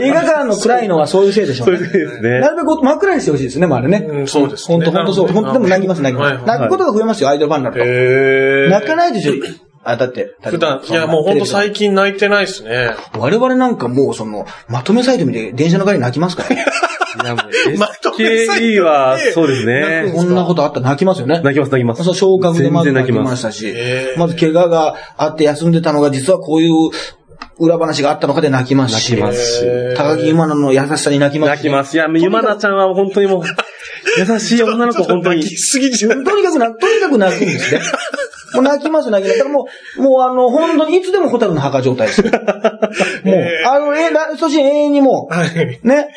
S1: で。映画館の暗いのはそういうせいでしょう
S3: そう
S1: ね
S3: いうことですね
S1: な。るべく真っ暗にしてほしいですね、まああれね。
S2: うんそうですね
S1: 本当本当そう。
S2: なる
S1: 本
S2: ほど
S1: 当でも泣きます、泣きま
S2: はいは
S1: す。
S2: い
S1: 泣くことが増えますよ、アイドルファンになる
S2: へ
S1: と。
S2: ー
S1: 泣かないでしょ。あ、だって。
S2: 普段、いやもうほんと最近泣いてないですね。
S1: 近。我々なんかもうその、まとめサイト見て電車の帰り泣きますからね。
S2: まとめサイトで
S3: SKE は、そうですね。
S1: こんなことあったら泣きますよね。
S3: 泣きます、泣きます。
S1: そう、昇格でまず
S3: 全然
S1: 泣き
S3: 泣き
S1: ま
S3: ま
S1: し
S3: す。
S1: たし
S2: へ、ー
S1: まず怪我があって休んでたのが実はこういう裏話があったのかで泣きますし、
S3: 泣きますし
S1: 高木今のの優しさに泣きますし
S3: 泣きます。いや、ゆまなちゃんは本当にもう、優しい女の子、本当に。
S2: 泣きすぎじゃない
S1: とにかくな、とにかく泣くんです ね。もう泣きます、泣きます。だからもう、もうあの、本当にいつでもホタルの墓状態 です。もう、あの、え、ラストシーン永遠にも
S2: は
S1: う、ね、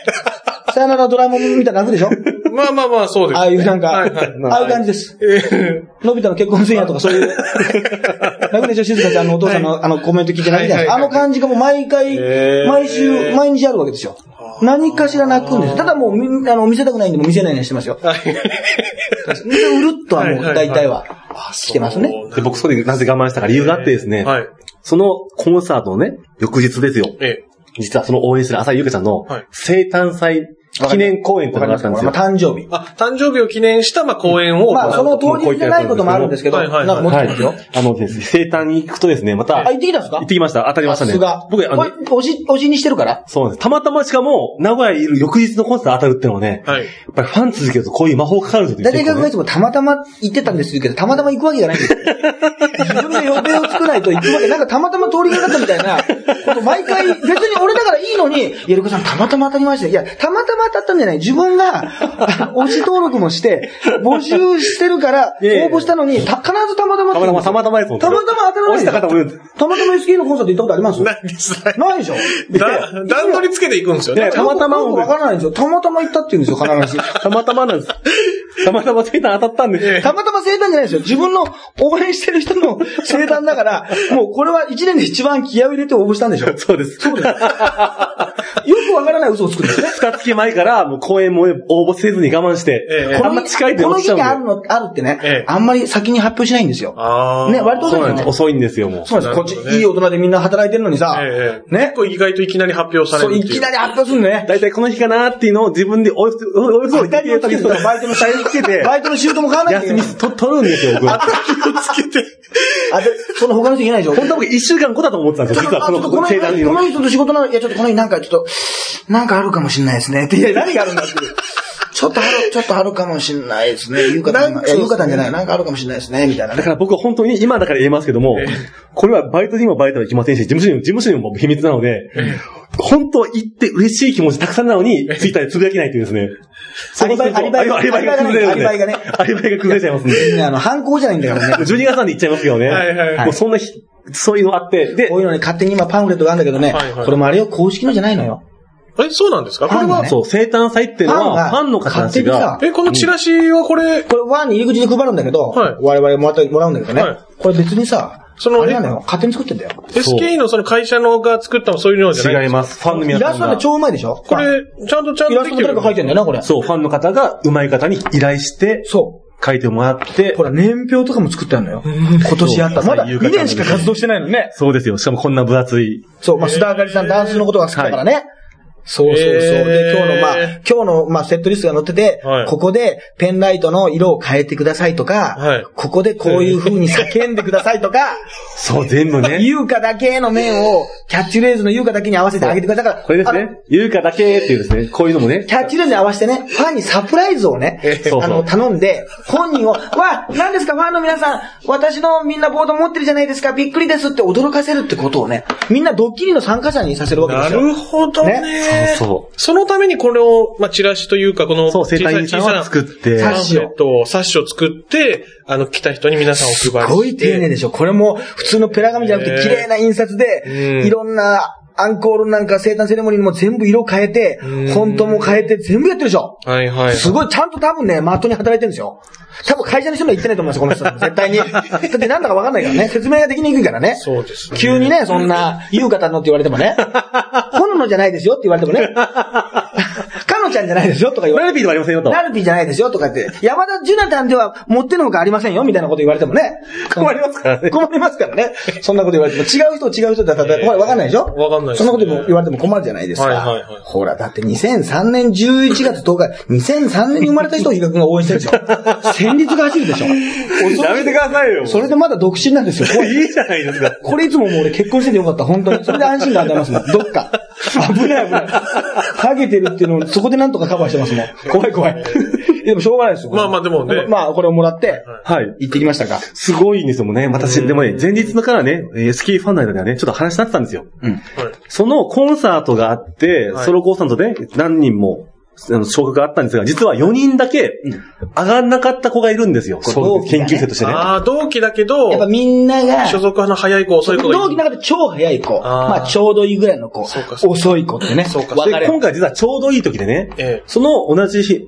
S1: さよならドラえもんみたいな泣くでしょ
S2: いまあまあまあ、そうです。
S1: ああいうなんか、あ
S2: は
S1: あい
S2: いはいう
S1: 感じです。
S2: え
S1: のび太の結婚前夜とかそういう、泣くでしょ静香ちゃんのお父さんのあのコメント聞いて泣くじゃないですか。あ
S2: はいはいは
S1: の
S2: い
S1: 感じがもう毎回、
S2: へー
S1: 毎週、毎日あるわけですよ。
S2: ー
S1: 何かしら泣くんですよただもうみ、あの、見せたくないんで、もう見せないようにしてますよ。で、うるっとはもう、大体は、来てますね。
S3: で、僕それでなぜ我慢したか理由があってですね、
S2: はい。
S3: そのコンサートのね、翌日ですよ。
S2: ええ。
S3: 実はその応援する浅井ゆうかちゃんの
S2: はい
S3: 生誕祭記念公演っていうのがあったんですよ
S1: ま。あ、誕生日。
S2: あ、誕生日を記念した、まあ、公演を。
S1: まあ、その当日じゃないこともあるんですけど、
S2: はいはいはい
S1: なんか持って
S3: は
S1: き
S3: い
S1: ますよ。。
S3: あのですね、生誕に行くとですね、また、
S1: あ、行ってきたんですか
S3: 行ってきました。当たりましたね
S1: さすが。。
S3: 僕、あの、
S1: これおじ、おじにしてるから
S3: そうなんです。たまたましかも、名古屋にいる翌日のコンサート当たるっていうのはね、
S2: は
S3: や
S2: い
S3: っぱりファン続けるとこういう魔法かかるんですよ。
S1: 大体学がいつもたまたま行ってたんですけど、たまたま行くわけじゃないんですよ。自分で予定を作ないと行くわけ、なんかたまたま通りかかったみたいなこと、毎回、別に俺だからいいのに、いや、ルカさんたまたま当たりましたよ。いや、たまたま当たったんじゃない。自分が、あ推し登録もして、募集してるから、
S3: いやいや
S1: 応募したのに、た必ずたまたま
S3: たまたま、たまたまですもん。
S1: たまたま当たらない
S3: 落ちた方もいる。
S1: たまたま SK のコンサート行ったことあります
S2: ないです。ない
S1: ないでしょ
S2: だ段取りつけていくんですよね。
S3: ねたまたま
S1: よくわからないんですよ。たまたま行ったって言うんですよ、必ず。
S3: たまたまなんです。たまたま生誕当たったんです。
S1: たまたま生誕じゃないですよ。自分の応援してる人の生誕だから、もうこれは一年で一番気合を入れて応募したんでしょ。よ
S3: そうです。
S1: くわからない嘘をつくん ですね。
S3: 二月前から、もう公演も応募せずに我慢して、
S2: ええ
S3: こんな近いで
S1: この
S3: 落ちち
S1: 日
S3: ゃうん
S1: に
S3: で
S1: あるの、あるって
S2: え
S1: ね
S2: え、
S1: あんまり先に発表しないんですよ。
S2: あー
S1: ね、割と
S3: そう
S1: 遅い
S3: なん
S1: ん
S3: で。
S1: ですすよね。
S3: 遅
S1: そう
S3: いんですよ、もう。
S1: なん
S2: なる
S1: で
S2: ほ
S1: す。
S2: ど
S1: こ
S2: ね
S1: っち、いい大人でみんな働いてるのにさ、
S2: ええ。
S1: ね
S2: 結、構意外といきなり発表され
S1: そう、
S2: るって。
S1: いうきなり発表するのね。
S3: 大体この日かなっていうのを自分でおよそ、およそ、
S1: 当たりをつけてたバイトの下につけて、バイトのシュートも買わないといけ
S3: 休
S1: な
S3: み
S1: い
S3: と取るんですよ、僕。
S2: 気をつけて。
S1: あでその他の人いないでしょ。
S3: 本当は僕一週間後だと思ってたんですよ、実は
S1: あ
S3: そ
S1: ちょっ
S3: の
S1: とこの
S3: 生誕日
S1: こ
S3: の。
S1: の人と仕事なの、いや、ちょっとこの日なんかちょっと、なんかあるかもしれないですね。って、いや、何があるんだっていう。ちょっとある、ちょっとあるかもしれないですね。夕方
S2: なん
S1: が、
S2: か
S1: いや、夕方じゃない、なんかあるかもしれないですね、みたいな
S3: だ
S1: ね。
S3: から僕は本当に今だから言えますけども
S2: ええ、
S3: これはバイトにもバイトは行きませんし、事務所にも、事務所にも秘密なので、本当は行って嬉しい気持ちたくさんなのに、ツイッターでつぶやけないというですね。
S1: アリバイ
S3: そうすると
S1: アリバイ
S3: アリバイが崩れるんで。
S1: アリバイがね
S3: アリバイが崩れちゃいますん で。
S1: みんな、あの、反抗じゃないんだ からね。
S3: 12月なんで行っちゃいますけどね。
S2: はいはいはい
S3: もうそんな日、そういうのあって、で
S1: こう、いうのね、勝手に今パンフレットがあるんだけどね、
S2: はいはい
S1: これもあれよ、公式のじゃないのよ。
S2: え、そうなんですかこ
S1: ファ
S2: れ
S1: ンが
S2: は。
S1: ね
S3: そう、生誕祭っていうのは、フ
S1: フ
S3: ァ
S1: ァ
S3: ン
S1: ン
S3: の
S1: が
S3: 方たちが
S1: 勝、手
S2: え、このチラシはこれ、
S1: これ、ワンに入り口で配るんだけど、
S2: はい
S1: 我々もらったもらうんだけどね、
S2: はい
S1: これ別にさ、
S2: その
S1: あれなんだよ、勝手に作ってんだよ。
S3: そう
S2: SKE のその会社のが作ったのそういうのじゃない
S3: 違います。ファンの
S1: イ
S3: 皆
S1: ラ
S3: さん
S1: ストなん
S3: が
S1: て。超うまいでしょ
S2: これ、ちゃんとちゃん
S1: イラ
S2: とで
S1: ス
S2: き
S1: ト
S2: てる
S1: 誰か。書いてんだよな、これ。
S3: そう、ファンの方が、うまい方に依頼して、
S1: そう。
S3: 書いてもらって
S1: ほ、ら、年表とかも作ってある のよ。今年あった。まだ2年しか活動してないのにね。
S3: そうですよ。しかもこんな分厚い。
S1: そう、まあ、須田あかりさんダンスのことが好きだからね。そうそうそう。
S2: へ
S1: で、今
S2: ー
S1: 日の、まあ、今日の、まあ、セットリストが載ってて、
S2: はい
S1: ここでペンライトの色を変えてくださいとか、
S2: はい
S1: ここでこういう風に叫んでくださいとか、
S3: そう、全部 ね。
S1: 優香だけの面を、キャッチフレーズの優香だけに合わせてあげてください。だから、
S3: これです
S1: あの
S3: ね。優香だけっていうですね。こういうのもね。
S1: キャッチフレーズに合わせてね、ファンにサプライズをね
S3: え、そうそう
S1: あの、頼んで、本人を、わ、何ですか、ファンの皆さん、私のみんなボード持ってるじゃないですか、びっくりですって驚かせるってことをね、みんなドッキリの参加者にさせるわけで
S2: な
S1: すよ。
S2: るほどね。
S3: ねそうそ
S2: そのためにこれを、まあ、チラシというか、この
S3: そう、
S2: 小さ
S3: 生
S2: い
S3: 体院さんは作っ
S2: 小
S3: て。
S1: さ
S2: さ
S1: い
S2: な
S1: 冊子を
S2: パンフレットを、冊子を作って、あの、来た人に皆さんを配り
S1: す
S2: して。
S1: ごい丁寧でしょ。これも普通のペラ紙じゃなくて
S2: ね
S1: 綺麗な印刷
S2: う
S1: で、
S2: ん
S1: いろんなアンコールなんか生誕セレモニーにも全部色変えて、
S2: うん
S1: フォントも変えて全部やってるでしょ。
S2: はいはい。
S1: すごい、ちゃんと多分ね、マットに働いてるんですよ。多分会社の人には言ってないと思いますよ、この人は。絶 対に。だってなんだかわかんないからね。説明ができにくいからね。
S2: そうですね
S1: 急にね、そんな、優方のって言われてもね。本のじゃないですよって言われてもね。かのちゃんじゃないですよとか言わ
S3: ラ
S1: れ
S3: ルピーとかありませんよ
S1: て。
S3: と。
S1: ナルピーじゃないですよとかって。山田ジュナタンでは持ってのほかありませんよみたいなこと言われてもね。困りますからね。困りますからね。そんなこと言われても、違う人違う人だったら、これわかんないでしょ
S2: わかんないです
S1: そん
S2: ね
S1: なこと言われても困るじゃないですか。
S2: はいはいはい
S1: ほら、だって2003年11月10日、2003年に生まれた人を比嘉君が応援してるでし ょ。戦慄が走るでしょ。
S3: やめてくださいよ。
S1: それでまだ独身なんですよ。これ
S3: いいじゃないですか。
S1: これいつももう俺結婚しててよかった、本当に。それで安心感与えますも ん、どっか。危ない危ない。ハゲてるっていうのをそこでなんとかカバーしてますもん。怖い怖 い。でもしょうがないですよ。
S2: まあまあでもね
S1: まあこれをもらって、
S3: はい。
S1: 行ってきましたか。
S3: すごいんですよね。私、でもね、前日のからね、えースキーファンの間ではね、ちょっと話になってたんですよ。
S1: うん。
S2: はい
S3: そのコンサートがあって、
S2: はい
S3: ソロコンサートで何人もあの昇格があったんですが、実は4人だけ上がんなかった子がいるんですよ。
S1: そう
S3: そう
S1: 同期がね
S3: 研究生としてね。
S2: ああ、同期だけど、
S1: やっぱみんなが、
S2: 所属の早い子、遅い子がいる
S1: 同期の中で超早い子、
S2: あー
S1: まあちょうどいいぐらいの子
S2: そうかそう、か
S1: 遅い子ってね、
S2: そうかそうか
S1: 分か
S3: で、
S1: れ
S3: 今回実はちょうどいい時でね、
S2: ええ
S3: その同じ日、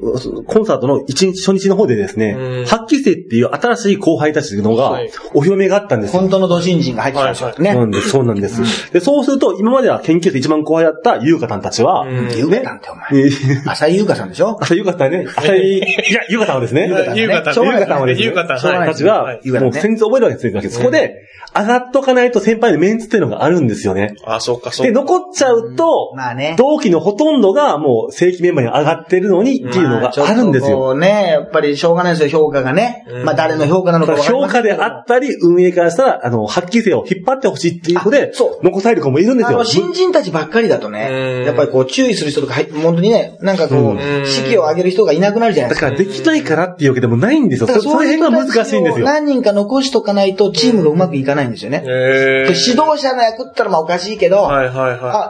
S3: コンサートの一日、初日の方でです
S2: うん
S3: ね、発揮生っていう新しい後輩たちのが
S2: はい、
S3: お披露目があったんですよ。
S1: 本当の土新人が入ってきたんですよね。
S3: なんです、そうなんです。で、そうすると、今までは研究生一番後輩だった優香さんたちは、
S2: うん
S1: 優香なんてお前。
S3: えー
S1: 浅井優香さんでしょ
S3: 朝優香さんね、朝い、いや、優香さんはですね、
S1: 香さん
S2: 夕方、
S1: しょうがない
S3: ですね
S2: 夕方、
S1: しょうがないで
S3: た
S2: はい。
S1: す
S3: ち
S1: ね
S3: が、
S1: 優香さ
S3: も
S1: ん
S3: う
S1: ね
S3: 先日覚えるわけですよ。そこで、上がっとかないと先輩のメンツっていうのがあるんですよね。
S2: あ、そうか、そう
S3: で、
S2: か。
S3: 残っちゃうと、
S1: まあね。
S3: 同期のほとんどがもう正規メンバーに上がってるのにっていうの
S1: ま
S3: が
S1: ちょっ
S3: あ
S1: と
S3: るんですよ。
S1: こうね、やっぱりしょうがないですよ、評価がね
S2: う。ん
S1: まあ誰の評価なのか分かり
S3: 評
S1: ませ
S3: 価
S1: んけ
S3: で
S1: ど
S3: あったり、運営からしたら、あの、発揮生を引っ張ってほしいっていうことで
S1: あそ、
S3: 残される子もいるんです
S1: あ
S3: よ
S1: の、。新人たちばっかりだと
S2: う
S1: ね
S2: ん、
S1: やっぱりこう注意する人とか入っ、本当にね、なんかこう、
S3: うん
S1: 指揮を上げる人がいなくなるじゃないで
S3: だ
S1: すか。
S3: から、できないからっていうわけでもないんですよ。そその辺が難しいんですよ。
S1: 何人か残しとかないと、チームがうまくいかないんですよね。
S2: え
S1: で指導者の役ったらまあおかしいけど、
S2: はいはいは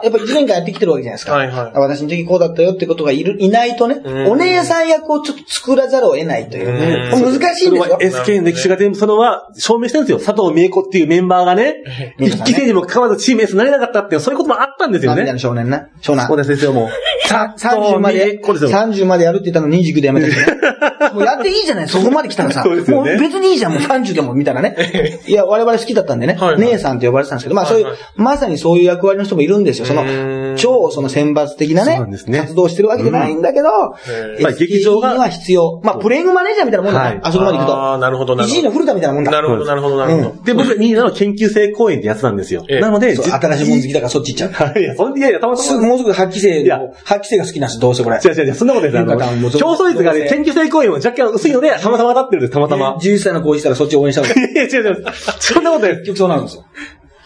S1: あ、やっぱ1年間やってきてるわけじゃないですか。
S2: はいはい
S1: あ私の時こうだったよってことがいる、いないとね、
S2: うん
S1: お姉さん役をちょっと作らざるを得ないという。
S2: うん
S1: これ難しい
S3: そ
S1: ん
S3: れ
S1: ですよ。
S3: は SK の歴史が全部そのは証明してるんですよ。佐藤美恵子っていうメンバーがね、
S1: 美恵子さ
S3: 一
S1: んね
S3: 期生にも関わらずチーム S になれなかったっていう、そういうこともあったんですよ
S1: 涙
S3: ね
S1: の。少年な。少年
S3: そう。ですですよ、もう。
S1: さ30ま
S3: 佐藤美
S1: で
S3: 恵、子ですよ。
S1: 30までやるって言ったの29でやめたけどねもうやっていいじゃない、そこまで来たらさ。
S3: そうです
S1: もう
S3: よね
S1: 別にいいじゃん、もう30でも、みたいなね。いや、我々好きだったんでね、
S2: はいはい
S1: 姉さんって呼ばれてたんですけど、まあそういう、
S2: はいは
S1: まさにそういう役割の人もいるんですよ。そう
S2: ー
S1: の、
S2: ん
S1: 超その選抜的な
S3: そう
S1: ね
S3: なんですね
S1: 活動してるわけじゃないんだけど、
S2: へー
S3: まあ劇場が
S1: SKE には必要。まあプレイングマネージャーみたいなもんだ
S3: はい
S1: ね、あそこまで行く
S2: あー
S1: と。
S2: なるほど、なる
S1: 1位
S2: ほ
S1: の
S2: ど。
S1: 古田みたいなもんだ。
S2: なるほど、なるほど、なるほど。
S3: で、僕が27の研究生講演ってやつなんですよ。
S2: ええ
S3: なので、
S1: そう
S3: 実
S1: 新しいもの好きだからそっち行っちゃう。
S3: はいいや、そんいやいや、たまた
S1: す
S3: ま
S1: ぐ。もうすぐ8期生
S3: いや
S1: の、8期生が好きなんです、どうせこれ。
S3: 違う違う違う、そんなことない
S1: ゆうかさんも
S3: です。
S1: そう
S3: 競争率が
S1: ど
S3: ね、
S1: うせ
S3: 研究生講演も若干薄いので、たまたま当たってるんです、たまたま。
S1: 11歳の子をしたらそっち応援した方がいい
S3: いや 違う違 う、そんなことないです
S1: 結。局そうなるんですよ。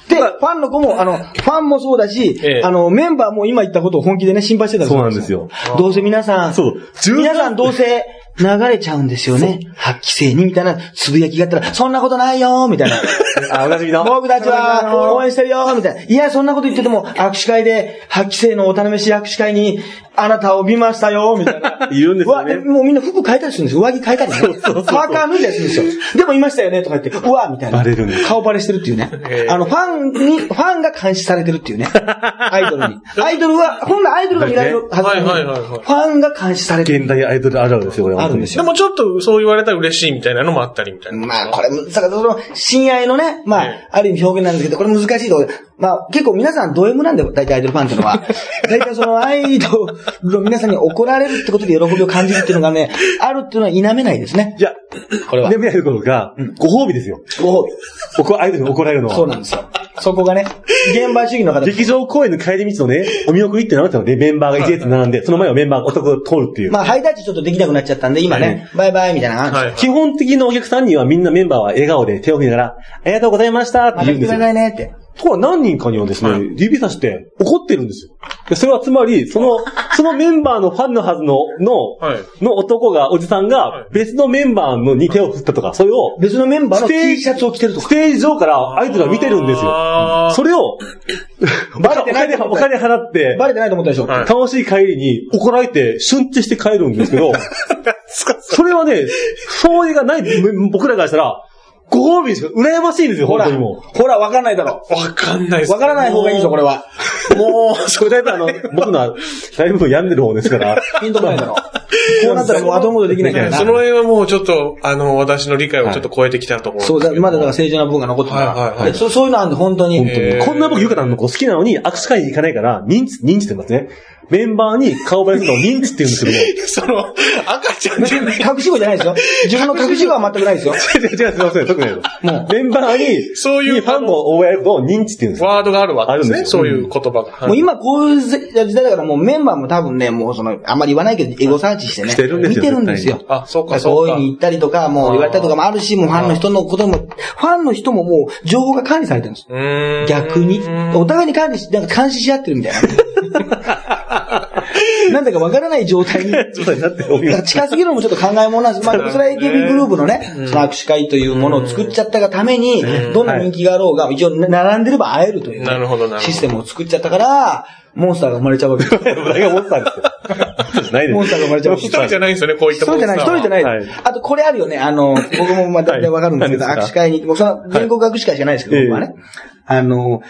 S1: で、ファンの子も、あの、ファンもそうだし、
S2: ええ
S1: あの、メンバーも今言ったことを本気でね、心配してた
S3: そうなんですよ。
S1: どうせ皆さん、
S3: そう
S1: 皆さんどうせ流れちゃうんですよね。発揮生にみたいなつぶやきがあったら、そんなことないよーみた いな。
S3: あ、おなじみの。
S1: 僕たちは応援してるよーみたいな。いや、そんなこと言ってても、握手会で、発揮生のお試し握手会に、あなたを見ましたよーみたいな。
S3: 言うんですよ
S1: わ、
S3: ね
S1: で。もうみんな服変えたりするんですよ。上着変えたりね。パーカー脱いだりするんですよ。でもいましたよねとか言って、うわみたいな。
S3: バレるんです
S1: 顔バレしてるっていうね
S2: え。え
S1: あの、ファンに、ファンが監視されてるっていうね。 アイドルに。アイドルは、本来アイドルが見られるはずなのに
S2: はいはいはいはい
S1: ファンが監視されてる。
S3: 現代アイドルあるあるですよ、これは。
S1: あるんです
S2: で
S1: よ。
S2: もちょっとそう言われたら嬉しいみたいなのもあったりみたいな。
S1: まあ、これ、だからその、親愛のね、ま
S2: え
S1: あ、ある意味表現なんですけど、これ難しいところで、まあ、結構皆さんド M なんで、大体アイドルファンっていうの は、大体そのアイドルの皆さんに怒られるってことで喜びを感じるっていうのがね、あるっていうのは否めないですね。
S3: いや、
S1: これは
S3: で、見られることが、ご褒美ですよ。
S1: ご褒美。
S3: 僕はアイドルに怒られるのは。
S1: そうなんですよ。そこがね、現場主義の方
S3: 劇場公演の帰り道のね、お見送りってなったので、メンバーが一列に並んで、その前をメンバーが男が通るっていう。
S1: まあ、ハイタッチちょっとできなくなっちゃったんで、今ね、バイバイみたいなのがあるんですよ
S2: はい。
S3: 基本的なお客さんにはみんなメンバーは笑顔で手を振りながら、ありがとうございましたって
S1: また
S3: 言うん
S1: 来
S3: で
S1: て
S3: す
S1: く
S3: よ
S1: れ。ないねって。
S3: ところが何人かにはですね、指さして怒ってるんですよ。でそれはつまり、そ の、そのメンバーのファンのはずの、の、
S2: はい
S3: の男が、おじさんが
S2: い、
S3: 別のメンバーのに手を振ったとか、それを、
S1: 別のメンバーの
S3: ス
S1: T
S3: テージ
S1: シャツを着てると
S3: ス
S1: か。
S3: テージ上からアイドルが見てるんですよ。
S2: あー
S3: それ を、お
S1: バレてない
S3: 金、お金払って、
S1: バレてないと思ったでしょ。
S2: はい
S3: 楽しい帰りに怒られて、瞬知して帰るんですけ ど、それはね、そういうがない、僕らからしたら、ご褒美しか、羨ましいんですよ、
S1: ほ
S3: 本
S1: ら、
S3: 当にもう。
S1: ほら、わかんないだろ。
S2: わかんないです。
S1: わからない方がいいぞ、これは。もう、
S3: それだいぶあの、僕のは、だいぶ病んでる方ですから。
S1: ピンとこないだろ。こうなったらもう後戻りできないから
S2: その
S1: な。
S2: 辺はもうちょっと、あの、私の理解をちょっと超えてきたところ。
S1: そう、だまだだから正常な部分が残ってる
S2: はいはい
S1: か
S2: は
S1: ら。
S2: い
S1: そうそういうのあるんで、本当に。
S3: 本当に。こんな僕、ゆかたんの子好きなのに、握手会に行かないから、認知、認知って言いますね。メンバーに顔バレするのを認知って言うんですけど、
S2: その、赤ちゃんじゃない。
S1: 隠し子じゃないですよ。自分の隠し子は全くないですよ。
S3: 違う違う違う、すいません、特にないです。もう、メンバーに、
S2: そういう
S3: にファンの応援のことを認知って言うんですよ。
S2: ワードがあるわけで
S3: ある
S2: す
S3: ん
S2: ね。
S3: ですよ
S2: そういう言葉が。
S1: もう今こういう時代だからもうメンバーも多分ね、もうその、あんまり言わないけど、エゴサーチしてね。
S3: してるんですよ
S1: 見てるんですよ
S3: 絶。
S2: あ、そうか、そ
S1: そうういう
S2: か
S1: ふう。に行ったりとか、もう言われたりとかもあるし、もうファンの人のことも、ファンの人ももう情報が管理されてるんです。
S2: うーん
S1: 逆に。お互いに管理し、なんか監視し合ってるみたいな。なんだかわからない状態に。
S3: そうになっております。
S1: 近すぎるのもちょっと考えものなんです。まあ、それは AKB グループのね、その握手会というものを作っちゃったがために、どんな人気があろうが、一応並んでれば会えるというね、
S2: なるほどなるほど
S1: システムを作っちゃったから、モンスターが生まれちゃうわけ です。
S3: 誰がモンスターですよ。じゃないです。
S1: モンスターが生まれちゃうわけです。
S2: 一人じゃないんですよね、こういっ
S1: 一
S2: た。
S1: 人じゃない、一人じゃないい。
S3: はい
S1: あと、これあるよね。あの、僕もまあ大体わかるんですけど、
S3: はい何で
S1: 握
S3: す
S1: 手
S3: か
S1: 会に、もうその全国握手会じゃないですけど、
S3: はい
S1: 僕はね。あの、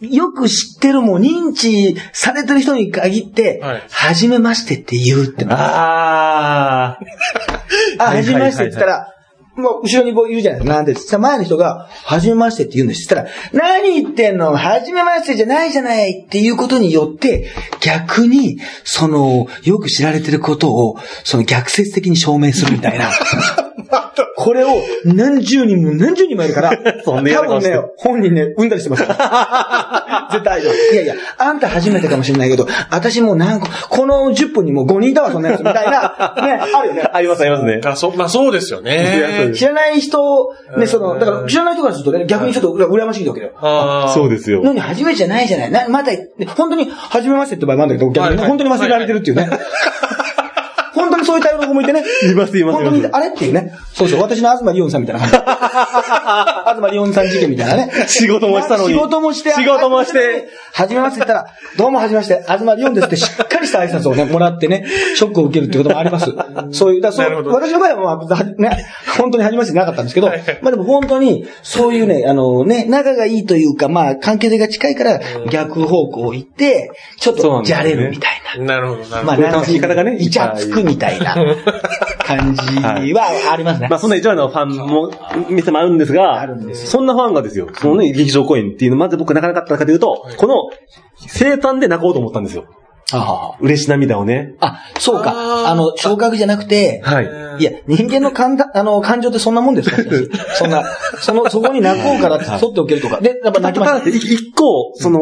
S1: よく知ってるもう認知されてる人に限って、
S2: はい
S1: はじめましてって言うっての
S3: あ
S1: あ、
S3: は
S1: はいじめましてって言ったら、もう後ろにこう言うじゃないですか。なんでさ、前の人が、はじめましてって言うんです。したら、何言ってんのはじめましてじゃないじゃないっていうことによって、逆に、その、よく知られてることを、その逆説的に証明するみたい な。これを何十人も何十人もいるから、
S3: そ
S1: 多
S3: んな嫌な
S1: 分
S3: 顔して
S1: ね
S3: る、
S1: 本人ね、うんだり してます。絶対大丈夫。いやいや、あんた初めてかもしれないけど、私もう何個、この10分にもう5人いたわ、そんなやつ、みたいな、ね、あるよね。
S3: あ。ありますありますね。
S2: あそうまあそうですよ
S3: いやそう
S2: ね
S3: です。
S1: 知らない人、ね、その、だから知らない人からするとね、逆にちょっと羨ましいわけだよ。
S2: あ
S3: そう
S2: で
S3: ですよ。
S1: 何、初めじゃないじゃない。な、まだ、本当に、初めましてって場合もあるんだけど、逆にね
S2: はいはい
S1: 本当に忘れられてるっていうね。 本当にそういう対応の子もいてね。
S3: いますいます
S1: 本当
S3: い
S1: に、
S3: ます
S1: あれっていうね。そうそう、私の東リオンさんみたいな感じ。東リオンさん事件みたいなね。
S3: 仕事もしたのに。
S1: 仕事もして。
S3: 仕事もして。。
S1: 初めまして言ったら、どうも初めまして、東リオンですってしっかりした挨拶をね、もらってね、ショックを受けるってこともあります。そういう、だから
S2: なる
S1: そ
S2: ほ
S1: う
S2: ど
S1: 私の場合は、まあは、ね、本当に初めましてじゃなかったんですけど、まあでも本当に、そういうね、あのね、仲がいいというか、まあ、関係性が近いから、逆方向行って、ちょっ
S3: そうな
S1: と
S3: んで
S1: じ
S3: すよ
S1: ゃ
S3: ね
S1: れるみたいな。
S2: なるほど、なる
S1: ま
S2: ほ
S1: あ、
S2: ど。
S1: なんか
S3: 言い方がね
S1: イチャつくみたいな感じはありますね。
S3: まあそんな一番のファンも、店もあるんですが、
S1: あるんですよ
S3: そんなファンがですよ、そのね、劇場公演っていうの、まず僕泣かなかったかというと、この、生誕で泣こうと思ったんですよ。
S1: あ
S3: 嬉し涙をね。
S1: ああ、そう
S2: あー
S1: か。あの、昇格じゃなくて、
S3: はい。
S1: いや、人間の感だあ の感情ってそんなもんですかしかしそんな、その、そこに泣こうからって取っておけるとか。で、やっぱ泣き
S3: た
S1: ま
S3: だ
S1: し
S3: って、い一個、その、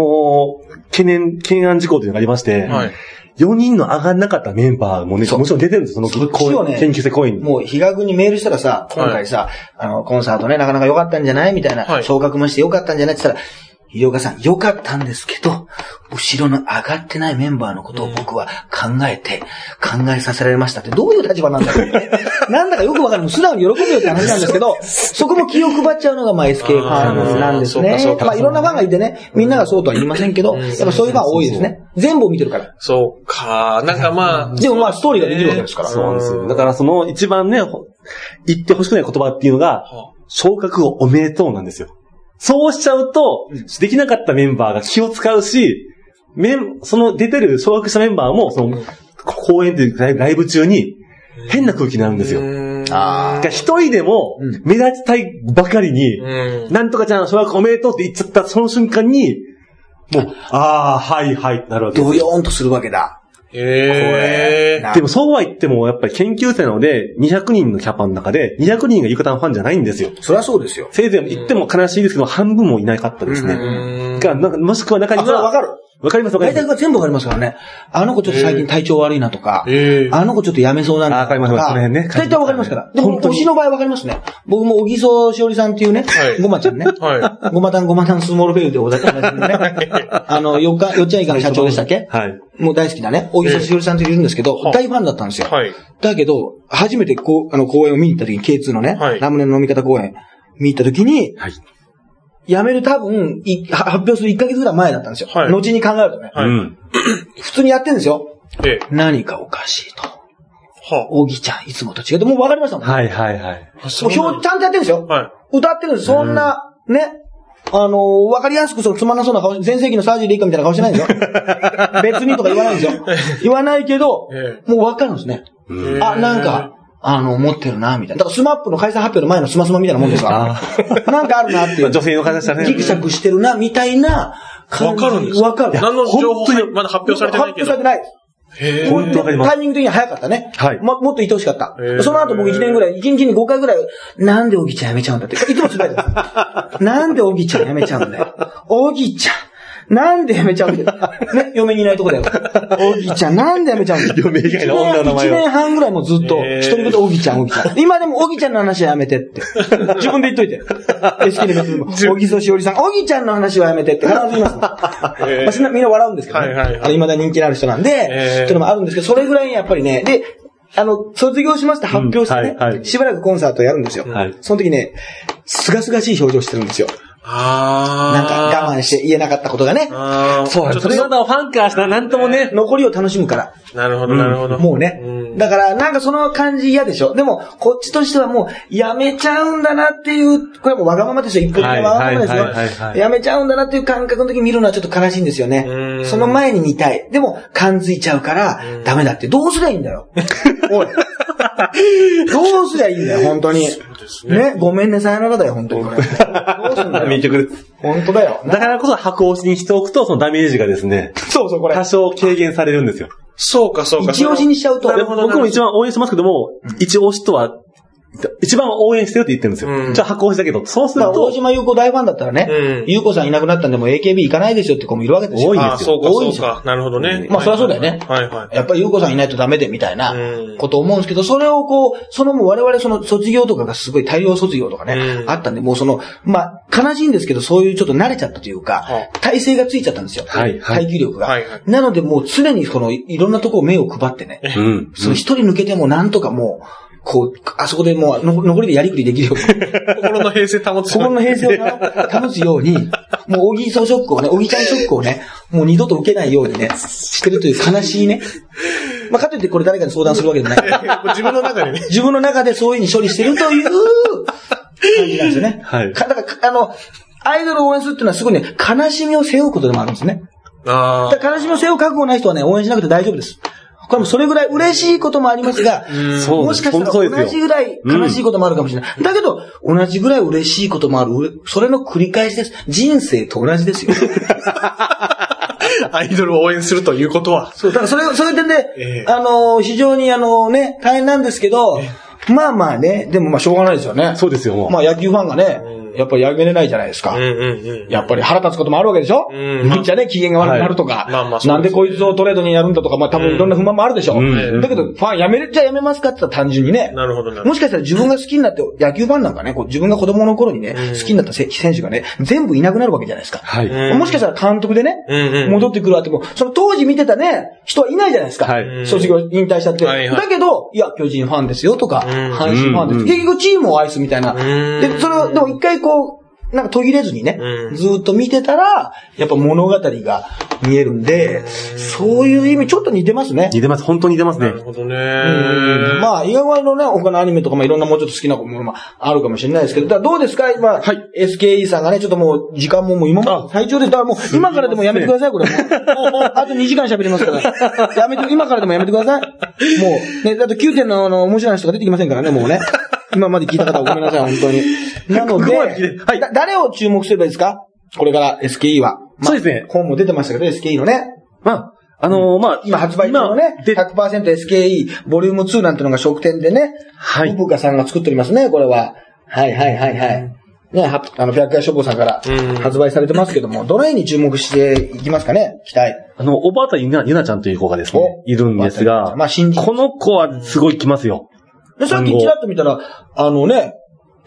S3: 懸念、懸案事項というのがありまして、
S2: はい
S3: 4人の上がんなかったメンバーもね、
S1: そう
S3: もちろん出てるんですよ、そ
S1: そ
S3: の
S1: っちをね
S3: 研究生公演
S1: た。
S3: に。
S1: もう、比嘉君にメールしたらさ、今回さ、あの、コンサートね、なかなか良かったんじゃないみたいな、
S2: はい
S1: 昇格もして良かったんじゃないって言ったら、ひ岡さん、良かったんですけど、後ろの上がってないメンバーのことを僕は考えて、考えさせられましたって、どういう立場なんだろう ねなんだかよくわかる。素直に喜ぶよって話なんですけど、そこも気を配っちゃうのが、まあ、SK ファンなんです
S2: あーそうかそ
S1: ね
S2: う。か
S1: まあ、いろんなファンがいてね、みんながそうとは言いませんけど、やっぱそういうファン多いですね。全部を見てるから。
S2: そうか。なんかまあ。
S1: でもまあ、ストーリーができるわけですから。
S3: そうなんですよ。だからその一番ね、ほ言ってほしくない言葉っていうのが、
S2: は
S3: 昇格をおめでとうなんですよ。そうしちゃうと、できなかったメンバーが気を使うし、メン、その出てる昇格したメンバーも、その、公演というライブライブ中に、変な空気になるんですよ。
S1: あ
S3: だから一人でも
S1: うん、
S3: 目立ちたいばかりに、
S2: うん。
S3: なんとかちゃん、昇格おめでとうって言っちゃったその瞬間に、もう、ああ、はいはい、なるわけです
S1: ドヨーンとするわけだ。
S2: へえ。
S1: な
S3: でもそうは言っても、やっぱり研究生なので、200人のキャパの中で、200人が浴衣ファンじゃないんですよ。
S1: そりゃそうですよ。
S3: せいぜい言っても悲しいですけど、半分もいなかったです
S1: うん
S3: ね。
S2: うん
S3: がなんかもしくは中に
S1: あ、それ
S3: は、
S1: はわかる。
S3: わかりますわか
S1: 大
S3: りま
S1: 体
S3: す。
S1: が全部わかりますからね。あの子ちょっと最近体調悪いなとか、
S2: ええ。
S1: あの子ちょっとやめそうなんだ
S3: あわかります
S1: と
S3: わかりますその辺ね
S1: 大体わかりますから。でも、
S3: 本当
S1: 推
S3: に
S1: しの場合わかりますね。僕も、小木曽しおりさんっていうね
S2: は、い
S1: ごまちゃんね。
S2: は
S1: ごまたんごまたんスモールフェルでございますけどね。あの、よっか、よっちゃんいかの社長でしたっけ
S3: はい。
S1: もう大好きなね、小木曽しおりさんっているんですけど
S2: え、え
S1: 大ファンだったんです
S2: い。
S1: よ。
S2: はい。
S1: だけど、初めてこう、あの、公演を見に行った時に、K2 のね、
S2: はい
S1: ラムネの飲み方公演、見に行った時に、
S3: はい。
S1: 辞める多分、いは発表する1ヶ月ぐらい前だったんですよ。
S2: はい
S1: 後に考えるとね、
S2: はい
S3: うん。
S1: 普通にやってんですよ。
S2: ええ。
S1: 何かおかしいと。
S2: は
S1: おぎちゃん、いつもと違う。もう分かりましたもん。
S3: はいはいはい。
S2: あ。
S1: もう
S2: そうなん
S1: 表、ちゃんとやってるんですよ。
S2: はい。
S1: 歌ってるんです。そんな、ね。あのー、わかりやすく、そのつまんなそうな顔し、前世紀のサージュリーカみたいな顔してないんですよ。別にとか言わないんですよ。言わないけど
S2: え、
S1: もうわかるんですね。
S2: え
S1: あ、なんか、あの、持ってるな、みたいな。だからスマップの解散発表の前のスマスマみたいなもんですから。 なんかあるなってい
S3: ま
S1: う
S3: あ。女性の方したらね
S1: ギクシャクしてるな、みたいな
S2: わ
S1: 感じ。
S2: かるんです
S1: わかる。
S2: 何の情報
S3: 本当
S2: は
S3: に
S2: まだ発表されてないけど。
S1: 発表されてない。
S2: へえ。
S3: 本当わかりま
S1: タ
S3: す。
S1: イミング的には早かったね。
S3: はい
S1: ももっと言ってほしかった
S2: へ。ー
S1: その後僕1年ぐらい、1日に5回ぐらい、なんでおぎちゃんやめちゃうんだって。いつもつぶやいてますなんでおぎちゃんやめちゃうんだよ。おぎちゃん。なんでやめちゃうんだよ。ね、嫁にいないとこだよ。おぎちゃん、なんでやめちゃうんだよ。
S3: 嫁以外の女の名前
S1: 1
S3: を
S1: 年半ぐらいもうずっと、
S2: えー
S1: 一人言おぎちゃん、おぎちゃん。今でもおぎちゃんの話はやめてって。自分で言っといて。SK で別 に、おぎそしおりさん、おぎちゃんの話はやめてって必ず言います。
S2: えー
S1: まあ、そんなみんな笑うんですけど、ね。
S2: はいはいはい
S1: あの、未だ人気のある人なんで、
S2: えー
S1: っていうのもあるんですけど、それぐらいやっぱりね、で、あの、卒業しました発表してね、
S3: うんはいはい
S1: しばらくコンサートやるんですよ。
S3: はい
S1: その時ね、すがすがしい表情してるんですよ。
S2: あ
S1: なんか我慢して言えなかったことがね。
S2: あー
S1: そうなんです
S2: ちょっと
S3: まだファンからしたらなんともね、
S1: 残りを楽しむから。
S2: なるほど、なるほど。
S1: もうね。
S2: ん
S1: だから、なんかその感じ嫌でしょ。でも、こっちとしてはもう、やめちゃうんだなっていう、これはもうわがままですよ。一方的なわがままです
S3: はいはいはいはいは
S1: よ。
S3: い
S1: やめちゃうんだなっていう感覚の時見るのはちょっと悲しいんですよ
S2: う
S1: ね。
S2: ん
S1: その前に見たい。でも、感づいちゃうから、ダメだって。どうすりゃいいんだ よ。おい。どうすりゃいいんだよ、本当に。
S2: ですね
S1: ね、ごめんね、さよならだよ、本当に。ど うすんだ
S3: 名
S1: よ。
S3: 曲です。
S1: 本当だよ。
S3: だからこそ箱押しにしておくと、そのダメージがですね、
S1: そうそう、これ。
S3: 多少軽減されるんですよ。
S2: そうか、そうか。
S1: 一押しにしちゃうと
S2: なるほど。
S3: 僕も一
S2: 応。
S3: 番応援してますけども、一押しとは、一番応援してるって言ってるんです
S2: う
S3: よ。
S2: ん
S3: じゃあ箱押しだけど、そうする
S1: まあ、
S3: と
S1: 大、島優子大ファンだったらね
S2: うん、
S1: 優子さんいなくなったんでもう AKB 行かないですよって子もいるわけですよ。
S3: 多い
S2: ああ、そうか、
S1: 多いん
S2: そ
S1: で
S2: う
S1: すよ
S2: か。なるほどね。
S1: まあそりゃそうだよね
S2: はいはい。
S1: やっぱり優子さんいないとダメでみたいな
S2: うん
S1: こと思うんですけど、それをこう、そのもう我々その卒業とかがすごい大量卒業とかね
S2: う、ん
S1: あったんで、もうその、まあ悲しいんですけど、そういうちょっと慣れちゃったというか
S2: は、
S1: 体勢がついちゃったんですよ。
S3: はいはい
S1: 耐久力が
S2: はいはい。
S1: なのでもう常にこのいろんなところ目を配ってね、
S3: うん。
S1: その一人抜けてもなんとかもう、こう、あそこでもうの残りでやりくりできるように。
S2: 心の平静保つ。
S1: 心の平静を保つように、もう、小木そショックをね、小木ちゃんショックをね、もう二度と受けないようにね、してるという悲しいね。まあ、かといってこれ誰かに相談するわけじゃない。
S2: いや自分の中でね。
S1: 自分の中でそういうふうに処理してるという感じなんですよね。
S3: はい
S1: かだからか、あの、アイドルを応援するっていうのはすごいね、悲しみを背負うことでもあるんですね。
S2: あ
S1: だから悲しみを背負う覚悟ない人はね、応援しなくて大丈夫です。これもそれぐらい嬉しいこともありますが、
S3: そう
S1: もしかしたら
S3: 本当そう
S1: 同
S3: です
S1: じ
S3: よ
S1: ぐらい悲しいこともあるかもしれない。だけど、同じぐらい嬉しいこともある。うそれの繰り返しです。人生と同じ ですよ。
S2: あ、アイドルを応援するということは。
S1: そう、だからそれ、それでね、
S2: ええ
S1: あのー非常にあのね、大変なんですけど、まあまあね、でもまあしょうがないですよね。
S3: そうですよ、もう。
S1: まあ野球ファンがね、やっぱりやめれないじゃないですか。
S2: うんうんうん。
S1: やっぱり腹立つこともあるわけでしょ
S2: うん
S1: ピッチャーね、機嫌が悪くなるとか
S2: いまあまあ、そうです
S1: なんでこいつをトレードにやるんだとか、まあ多分いろんな不満もあるでしょ
S3: うん
S1: だけど、ファンやめるじゃやめますかって言ったら単純にね。
S2: なるほどなるほど
S1: もしかしたら自分が好きになって、野球ファンなんかね、こう自分が子供の頃にね、好きになったせ選手がね、全部いなくなるわけじゃないですか。
S3: はい。
S2: うん
S1: もしかしたら監督でね
S2: うんう、ん
S1: 戻ってくるわっても、その当時見てたね、人はいないじゃないですか
S3: は。
S2: い
S1: 卒業、引退しちゃって。
S2: はいはい
S1: だけど、いや、巨人ファンですよとか、
S2: うん
S1: 阪神ファンです。
S3: うん
S1: 結局チームを愛すみたいな。
S2: うん
S1: で、それを、でも一回こう、なんか途切れずにね、
S2: うん
S1: ずーっと見てたら、やっぱ物語が見えるんで、そういう意味、ちょっと似てますね。
S3: 似てます、本当に似てます
S2: な
S3: ね
S2: る。ほどね。
S1: まあ、意外のね、他のアニメとか、まあ、いろんなもうちょっと好きなものもあるかもしれないですけど、だからどうですか今、SKE さんがね、ちょっともう、時間ももう今まで最長です。だからもう、今からでもやめてくだ さい、これもう。もうあと2時間喋りますから。やめて、今からでもやめてください。もう、ね、だと9点のあの、面白い話とか出てきませんからね、もうね。今まで聞いた方はごめんなさい、本当に。なの
S3: ここまで聞い
S1: で、
S3: てはい
S1: だ誰を注目すればいいですかこれから SKE は。まあ
S3: そうですね
S1: 本も出てましたけど、SKE のね。
S3: まあ、あのー、まあ、
S1: 今発売中のね
S3: 今、で、
S1: 100%SKE ボリューム2なんてのが食店でね、
S3: はい
S1: ブーカさんが作っておりますね、これは。はいはいはいはい。ね、はあの、百貨屋処方さんから
S2: うん
S1: 発売されてますけども、どれに注目していきますかね、期待。
S3: あの、おばあたゆな、ゆなちゃんという子がですね
S1: お、
S3: いるんですが、
S1: まあ新人
S3: この子はすごい来ますよ。
S1: で、さっきちらっと見たら、あのね、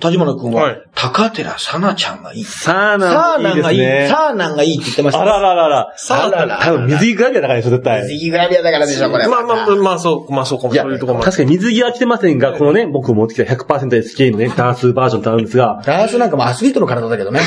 S1: 立花くんは、
S2: はい
S1: 高寺さなちゃんがいい。
S3: サー
S1: さ
S3: ナ
S1: あ
S3: ン、い
S1: ないん
S3: です
S1: がいい、
S3: ね。
S1: さあなんがいいって言ってました。
S3: あらららら。
S1: さあらら
S3: 多分水着グラビアだからでしょ、絶対。
S1: 水着グラビアだからでしょ、これ。
S2: まあまあまあ、まあそう、まあそうかも。
S3: いや、
S2: そういうとこもある
S3: 確かに水着は着てませんが、このね、僕持ってきた 100%SK のね、ダンスバージョンとあるんですが、
S1: ダンスなんかもアスリートの体だけ どね。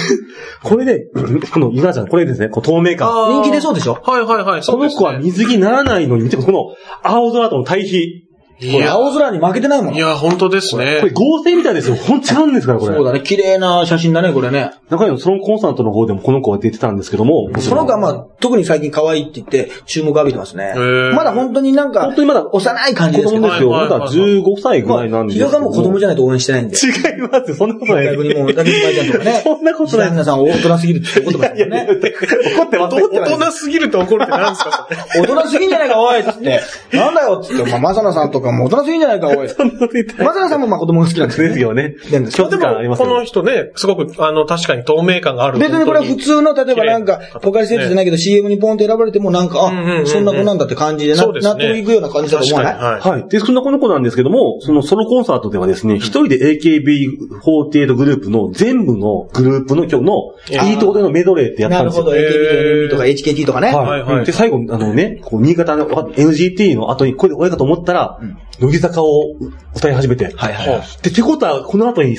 S3: これで、 このゆなちゃん、これですね、こう透明感。
S2: あー
S1: 人気出そうでしょ
S2: はいはいはい。
S3: この子は
S2: そうで
S3: 水着ならないのに、見てこの青空との対比。
S2: すねいや、
S1: 青空に負けてないもん。
S2: いや、本当ですね
S3: こ。れ合成みたいですよ。ほんと違うんですから、これ。
S1: そうだね、綺麗な写真だね、これね。
S3: 中にもそのコンサートの方でもこの子は出てたんですけども、
S1: その子はまあ、特に最近可愛いって言って、注目浴びてますね
S2: へ。ー
S1: まだ本当になんか、
S3: 本当にまだ
S1: 幼い感じ
S3: 子
S1: ですけ
S3: 供
S1: ど。
S3: ですよ。
S2: は
S3: ま
S2: いはいはい
S3: だ15歳ぐらいなんです
S1: ひがもう子供じゃないと応援してないんで。
S3: ゃ違いますよ。そんなことない
S1: 逆にもう、だけど舞ちゃんとかね。
S3: そんなことない
S1: 旦那さん大人すぎるって言葉ですよね。
S3: 怒ってます。怒って
S2: 大
S3: ま
S2: 人すぎると怒るって何ですか、それ。
S1: 大人すぎんじゃないか、おいっつって。なんだよっつって、まあ、まさなさんとかもうおとなしいんじゃないか、おい。
S3: そんなこと言ってない。
S1: 松永さんもまあ子供が好きなんですよ
S3: です
S1: ね。
S3: よね。
S1: なんですよ
S3: 虚偽感あります
S2: こ
S3: よね
S2: の人ね、すごく、あの、確かに透明感がある。
S1: 別にこれは普通の、例えばなん
S2: 綺麗な
S1: か、
S2: 方
S1: ポカリスエットじゃないけど CM にポンと選ばれてもなんか、
S2: うんうんうんう
S1: あ、
S2: ん
S1: そんな子なんだって感じでな
S2: そうです
S1: 納
S2: ね。
S1: 得いくような感じだと思わない
S2: 確かにはい。
S3: はい。で、そんなこの子なんですけども、そのソロコンサートではですね、一人で AKB48 グループの全部のグループの曲の、
S2: え
S3: いいとこでのメドレーってやっ
S1: な
S3: た
S1: んる
S3: です
S1: ほ
S3: よ。
S1: ど、AKB
S2: え
S1: とか NMB とか HKT とか
S2: ー
S1: ね。
S3: はい、
S2: はいはい
S3: で、最後、あのね、こう、新潟の NGT の後に、これで親かと思ったら、乃木坂を歌い始めて。
S1: はいはいはい
S3: で、ってことは、この後に、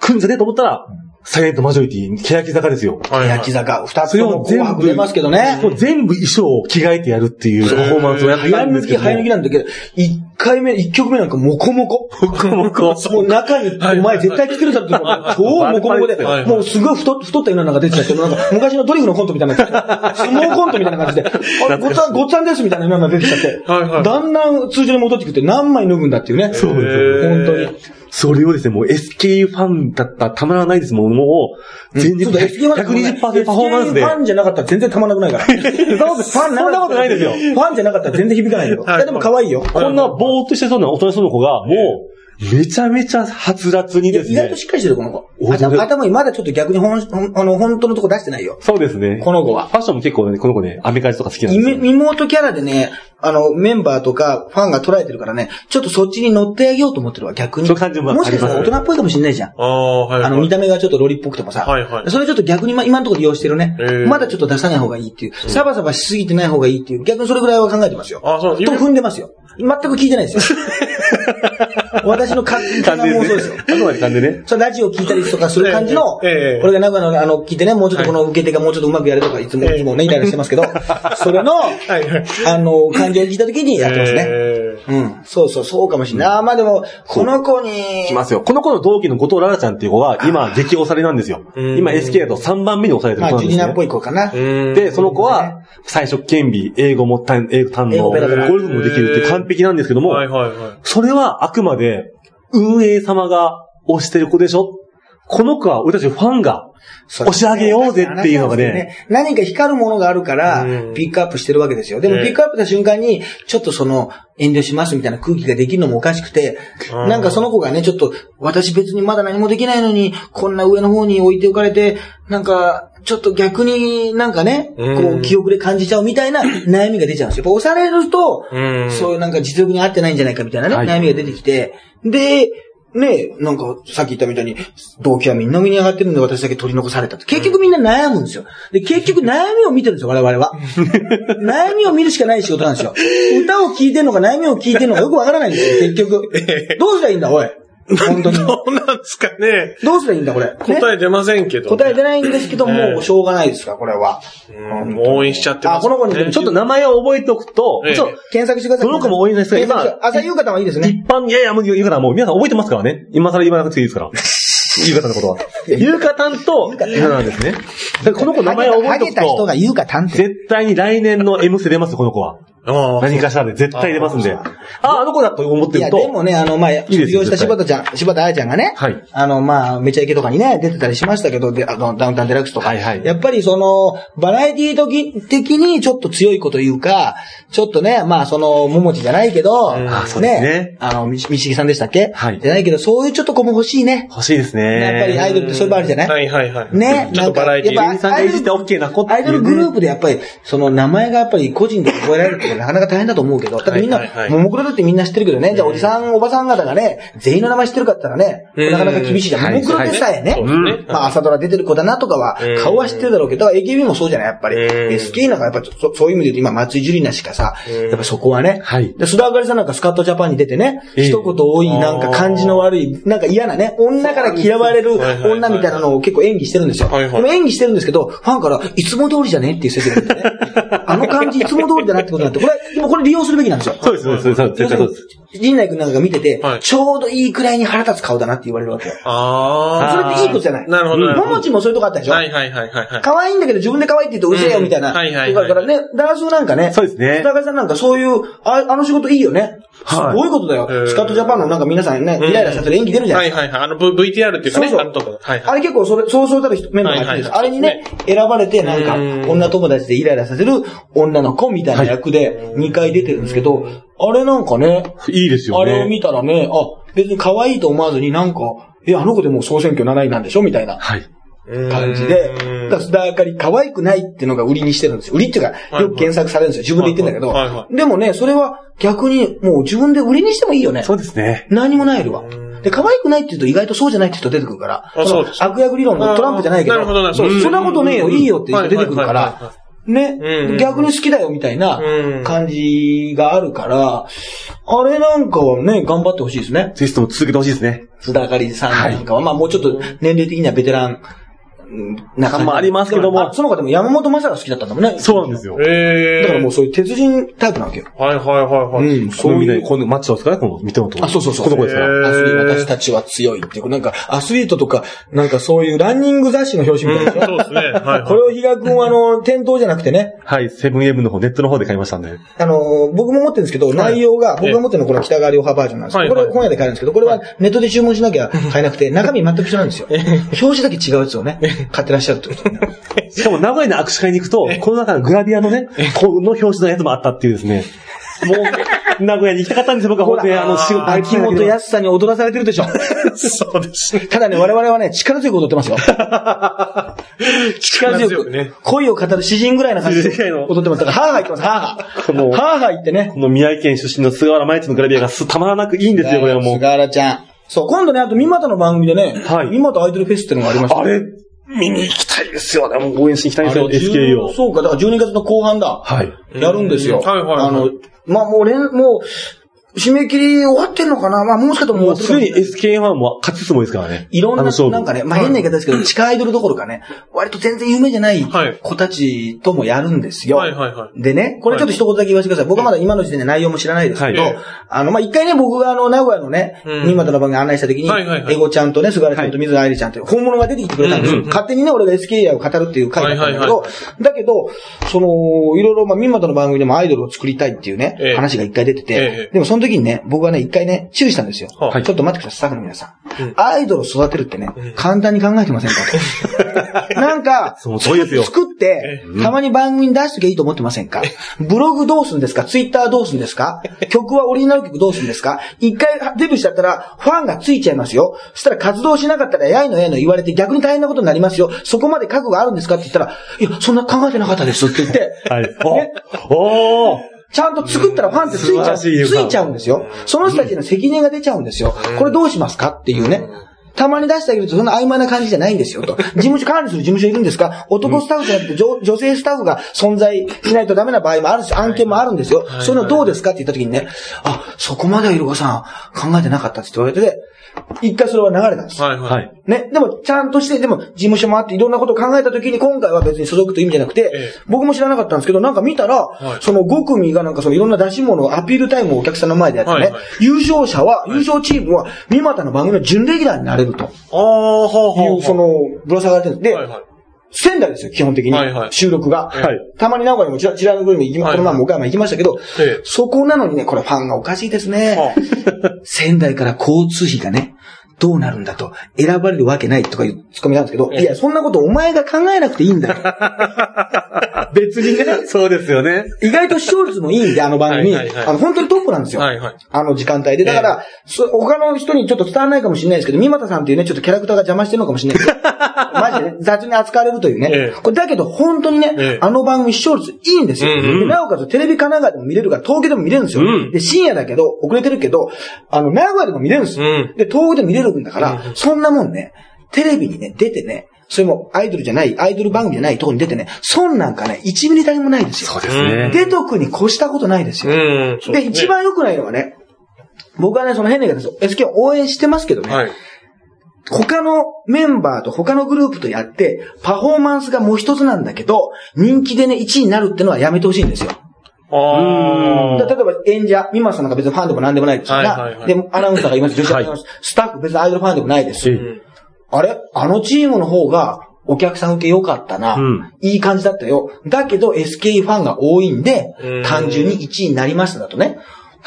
S3: 来んじゃねえと思ったら、サイレントマジョリティ、欅坂ですよ。
S2: はいはい
S1: 欅坂、二つとも紅白出ますけどね
S3: も。う全部衣装を着替えてやるっていうパフォーマンスをやった
S1: 早
S3: んで
S1: 抜
S3: す
S1: き
S3: けども。
S1: 早抜きなんだけど、一回目、一曲目なんかモコモコ。モコモコ。もう中に、
S2: はい
S1: お前絶対来てるだろって思う、超モコモコで
S3: はい
S2: はい、
S1: もうすごい太太ったようなのが出てたけど、なんか昔のドリフのコントみたいな感じで、相撲コントみたいな感じで、あごっつぁん、ごっつぁんですみたいなのが出てきちゃって、
S2: はいはい
S1: だんだん通常に戻ってくって何枚脱ぐんだっていうね。そう
S3: です
S2: よ
S1: 本当に。
S3: それをですね、もう SK ファンだったらたまらないですもん、もう、全
S1: ち
S3: 日
S1: ょっと SK ファン
S3: 120%パフォーマンスで。
S1: ファンじゃなかったら全然たまらなくないから。そうです。ファン
S3: そんなことないですよ
S1: ファンじゃなかったら全然響かないよ。
S2: はい
S1: いやでも可愛いよ。
S3: こんなぼーっとしてそうな大人そうな子が、もう、めちゃめちゃはつらつに
S1: いや
S3: です
S1: 意外
S3: ね
S1: と。しっかりしてる、この子。
S3: おそう
S1: 頭頭にまだちょっと逆に本、本あの、本当のとこ出してないよ。
S3: そうですね。
S1: この子は
S3: ファッションも結構ね、この子ね、アメカジとか好きなん
S1: い
S3: です
S1: め
S3: よ。
S1: 妹キャラでね、あの、メンバーとかファンが捉えてるからね、ちょっとそっちに乗ってあげようと思ってるわ、逆に。
S3: そういう感じもあり
S1: もし
S3: ます
S1: かしたら大人っぽいかもしんないじゃん。
S2: ああ、はいはい。
S1: あの、見た目がちょっとロリっぽくてもさ。
S2: はいはい
S1: それちょっと逆に今今のところ利用してるね
S2: へー。
S1: まだちょっと出さない方がいいっていう。サバサバしすぎてない方がいいっていう。逆にそれぐらいは考えてますよ。
S2: あそう
S1: と踏んでますよ。全く聞いてない ですよ。私の勝手な
S3: 感じ
S1: 妄想で
S3: ですす
S1: よ
S3: ね。。あくまで感じね。
S1: そう、ラジオ聞いたりとかする感じの、こ
S2: ええええええ
S1: れが名古屋の、あの、聞いてね、もうちょっとこの受け手がもうちょっとうまくやるとか、いつも、
S2: ええ
S1: いつもね、イライラしてますけど、それの、あ
S2: はいはい。
S1: の、感情を聞いた時にやってます
S2: え
S1: ね。
S2: ー
S1: うん。そうそう、そうかもしれない。あーまあでも、この子に
S3: き、ますよ。この子の同期の後藤ララちゃんっていう子は、今、激推されなんですよ。
S2: うん
S3: 今 SK だと3番目に推されてる
S1: ま
S3: 子
S1: あ、
S3: なん
S1: ジュ
S3: で
S1: ニ
S3: す
S1: アっぽ
S3: ね。
S1: い子かな。
S2: うん
S3: で、その子は、最初、兼備、英語もたん英語堪
S1: 英語
S3: 能、ゴ
S1: ペラペラ
S3: ルフもできるっていう完璧なんですけども、
S2: はいはいはい。
S3: それはあくまで、運営様が推してる子でしょこの子は俺たちファンが押し上げようぜっていうのがね、。
S1: 何か光るものがあるから
S2: うん、
S1: ピックアップしてるわけですよ。でも
S2: ええ
S1: ピックアップした瞬間に、ちょっとその、遠慮しますみたいな空気ができるのもおかしくて、
S2: うん
S1: なんかその子がね、ちょっと、私別にまだ何もできないのに、こんな上の方に置いておかれて、なんか、ちょっと逆になんかね、こ
S2: う
S1: う、
S2: ん
S1: 記憶で感じちゃうみたいな悩みが出ちゃうんですよ。やっぱ押されると、
S2: うん
S1: そういうなんか実力に合ってないんじゃないかみたいなね、
S3: はい
S1: 悩みが出てきて、で、ねなんか、さっき言ったみたいに、動機はみんな上に上がってるんで私だけ取り残されたって。結局みんな悩むんですよ。で、結局悩みを見てるんですよ、我々は。悩みを見るしかない仕事なんですよ。歌を聴いてんのか悩みを聞いてんのかよくわからないんですよ、結局。どうすりゃいいんだ、おい。本当に。
S2: どうなんですかね。
S1: どうすりゃいいんだ、これ。ね
S2: 答え出ませんけどね。
S1: 答え出ないんですけど、
S2: ええ
S1: もうしょうがないですから、これは。
S2: うんもう応援しちゃって
S1: あ、
S2: ます
S1: こ
S2: ね。
S1: の子にでも
S3: ち
S1: ちょ
S3: ょっ
S1: っ
S3: と
S1: と
S3: 名前を覚えておくと、
S2: ええ
S3: ちょっと
S1: 検索してください。
S3: どの子も多いんですが
S1: 検索して
S3: 今
S1: 朝夕方はいいですね。
S3: 一般、いやいや、もう夕方はもう皆さん覚えてますからね。今更言わなくていいです から。夕方のことは。夕方と、夕方なんですね。だからこの子名前を覚えてお
S1: ハゲた人
S3: く
S1: が
S3: と、
S1: 言うか探偵。
S3: 絶対に来年の M ス出ますよ、この子は。
S2: あー
S3: 何かしらで絶対出ますんで。ああ、あの子だと思っ
S1: い
S3: てる
S1: や、
S3: と。
S1: でもね、あの、まあ、
S3: ですよ
S1: 卒業した柴田ちゃん、柴田彩ちゃんがね、
S3: はい
S1: あの、まあ、めちゃイケとかにね、出てたりしましたけど、であのダウンタウンデラックスとか。
S3: はいはい
S1: やっぱりその、バラエティ時的にちょっと強い子というか、ちょっとね、まあ、その、ももちじゃないけど、
S2: あ
S3: そうですね
S1: あの、みみしぎさんでしたっけ
S3: はい
S1: じゃないけど、そういうちょっと子も欲しいね。
S3: 欲しいですね。
S1: やっぱりアイドルってそういう場あるじゃない
S2: はいはいはい。
S1: ね
S2: ちょっとバラエティ
S1: な
S2: ー
S1: ん
S2: に。
S1: か
S3: 芸人さんがいじって OK な子っていうね
S1: アイドルグループでやっぱり、その名前がやっぱり個人で覚えられるってことはなかなか大変だと思うけど、だってみんな、
S2: はいはいはい
S1: ももクロだってみんな知ってるけどね、じゃあおじさん、おばさん方がね、全員の名前知ってるかって言ったらね、
S2: うん
S1: なかなか厳しいじゃん。
S3: はい
S1: ももクロでさえね、
S2: はいそうですね
S1: まあ朝ドラ出てる子だなとかは
S2: う、ん
S1: 顔は知ってるだろうけど、だから AKB もそうじゃない、やっぱり。
S2: うん
S1: SK なんかやっぱそそういう意味で言うと今松井樹里奈しかさ、
S2: うん
S1: やっぱそこはね、
S3: はい
S1: で、須田あかりさんなんかスカットジャパンに出てね、
S3: ええ
S1: 一言多い、なんか感じの悪い、なんか嫌なね、女から嫌われる
S2: はいはいはい
S1: 女みたいなのを結構演技してるんですよ。
S2: はいはい
S1: でも演技してるんですけど、ファンから、いつも通りじゃねっていう説明が出てね あの感じいつも通りだなってことになって、これ、でもこれ利用するべきなんですよ。
S3: そうです、そうです、そうです。絶対そうです。
S1: 陣内くんなんかが見てて、
S2: はい
S1: ちょうどいいくらいに腹立つ顔だなって言われるわけよ。そ
S2: あ
S1: れっていいことじゃない。
S2: なるほどなるほど
S1: ももちもそういうとこあったでしょ
S2: はいはいはいはいはい。
S1: 可愛いんだけど自分で可愛いって言うとうるせえよみたいな。
S2: うんはいはいはい
S1: だからね、ダースなんかね。
S3: そうですね
S1: 須田さんなんかそういう、ああの仕事いいよね。す
S3: はい
S1: ごいことだよ。
S2: へー
S1: スカットジャパンのなんか皆さんね、イライラさせる演技出るじゃな
S2: はいい
S1: ですか。
S2: はいはい。あの V- VTR っていうかね、
S1: そうそう
S2: あのとこ。はい
S1: あ
S2: はい。
S1: れ結構それ、そうそうたるメンバーが入ってるんです。
S2: はいは
S1: あれ
S2: い
S1: にね、選ばれてなんか
S2: う、ん
S1: 女友達でイライラさせる女の子みたいな役で、で2回出てるんですけど、あれなんかね、
S3: いいですよ
S1: あ
S3: ね。
S1: れを見たらね、あ、別に可愛いと思わずになんか、え、あの子でもう総選挙7位なんでしょみたいな
S3: はい。
S1: 感じで、だから須田あかり可愛くないっていうのが売りにしてるんですよ。売りっていうか、
S2: い
S1: よく検索されるんですよ。自分で言ってんだけ
S2: はいはいは
S1: ど。でもね、それは逆にもう自分で売りにしてもいいよね。
S3: そうですね。
S1: 何もないよりは。で、可愛くないって言うと意外とそうじゃないって人出てくるから、
S2: あそうです
S1: その悪役理論のトランプじゃないけど、
S2: あーなるほどなそうです
S1: んなことねえよ、
S2: うん
S1: いいよって人出てくるか
S2: はいはいはい
S1: ら
S2: は、
S1: ね
S2: うん、
S1: 逆に好きだよみたいな
S2: うん
S1: 感じがあるから、あれなんかはね、頑張ってほしいですね。
S3: ぜひとも続けてほしいですね。
S1: 須田あかりさんなんかは、まあもうちょっと年齢的にはベテラン、うんな感じ
S3: 感もありますけども
S1: であその方でも山本正が好きだったんだもんね。
S3: そうなんですよ。
S2: え
S1: だからもう
S2: ー。
S1: そういう鉄人タイプなわけよ。
S2: はいはいはいはい。
S1: ん、
S3: この未来、このマッチョですからね、この見てもと。
S1: あ、そうそうそう。
S3: この子ですか
S2: へ
S3: ら。
S2: ー
S1: アスリート私たちは強いっていう、なんか、アスリートとか、なんかそういうランニング雑誌の表紙みたいな。
S2: そうですね。はいはい。
S1: これを比嘉君は、あの、店頭じゃなくてね、
S3: はい、セブンイレブンの方、ネットの方で買いましたんで。
S1: あの、僕も持ってるんですけど、内容が、僕が持ってるのはこれは北川良派バージョンなんですけど、
S2: はいはい
S1: これ本屋で買えるんですけど、これはネットで注文しなきゃ買えなくて、中身全く一緒なんですよ。表紙だけ違うやつをね、買ってらっしゃるってことになる。
S3: しかも名古屋の握手会に行くと、この中のグラビアのね、この表紙のやつもあったっていうですね。もう、名古屋に行きたかったんですよ、僕は 本当に。あの、仕事、
S1: 秋元康さんに踊らされてるでしょ。
S2: そうですね。
S1: ただね、我々はね、力強く踊って ますよ。力強
S2: 強く
S1: く、
S2: ね
S1: 恋を語る詩人ぐらいな感じで
S3: 詩人ぐらいの
S1: 踊ってます。だから、はぁはぁ言ってます、は
S3: こ
S1: ぁはぁ。
S3: の
S1: はぁはぁ言ってね。
S3: この宮城県出身の菅原舞地のグラビアがすたまらなくいいんですよ、これはもう
S1: 菅。原ちゃん。そう、今度ね、あと、三股の番組でね、
S3: はい
S1: 三股アイドルフェスってのがありました。
S3: あれ、見に行きたいですよね。もう応援しに行きたいん
S1: あ
S3: です
S1: れ
S3: よ、SKE を。
S1: そうか、だから12月の後半だ。
S3: はい。
S1: やるんですよ。
S2: うんはいはいはい
S1: あの、まあ、もう連、もう、締め切り終わってんのかなまあ、もしかしたらもう終わ
S3: もう
S1: ってる
S3: す
S1: かもし
S3: でに
S1: れない
S3: SKE はもう勝ちそうですからね。
S1: いろん
S3: あの
S1: な、
S3: 勝負
S1: なんかね、まあ、変な言い方ですけど、地下アイドルどころかね、割と全然有名じゃない
S2: はい
S1: 子たちともやるんですよ。
S2: はいはいはい。
S1: でね、これちょっと一言だけ言わせてください。僕はまだ今の時点で内容も知らないですけど、
S2: はい
S1: あの、まあ、一回ね、僕があの、名古屋のね、
S2: うん
S1: 新潟の番組案内した時に、
S2: はいはいはい
S1: エゴちゃんとね、菅原ちゃんと水野愛理ちゃんという本物が出てきてくれたんですよ。
S2: うんうん
S1: 勝手にね、俺が SKA を語るっていう回だったんだけど、
S2: は
S1: だけど、その、いろいろ、まあ、新潟の番組でもアイドルを作りたいっていうね、
S2: ええ
S1: 話が一回出てて、
S2: ええ
S1: でもその時にね、僕はね、一回ね、注意したんですよ。
S2: はあ
S1: ちょっと待ってください、スタッフの皆さん。アイドルを育てるってね、簡単に考えてませんかと。なんか、
S3: その通りですよ。
S1: 作って、たまに番組に出しときゃいいと思ってませんかブログどうすんですかツイッターどうすんですか曲はオリジナル曲どうすんですか一回デビューしちゃったら、ファンがついちゃいますよ。そしたら活動しなかったら、やいのやいの言われて逆に大変なことになりますよ。そこまで覚悟あるんですかって言ったら、いや、そんな考えてなかったですって言って、
S3: はい。おおー
S1: ちゃんと作ったらファンってついちゃう、つ
S3: 素晴らしい
S1: いちゃうんですよ。その人たちの責任が出ちゃうんですよ。これどうしますかっていうね。たまに出してあげるとそんな曖昧な感じじゃないんですよと。事務所、管理する事務所いるんですか男スタッフじゃなくて女女性スタッフが存在しないとダメな場合もあるし、案件もあるんですよ。そういうのどうですかって言った時にね、あ、そこまではイルカさん考えてなかったって言われて、一回それは流れたんです。
S2: はいは。
S3: はいい。
S1: ね、でも、ちゃんとして、でも、事務所もあって、いろんなことを考えたときに、今回は別に所属という意味じゃなくて、
S2: ええ
S1: 僕も知らなかったんですけど、なんか見たら、
S2: はい
S1: その5組がなんかそのいろんな出し物をアピールタイムをお客さんの前でやってね、
S2: はいはい
S1: 優勝者は、優勝チームは、三股の番組の準レギュラーになれると
S2: あー、はあ
S1: い
S2: は
S1: う、そ
S2: あ。
S1: の、ぶら下がってるんです。で、
S2: はいはい。
S1: 仙台ですよ、基本的に。
S2: はいはい
S1: 収録が。
S3: はい
S1: たまに名古屋もちらちらのグルメ行きま、
S2: はい
S1: この前も岡山行きましたけど、
S2: ええ
S1: そこなのにね、これファンがおかしいですね。 仙台から交通費がね、どうなるんだと、選ばれるわけないとかいうツッコミなんですけど、
S2: ええ
S1: いや、そんなことお前が考えなくていいんだと。別にね、
S3: そうですよね。
S1: 意外と視聴率もいいんで、あの番組。
S2: はいはいはい
S1: あの、本当にトップなんですよ。
S2: はいはい
S1: あの時間帯で。だから、そ他の人にちょっと伝わらないかもしれないですけど、三股さんっていうね、ちょっとキャラクターが邪魔してるのかもしれないです けどマジでね雑に扱われるというね。
S2: ええ
S1: これだけど、本当にね、
S2: ええ
S1: あの番組視聴率いいんですよ。
S2: うんうん
S1: でなおかつ、テレビ神奈川でも見れるから、東京でも見れるんですよ。
S2: うん
S1: で、深夜だけど、遅れてるけど、あの、名古屋でも見れるんですよ。
S2: うん
S1: で、東京でも見れるんだから、そんなもんね、テレビにね、出てね、それもアイドルじゃない、アイドル番組じゃないとこに出てね、損なんかね、1ミリたりもないですよ。
S3: そうですね。
S1: 出とくに越したことないですよ。
S2: うん。そう
S1: で、
S2: すね
S1: 一、番良くないのはね、僕はね、その変な言い方ですよ。SK を応援してますけどね、
S2: はい。
S1: 他のメンバーと他のグループとやって、パフォーマンスがもう一つなんだけど、人気でね、1位になるってのはやめてほしいんですよ。
S2: あ
S1: だ
S2: ー。
S1: 例えば演者、ミマさんなんか別にファンでも何でもないですから、
S2: はいはいはい
S1: で、アナウンサーがいます、女子がいます、スタッフ別にアイドルファンでもないです。
S3: え
S1: あれあのチームの方が、お客さん受け良かったな、
S3: うん
S1: いい感じだったよ。だけど SKE ファンが多いんで
S2: うん、
S1: 単純に1位になりましただとね。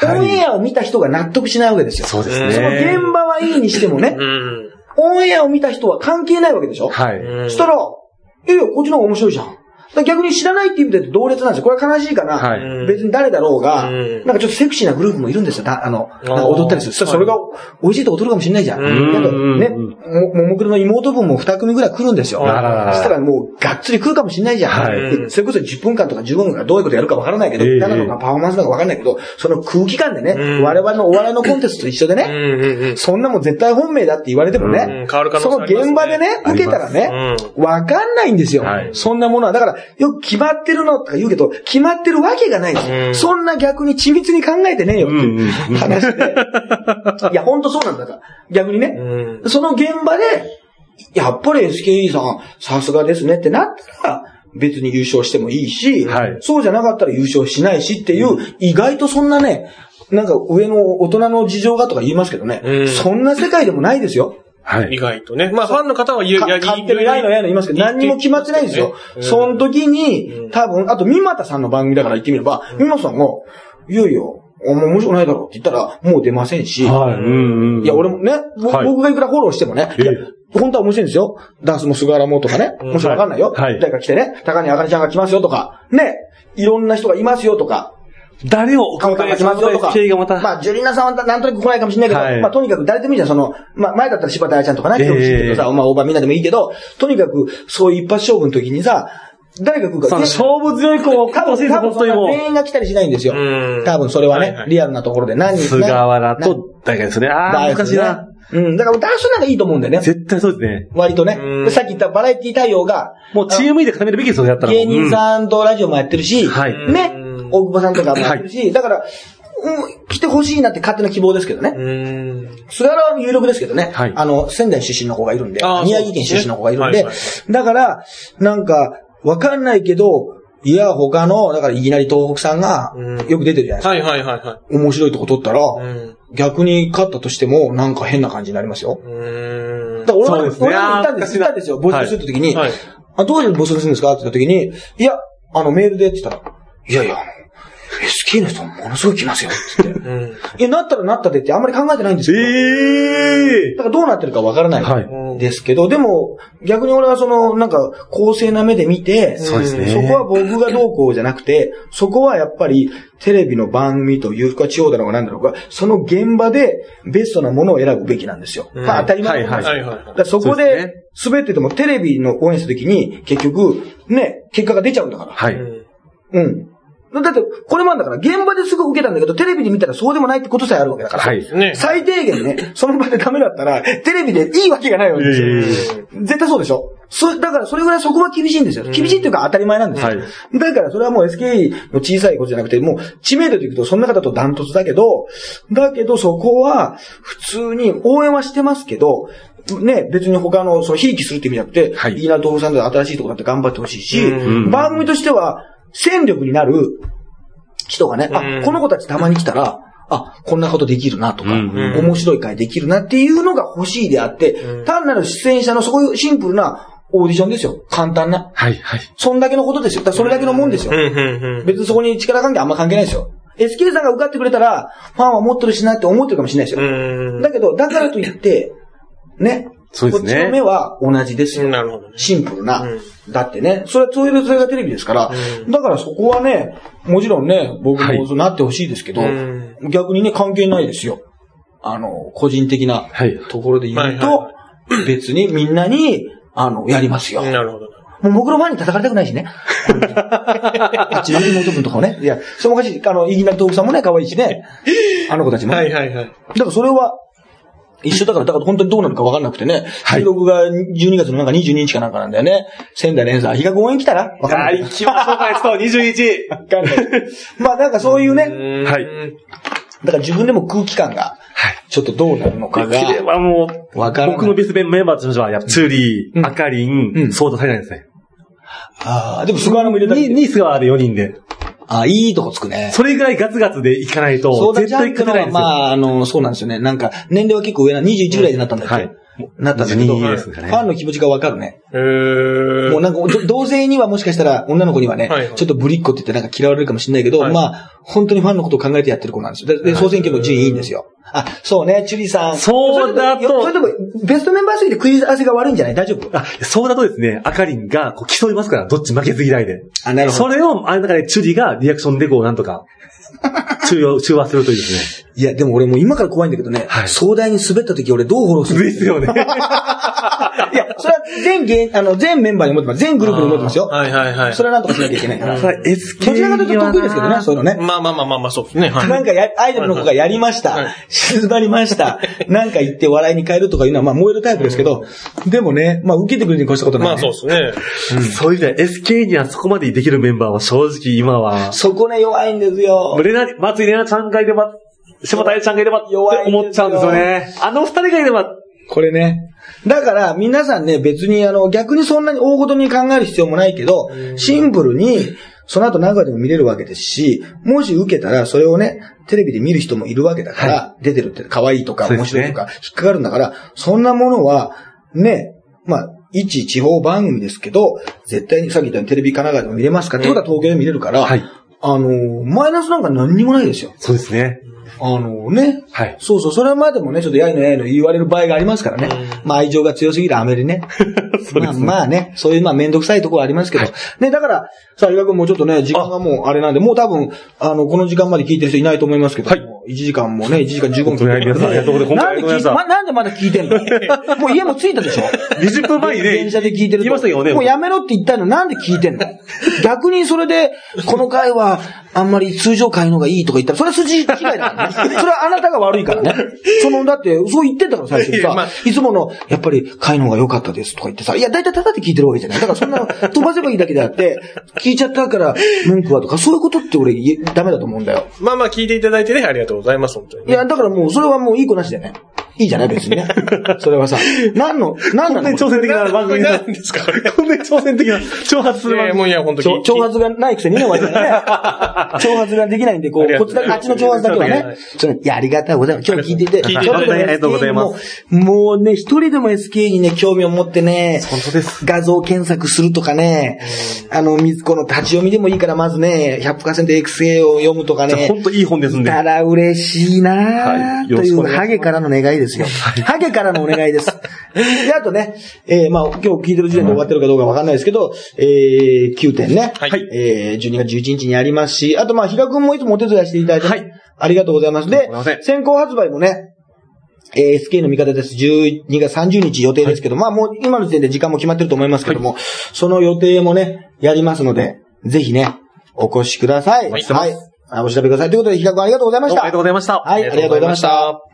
S1: オ
S3: はい
S1: ンエアを見た人が納得しないわけですよ。
S3: そうです
S1: その
S3: ね。
S1: 現場はいいにしてもね
S2: う、ん。
S1: オンエアを見た人は関係ないわけでしょ
S3: は
S2: う
S3: い。
S2: ん
S1: そしたら、いやいや、こっちの方が面白いじゃん。だから逆に知らないっていう意味で同列なんですよ。これは悲しいから、
S3: はい
S1: 別に誰だろうが、
S2: うん
S1: なんかちょっとセクシーなグループもいるんですよ。だあの、
S2: ー
S1: なんか踊ったりする。そそれが美味しいと踊るかもしれないじゃん。
S2: うん
S1: なんかね、
S3: うん
S1: もももクロの妹分も2組ぐらい来るんですよ。そ
S2: あらら
S3: らら
S1: したらもうがっつり来るかもしれないじゃん。
S3: はい
S1: でそれこそ10分間とか15分間どういうことやるかわからないけど、
S3: ええ
S1: 何なのかパフォーマンスなのかわからないけど、その空気感でね、
S2: うん
S1: 我々のお笑いのコンテストと一緒でね、
S2: うんうんうん。
S1: そんなもん絶対本命だって言われてもね、
S2: うん変わる可能性
S1: その
S2: ありますね
S1: 現場でね、受けたら
S2: ありま
S1: ね
S2: す、
S1: わ、かんないんですよ、
S3: はい
S1: そんなものは。だから、よく決まってるのとか言うけど、決まってるわけがないです、
S2: うん
S1: そんな逆に緻密に考えてねえよっていう話 で。いや、ほんとそうなんだから。逆にね、
S2: うん
S1: その現場で、やっぱり SKE さん、さすがですねってなったら、別に優勝してもいいし、
S3: はい
S1: そうじゃなかったら優勝しないしっていう、意外とそんなね、なんか上の大人の事情がとか言いますけどね、
S2: うん
S1: そんな世界でもないですよ。
S3: は
S2: 意
S3: い。
S2: 外とね。まあ、ファンの方は言う、
S1: か勝手にないのやいの言いますけど、何にも決まってないんですよ。その時に、多分、あと、三股さんの番組だから言ってみれば、三股さんが、いよいよ、お前面白くないだろうって言ったら、もう出ませんし、
S3: はい。うんうん。
S1: いや、俺もね、ぼ
S3: はい
S1: 僕がいくらフォローしてもね、
S3: ええ
S1: いや本当は面白いんですよ。ダンスも菅原もとかね、
S2: うん
S1: もちろんわかんないよ。
S3: はいはい
S1: 誰か来てね、高根あかねちゃんが来ますよとか、ね、いろんな人がいますよとか、
S3: 誰を
S1: 岡本が来ますよとか、
S3: 経緯がまた。
S1: まあ、ジュリーナさんはなんとなく来ないかもしれないけど、
S3: はい
S1: まあ、とにかく誰でもいいじゃん、その、まあ、前だったら柴田彩ちゃんとかね、
S3: ええ
S1: 来てほしいけどさ、まあ、大場みんなでもいいけど、とにかく、そういう一発勝負の時にさ、誰が来るか、
S3: その
S1: で
S3: 勝負強い子を
S1: 多
S3: 勝ってほし
S1: 分、
S3: いです、
S1: 多
S3: 本
S1: 分
S3: 当にもう。
S1: 全員が来たりしないんですよ
S2: うん。
S1: 多分、それはね、
S2: はいはい
S1: リアルなところで何人
S3: 菅原と、だけですね。ああ、難しいな。。
S1: うん、だからダンスなんかいいと思うんだよね。
S3: 絶対そうですね。
S1: 割とね
S2: うん。
S1: でさっき言ったバラエティ対応が、
S3: もうチーム E で固めるべきですよ、やったら。
S1: 芸人さんとラジオもやってるし、
S3: うんはい
S1: ね
S2: うん、
S1: 大久保さんとかもやってるし、だから、うん、来てほしいなって勝手な希望ですけどね。
S2: うん。
S1: 菅原は有力ですけどね。
S3: はい
S1: あの、仙台出身の子がいるんで
S2: あ、ー
S1: 宮城県出身の子がいるんで
S2: そうで、
S1: だから、なんか、わかんないけど、いや、他の、だからいきなり東北さんが
S2: うん、
S1: よく出てるじゃないですか。
S2: はいはいはいは
S1: 面白いとこ取ったら、
S2: い。うん。
S1: 逆に勝ったとしても、なんか変な感じになりますよ。
S2: うん
S1: だ。から俺
S3: そ
S1: も、
S3: うですね
S1: 俺も行ったんで
S3: あー
S1: す。行ったんですよ。募集するときに、
S2: はいはい
S1: あ、どうやって募集するんですかって言ったときに、いや、あの、メールでって言ったら、いやいや、あの SK の人ものすごい来ますよ。って 言って
S2: うん。
S1: いや、なったらなったでってあんまり考えてないんです
S3: え
S1: よ。
S3: え
S1: だからどうなってるかわからない。
S3: はい
S1: ですけど、でも、逆に俺はその、なんか、公正な目で見て、
S2: そうですね
S1: そこは僕がどうこうじゃなくて、そこはやっぱり、テレビの番組というか、地方だろうが何だろうが、その現場でベストなものを選ぶべきなんですよ。
S2: うん
S1: まあ、当たり前のことですよ
S2: はいはいはいはい
S1: だからそこ
S3: そうです
S1: で、
S3: ね
S1: 滑っててもテレビの応援した時に、結局、ね、結果が出ちゃうんだから。
S3: は
S2: う
S3: い。
S2: ん
S1: うん。だって、これもあんだから、現場ですぐ受けたんだけど、テレビで見たらそうでもないってことさえあるわけだから。
S3: はい。
S2: ね。
S1: 最低限ね、その場でダメだったら、テレビでいいわけがないわけですよ。
S3: いえい
S1: 絶対そうでしょそ、だからそれぐらいそこは厳しいんですよ。厳しいっていうか当たり前なんですよ。
S3: はい
S1: だからそれはもう SKE の小さいことじゃなくて、もう知名度でいくとそんな方とダントツだけど、だけどそこは普通に応援はしてますけど、ね、別に他の、その、ひいきするって意味じゃなくて、
S3: はい
S1: いいな、東北さんとか新しいとこだって頑張ってほしいし、
S2: うん
S1: 番組としては戦力になる人がね、
S2: うん
S1: あ、この子たちたまに来たら、あ、こんなことできるなとか、
S3: うん
S2: うん
S1: 面白い回できるなっていうのが欲しいであって、
S2: うん
S1: 単なる出演者のそういうシンプルなオーディションですよ。簡単な。
S3: はい、はい。
S1: そんだけのことですよ。だからそれだけのもんですよ
S2: うん。うんうん。
S1: 別にそこに力関係あんま関係ないですよ。SK さんが受かってくれたら、ファンは持ってるしなって思ってるかもしれないですよ。
S2: うん。
S1: だけど、だからといって、ね。
S3: そうですね
S1: こっちの目は同じですよ。
S2: なるほどね。
S1: シンプルな。
S2: うん
S1: だってね、それは、それがそれがテレビですから、
S2: うん
S1: だからそこはね、もちろんね、僕
S3: はい
S1: もそうなってほしいですけど、
S2: うん
S1: 逆にね、関係ないですよ。あの、個人的な
S3: はい
S1: ところで言うと、
S2: はいは
S1: 別にみんなに、あの、やりますよ。
S2: なるほど。
S1: もう僕のファンに叩かれたくない しね。あっちの妹分とかをね。いや、それもおかしい。あの、いきなり豆腐さんもね、可愛いしね。あの子たちもね。
S2: はいはいはい。
S1: だからそれは、一緒だから、だから本当にどうなるか分かんなくてね。
S3: はい
S1: 収録が12月のなんか22日かなんかなんだよね。仙台連鎖、日が応援来たら分かん
S3: あ
S1: な
S3: あ、
S1: い。
S3: 行きましょうか、そう、21。
S1: 分かんない。まあなんかそういうね、
S2: うん
S3: はい
S1: だから自分でも空気感が、ちょっとどうなるのかが。
S3: これはもう、
S1: わからない
S3: 僕のベストメンバーとしては、やっぱ、チューリ
S1: うん
S3: ー、アカリ
S1: う
S3: ン、
S1: ん
S3: ソーダ足りないですね。
S1: ああ、でも菅原も入れた
S3: に、
S1: り。
S3: ニースがある4人で。
S1: ああ、いいとこつくね。
S3: それぐらいガツガツでいかない
S1: そ
S3: と、
S1: うだ
S3: 絶
S1: ちゃん
S3: 対
S1: って
S3: 勝
S1: のは、
S3: てないんです
S1: ま
S3: よ。
S1: あ、あの、そうなんですよね。なんか、年齢は結構上な、21ぐらいになったんだっけ、
S3: はい
S1: なったんだけど、
S3: 22です
S1: フ
S3: かね
S1: ァンの気持ちがわかるね。
S2: えー
S1: もうなんか、ど同性にはもしかしたら、女の子にはね、
S2: はいはい
S1: ちょっとぶりっ子って言ってなんか嫌われるかもしれないけど、
S2: はい
S1: まあ、本当にファンのことを考えてやってる子なんですよ。で、で総選挙の順位いいんですよ。あ、そうね、チュリさん。
S3: そうだと
S1: それでも、ベストメンバーすぎて食い合わせが悪いんじゃない大丈夫
S3: あ、そうだとですね、アカリンがこう競いますから、どっち負けず嫌いで。
S1: あ、な
S3: そ。れを、あれの中でチュリがリアクションでこう、なんとか、中 和、中和するというです
S1: いや、でも俺もう今から怖いんだけどね、
S3: はい
S1: 壮大に滑った時俺どうフォローす
S3: ね。
S1: る
S3: ですよね。
S1: いや、それは全芸、あの、全メンバーに持ってます。全グループに持ってますよ。
S2: はいはいはい
S1: そ。れはなんとかしなきゃいけないから。
S3: そ
S1: ど
S3: れ SK
S1: ちらかというと得意ですけどね、そういうのね。
S2: まあまあまあまあまあ、そうですね。はい。
S1: なんかや、アイドルの子がやりまし
S2: は
S1: た
S2: い。
S1: 静まりました。なんか言って笑いに変えるとかいうのは、まあ燃えるタイプですけど、でもね、まあ受けてくれるに越したことない、
S2: ま
S1: ね。
S2: あそうですね。
S3: そういう意味では SK にはそこまでできるメンバーは正直今は、
S1: そこね、弱いんですよ。
S3: レナ、松井レナちゃんがいれば、柴田彩ちゃんがいればって
S1: 弱い
S3: 思っちゃうんですよね。あの二人がいれば、
S1: これね。だから、皆さんね、別に、あの、逆にそんなに大ごとに考える必要もないけど、シンプルに、その後名古屋でも見れるわけですし、もし受けたら、それをね、テレビで見る人もいるわけだから、出てるって、可愛いとか、
S3: そうで
S1: 面
S3: すね
S1: 白いとか、引っかかるんだから、そんなものは、ね、まあ、一地方番組ですけど、絶対にさっき言ったようにテレビ神奈川でも見れますかってことは東京で見れるから、
S3: はい
S1: あの、マイナスなんか何にもないですよ。
S3: そうですね。
S1: あのね、
S3: はい
S1: そうそう、それまでもね、ちょっとやいのやいの言われる場合がありますからね。まあ愛情が強すぎるアメ リね。まあまあね、そういうまあめんどくさいところはありますけど。ね、だから、さあ、岩君もうちょっとね、時間がもうあれなんで、もう多分、あの、この時間まで聞いてる人いないと思いますけど、
S3: はい
S1: もう1時間もね、1時間15分
S3: 本当にありがとうありがとうございます
S1: なんで
S3: 本当にあ
S1: 聞い
S3: り
S1: て、
S3: がとうござ
S1: ま、なんでまだ聞いてん のもう家も着いたでしょ
S3: 20分前にね、
S1: 電車で聞いてると。
S3: 言いましたけどね。
S1: もうやめろって言ったのなんで聞いてんの逆にそれで、この回は、あんまり通常回の方がいいとか言ったら、それは筋違いだからね。それはあなたが悪いからね。その、だって、そう言ってたから最初に
S2: いや
S1: さ、
S2: まあ
S1: いつもの、やっぱり回の方が良かったですとか言ってさ、いや、だいたいただって聞いてるわけじゃない。だからそんな、飛ばせばいいだけであって、聞いちゃったから文句はとか、そういうことって俺、いダメだと思うんだよ。
S2: まあまあ聞いていただいてね、ありがとうございます、本当に
S1: い。や、だからもう、それはもういい子なしでね。いいじゃない別にね。それはさ、何の、何な
S3: 本当
S1: の
S3: に挑戦的な番組
S2: なんですか
S3: こんなに挑戦的な、挑発す
S2: い
S3: る番
S2: やいや
S3: 組。
S2: もういや、本当
S1: 挑
S2: に。
S1: 挑発がないくせにね、我々ね。挑発ができないんで、こ
S2: あり
S1: う、
S2: が
S1: ことっ
S2: う
S1: ち
S2: ご
S1: だ
S2: ざ
S1: け
S2: い
S1: あっちの挑
S2: ます
S1: 発だけはね。それいや、ありがとうございます。今日聞いていて。
S2: 聞いていただいて
S1: ちょっ
S3: ありがとうございます
S1: SK にも。もうね、一人でも SK にね、興味を持ってね、
S3: 本当です。
S1: 画像検索するとかね、あの、みずこの立ち読みでもいいから、まずね、100%XA を読むとか
S3: じゃあ
S1: ね。
S3: 本当いい本ですんで。
S1: たら嬉しいなぁ
S3: はい
S1: とい
S3: よ
S1: う、
S3: ろしくお願いします
S1: ハゲからの願いですよ。ハゲからのお願いです。で、あとね、えー、まあ、今日聞いてる時点で終わってるかどうかわかんないですけど、えー、9点ね。
S2: はい
S1: えー、12月11日にありますし、あとまあ、平くんもいつもお手伝いしていただいて、
S3: はい
S1: ありがとうございます。で
S3: とんでもございませ、ん
S1: 先行発売もね、えー SK の味方です。12月30日予定ですけど、まあもう今の時点で時間も決まってると思いますけども、その予定もね、やりますので、ぜひね、お越しください。
S2: はい
S1: はい。あお調べください。ということで、比較ありがとうございま
S3: ど
S1: し
S3: うも
S1: た。
S3: ありがとうございました。
S1: はい、ありがとうございました。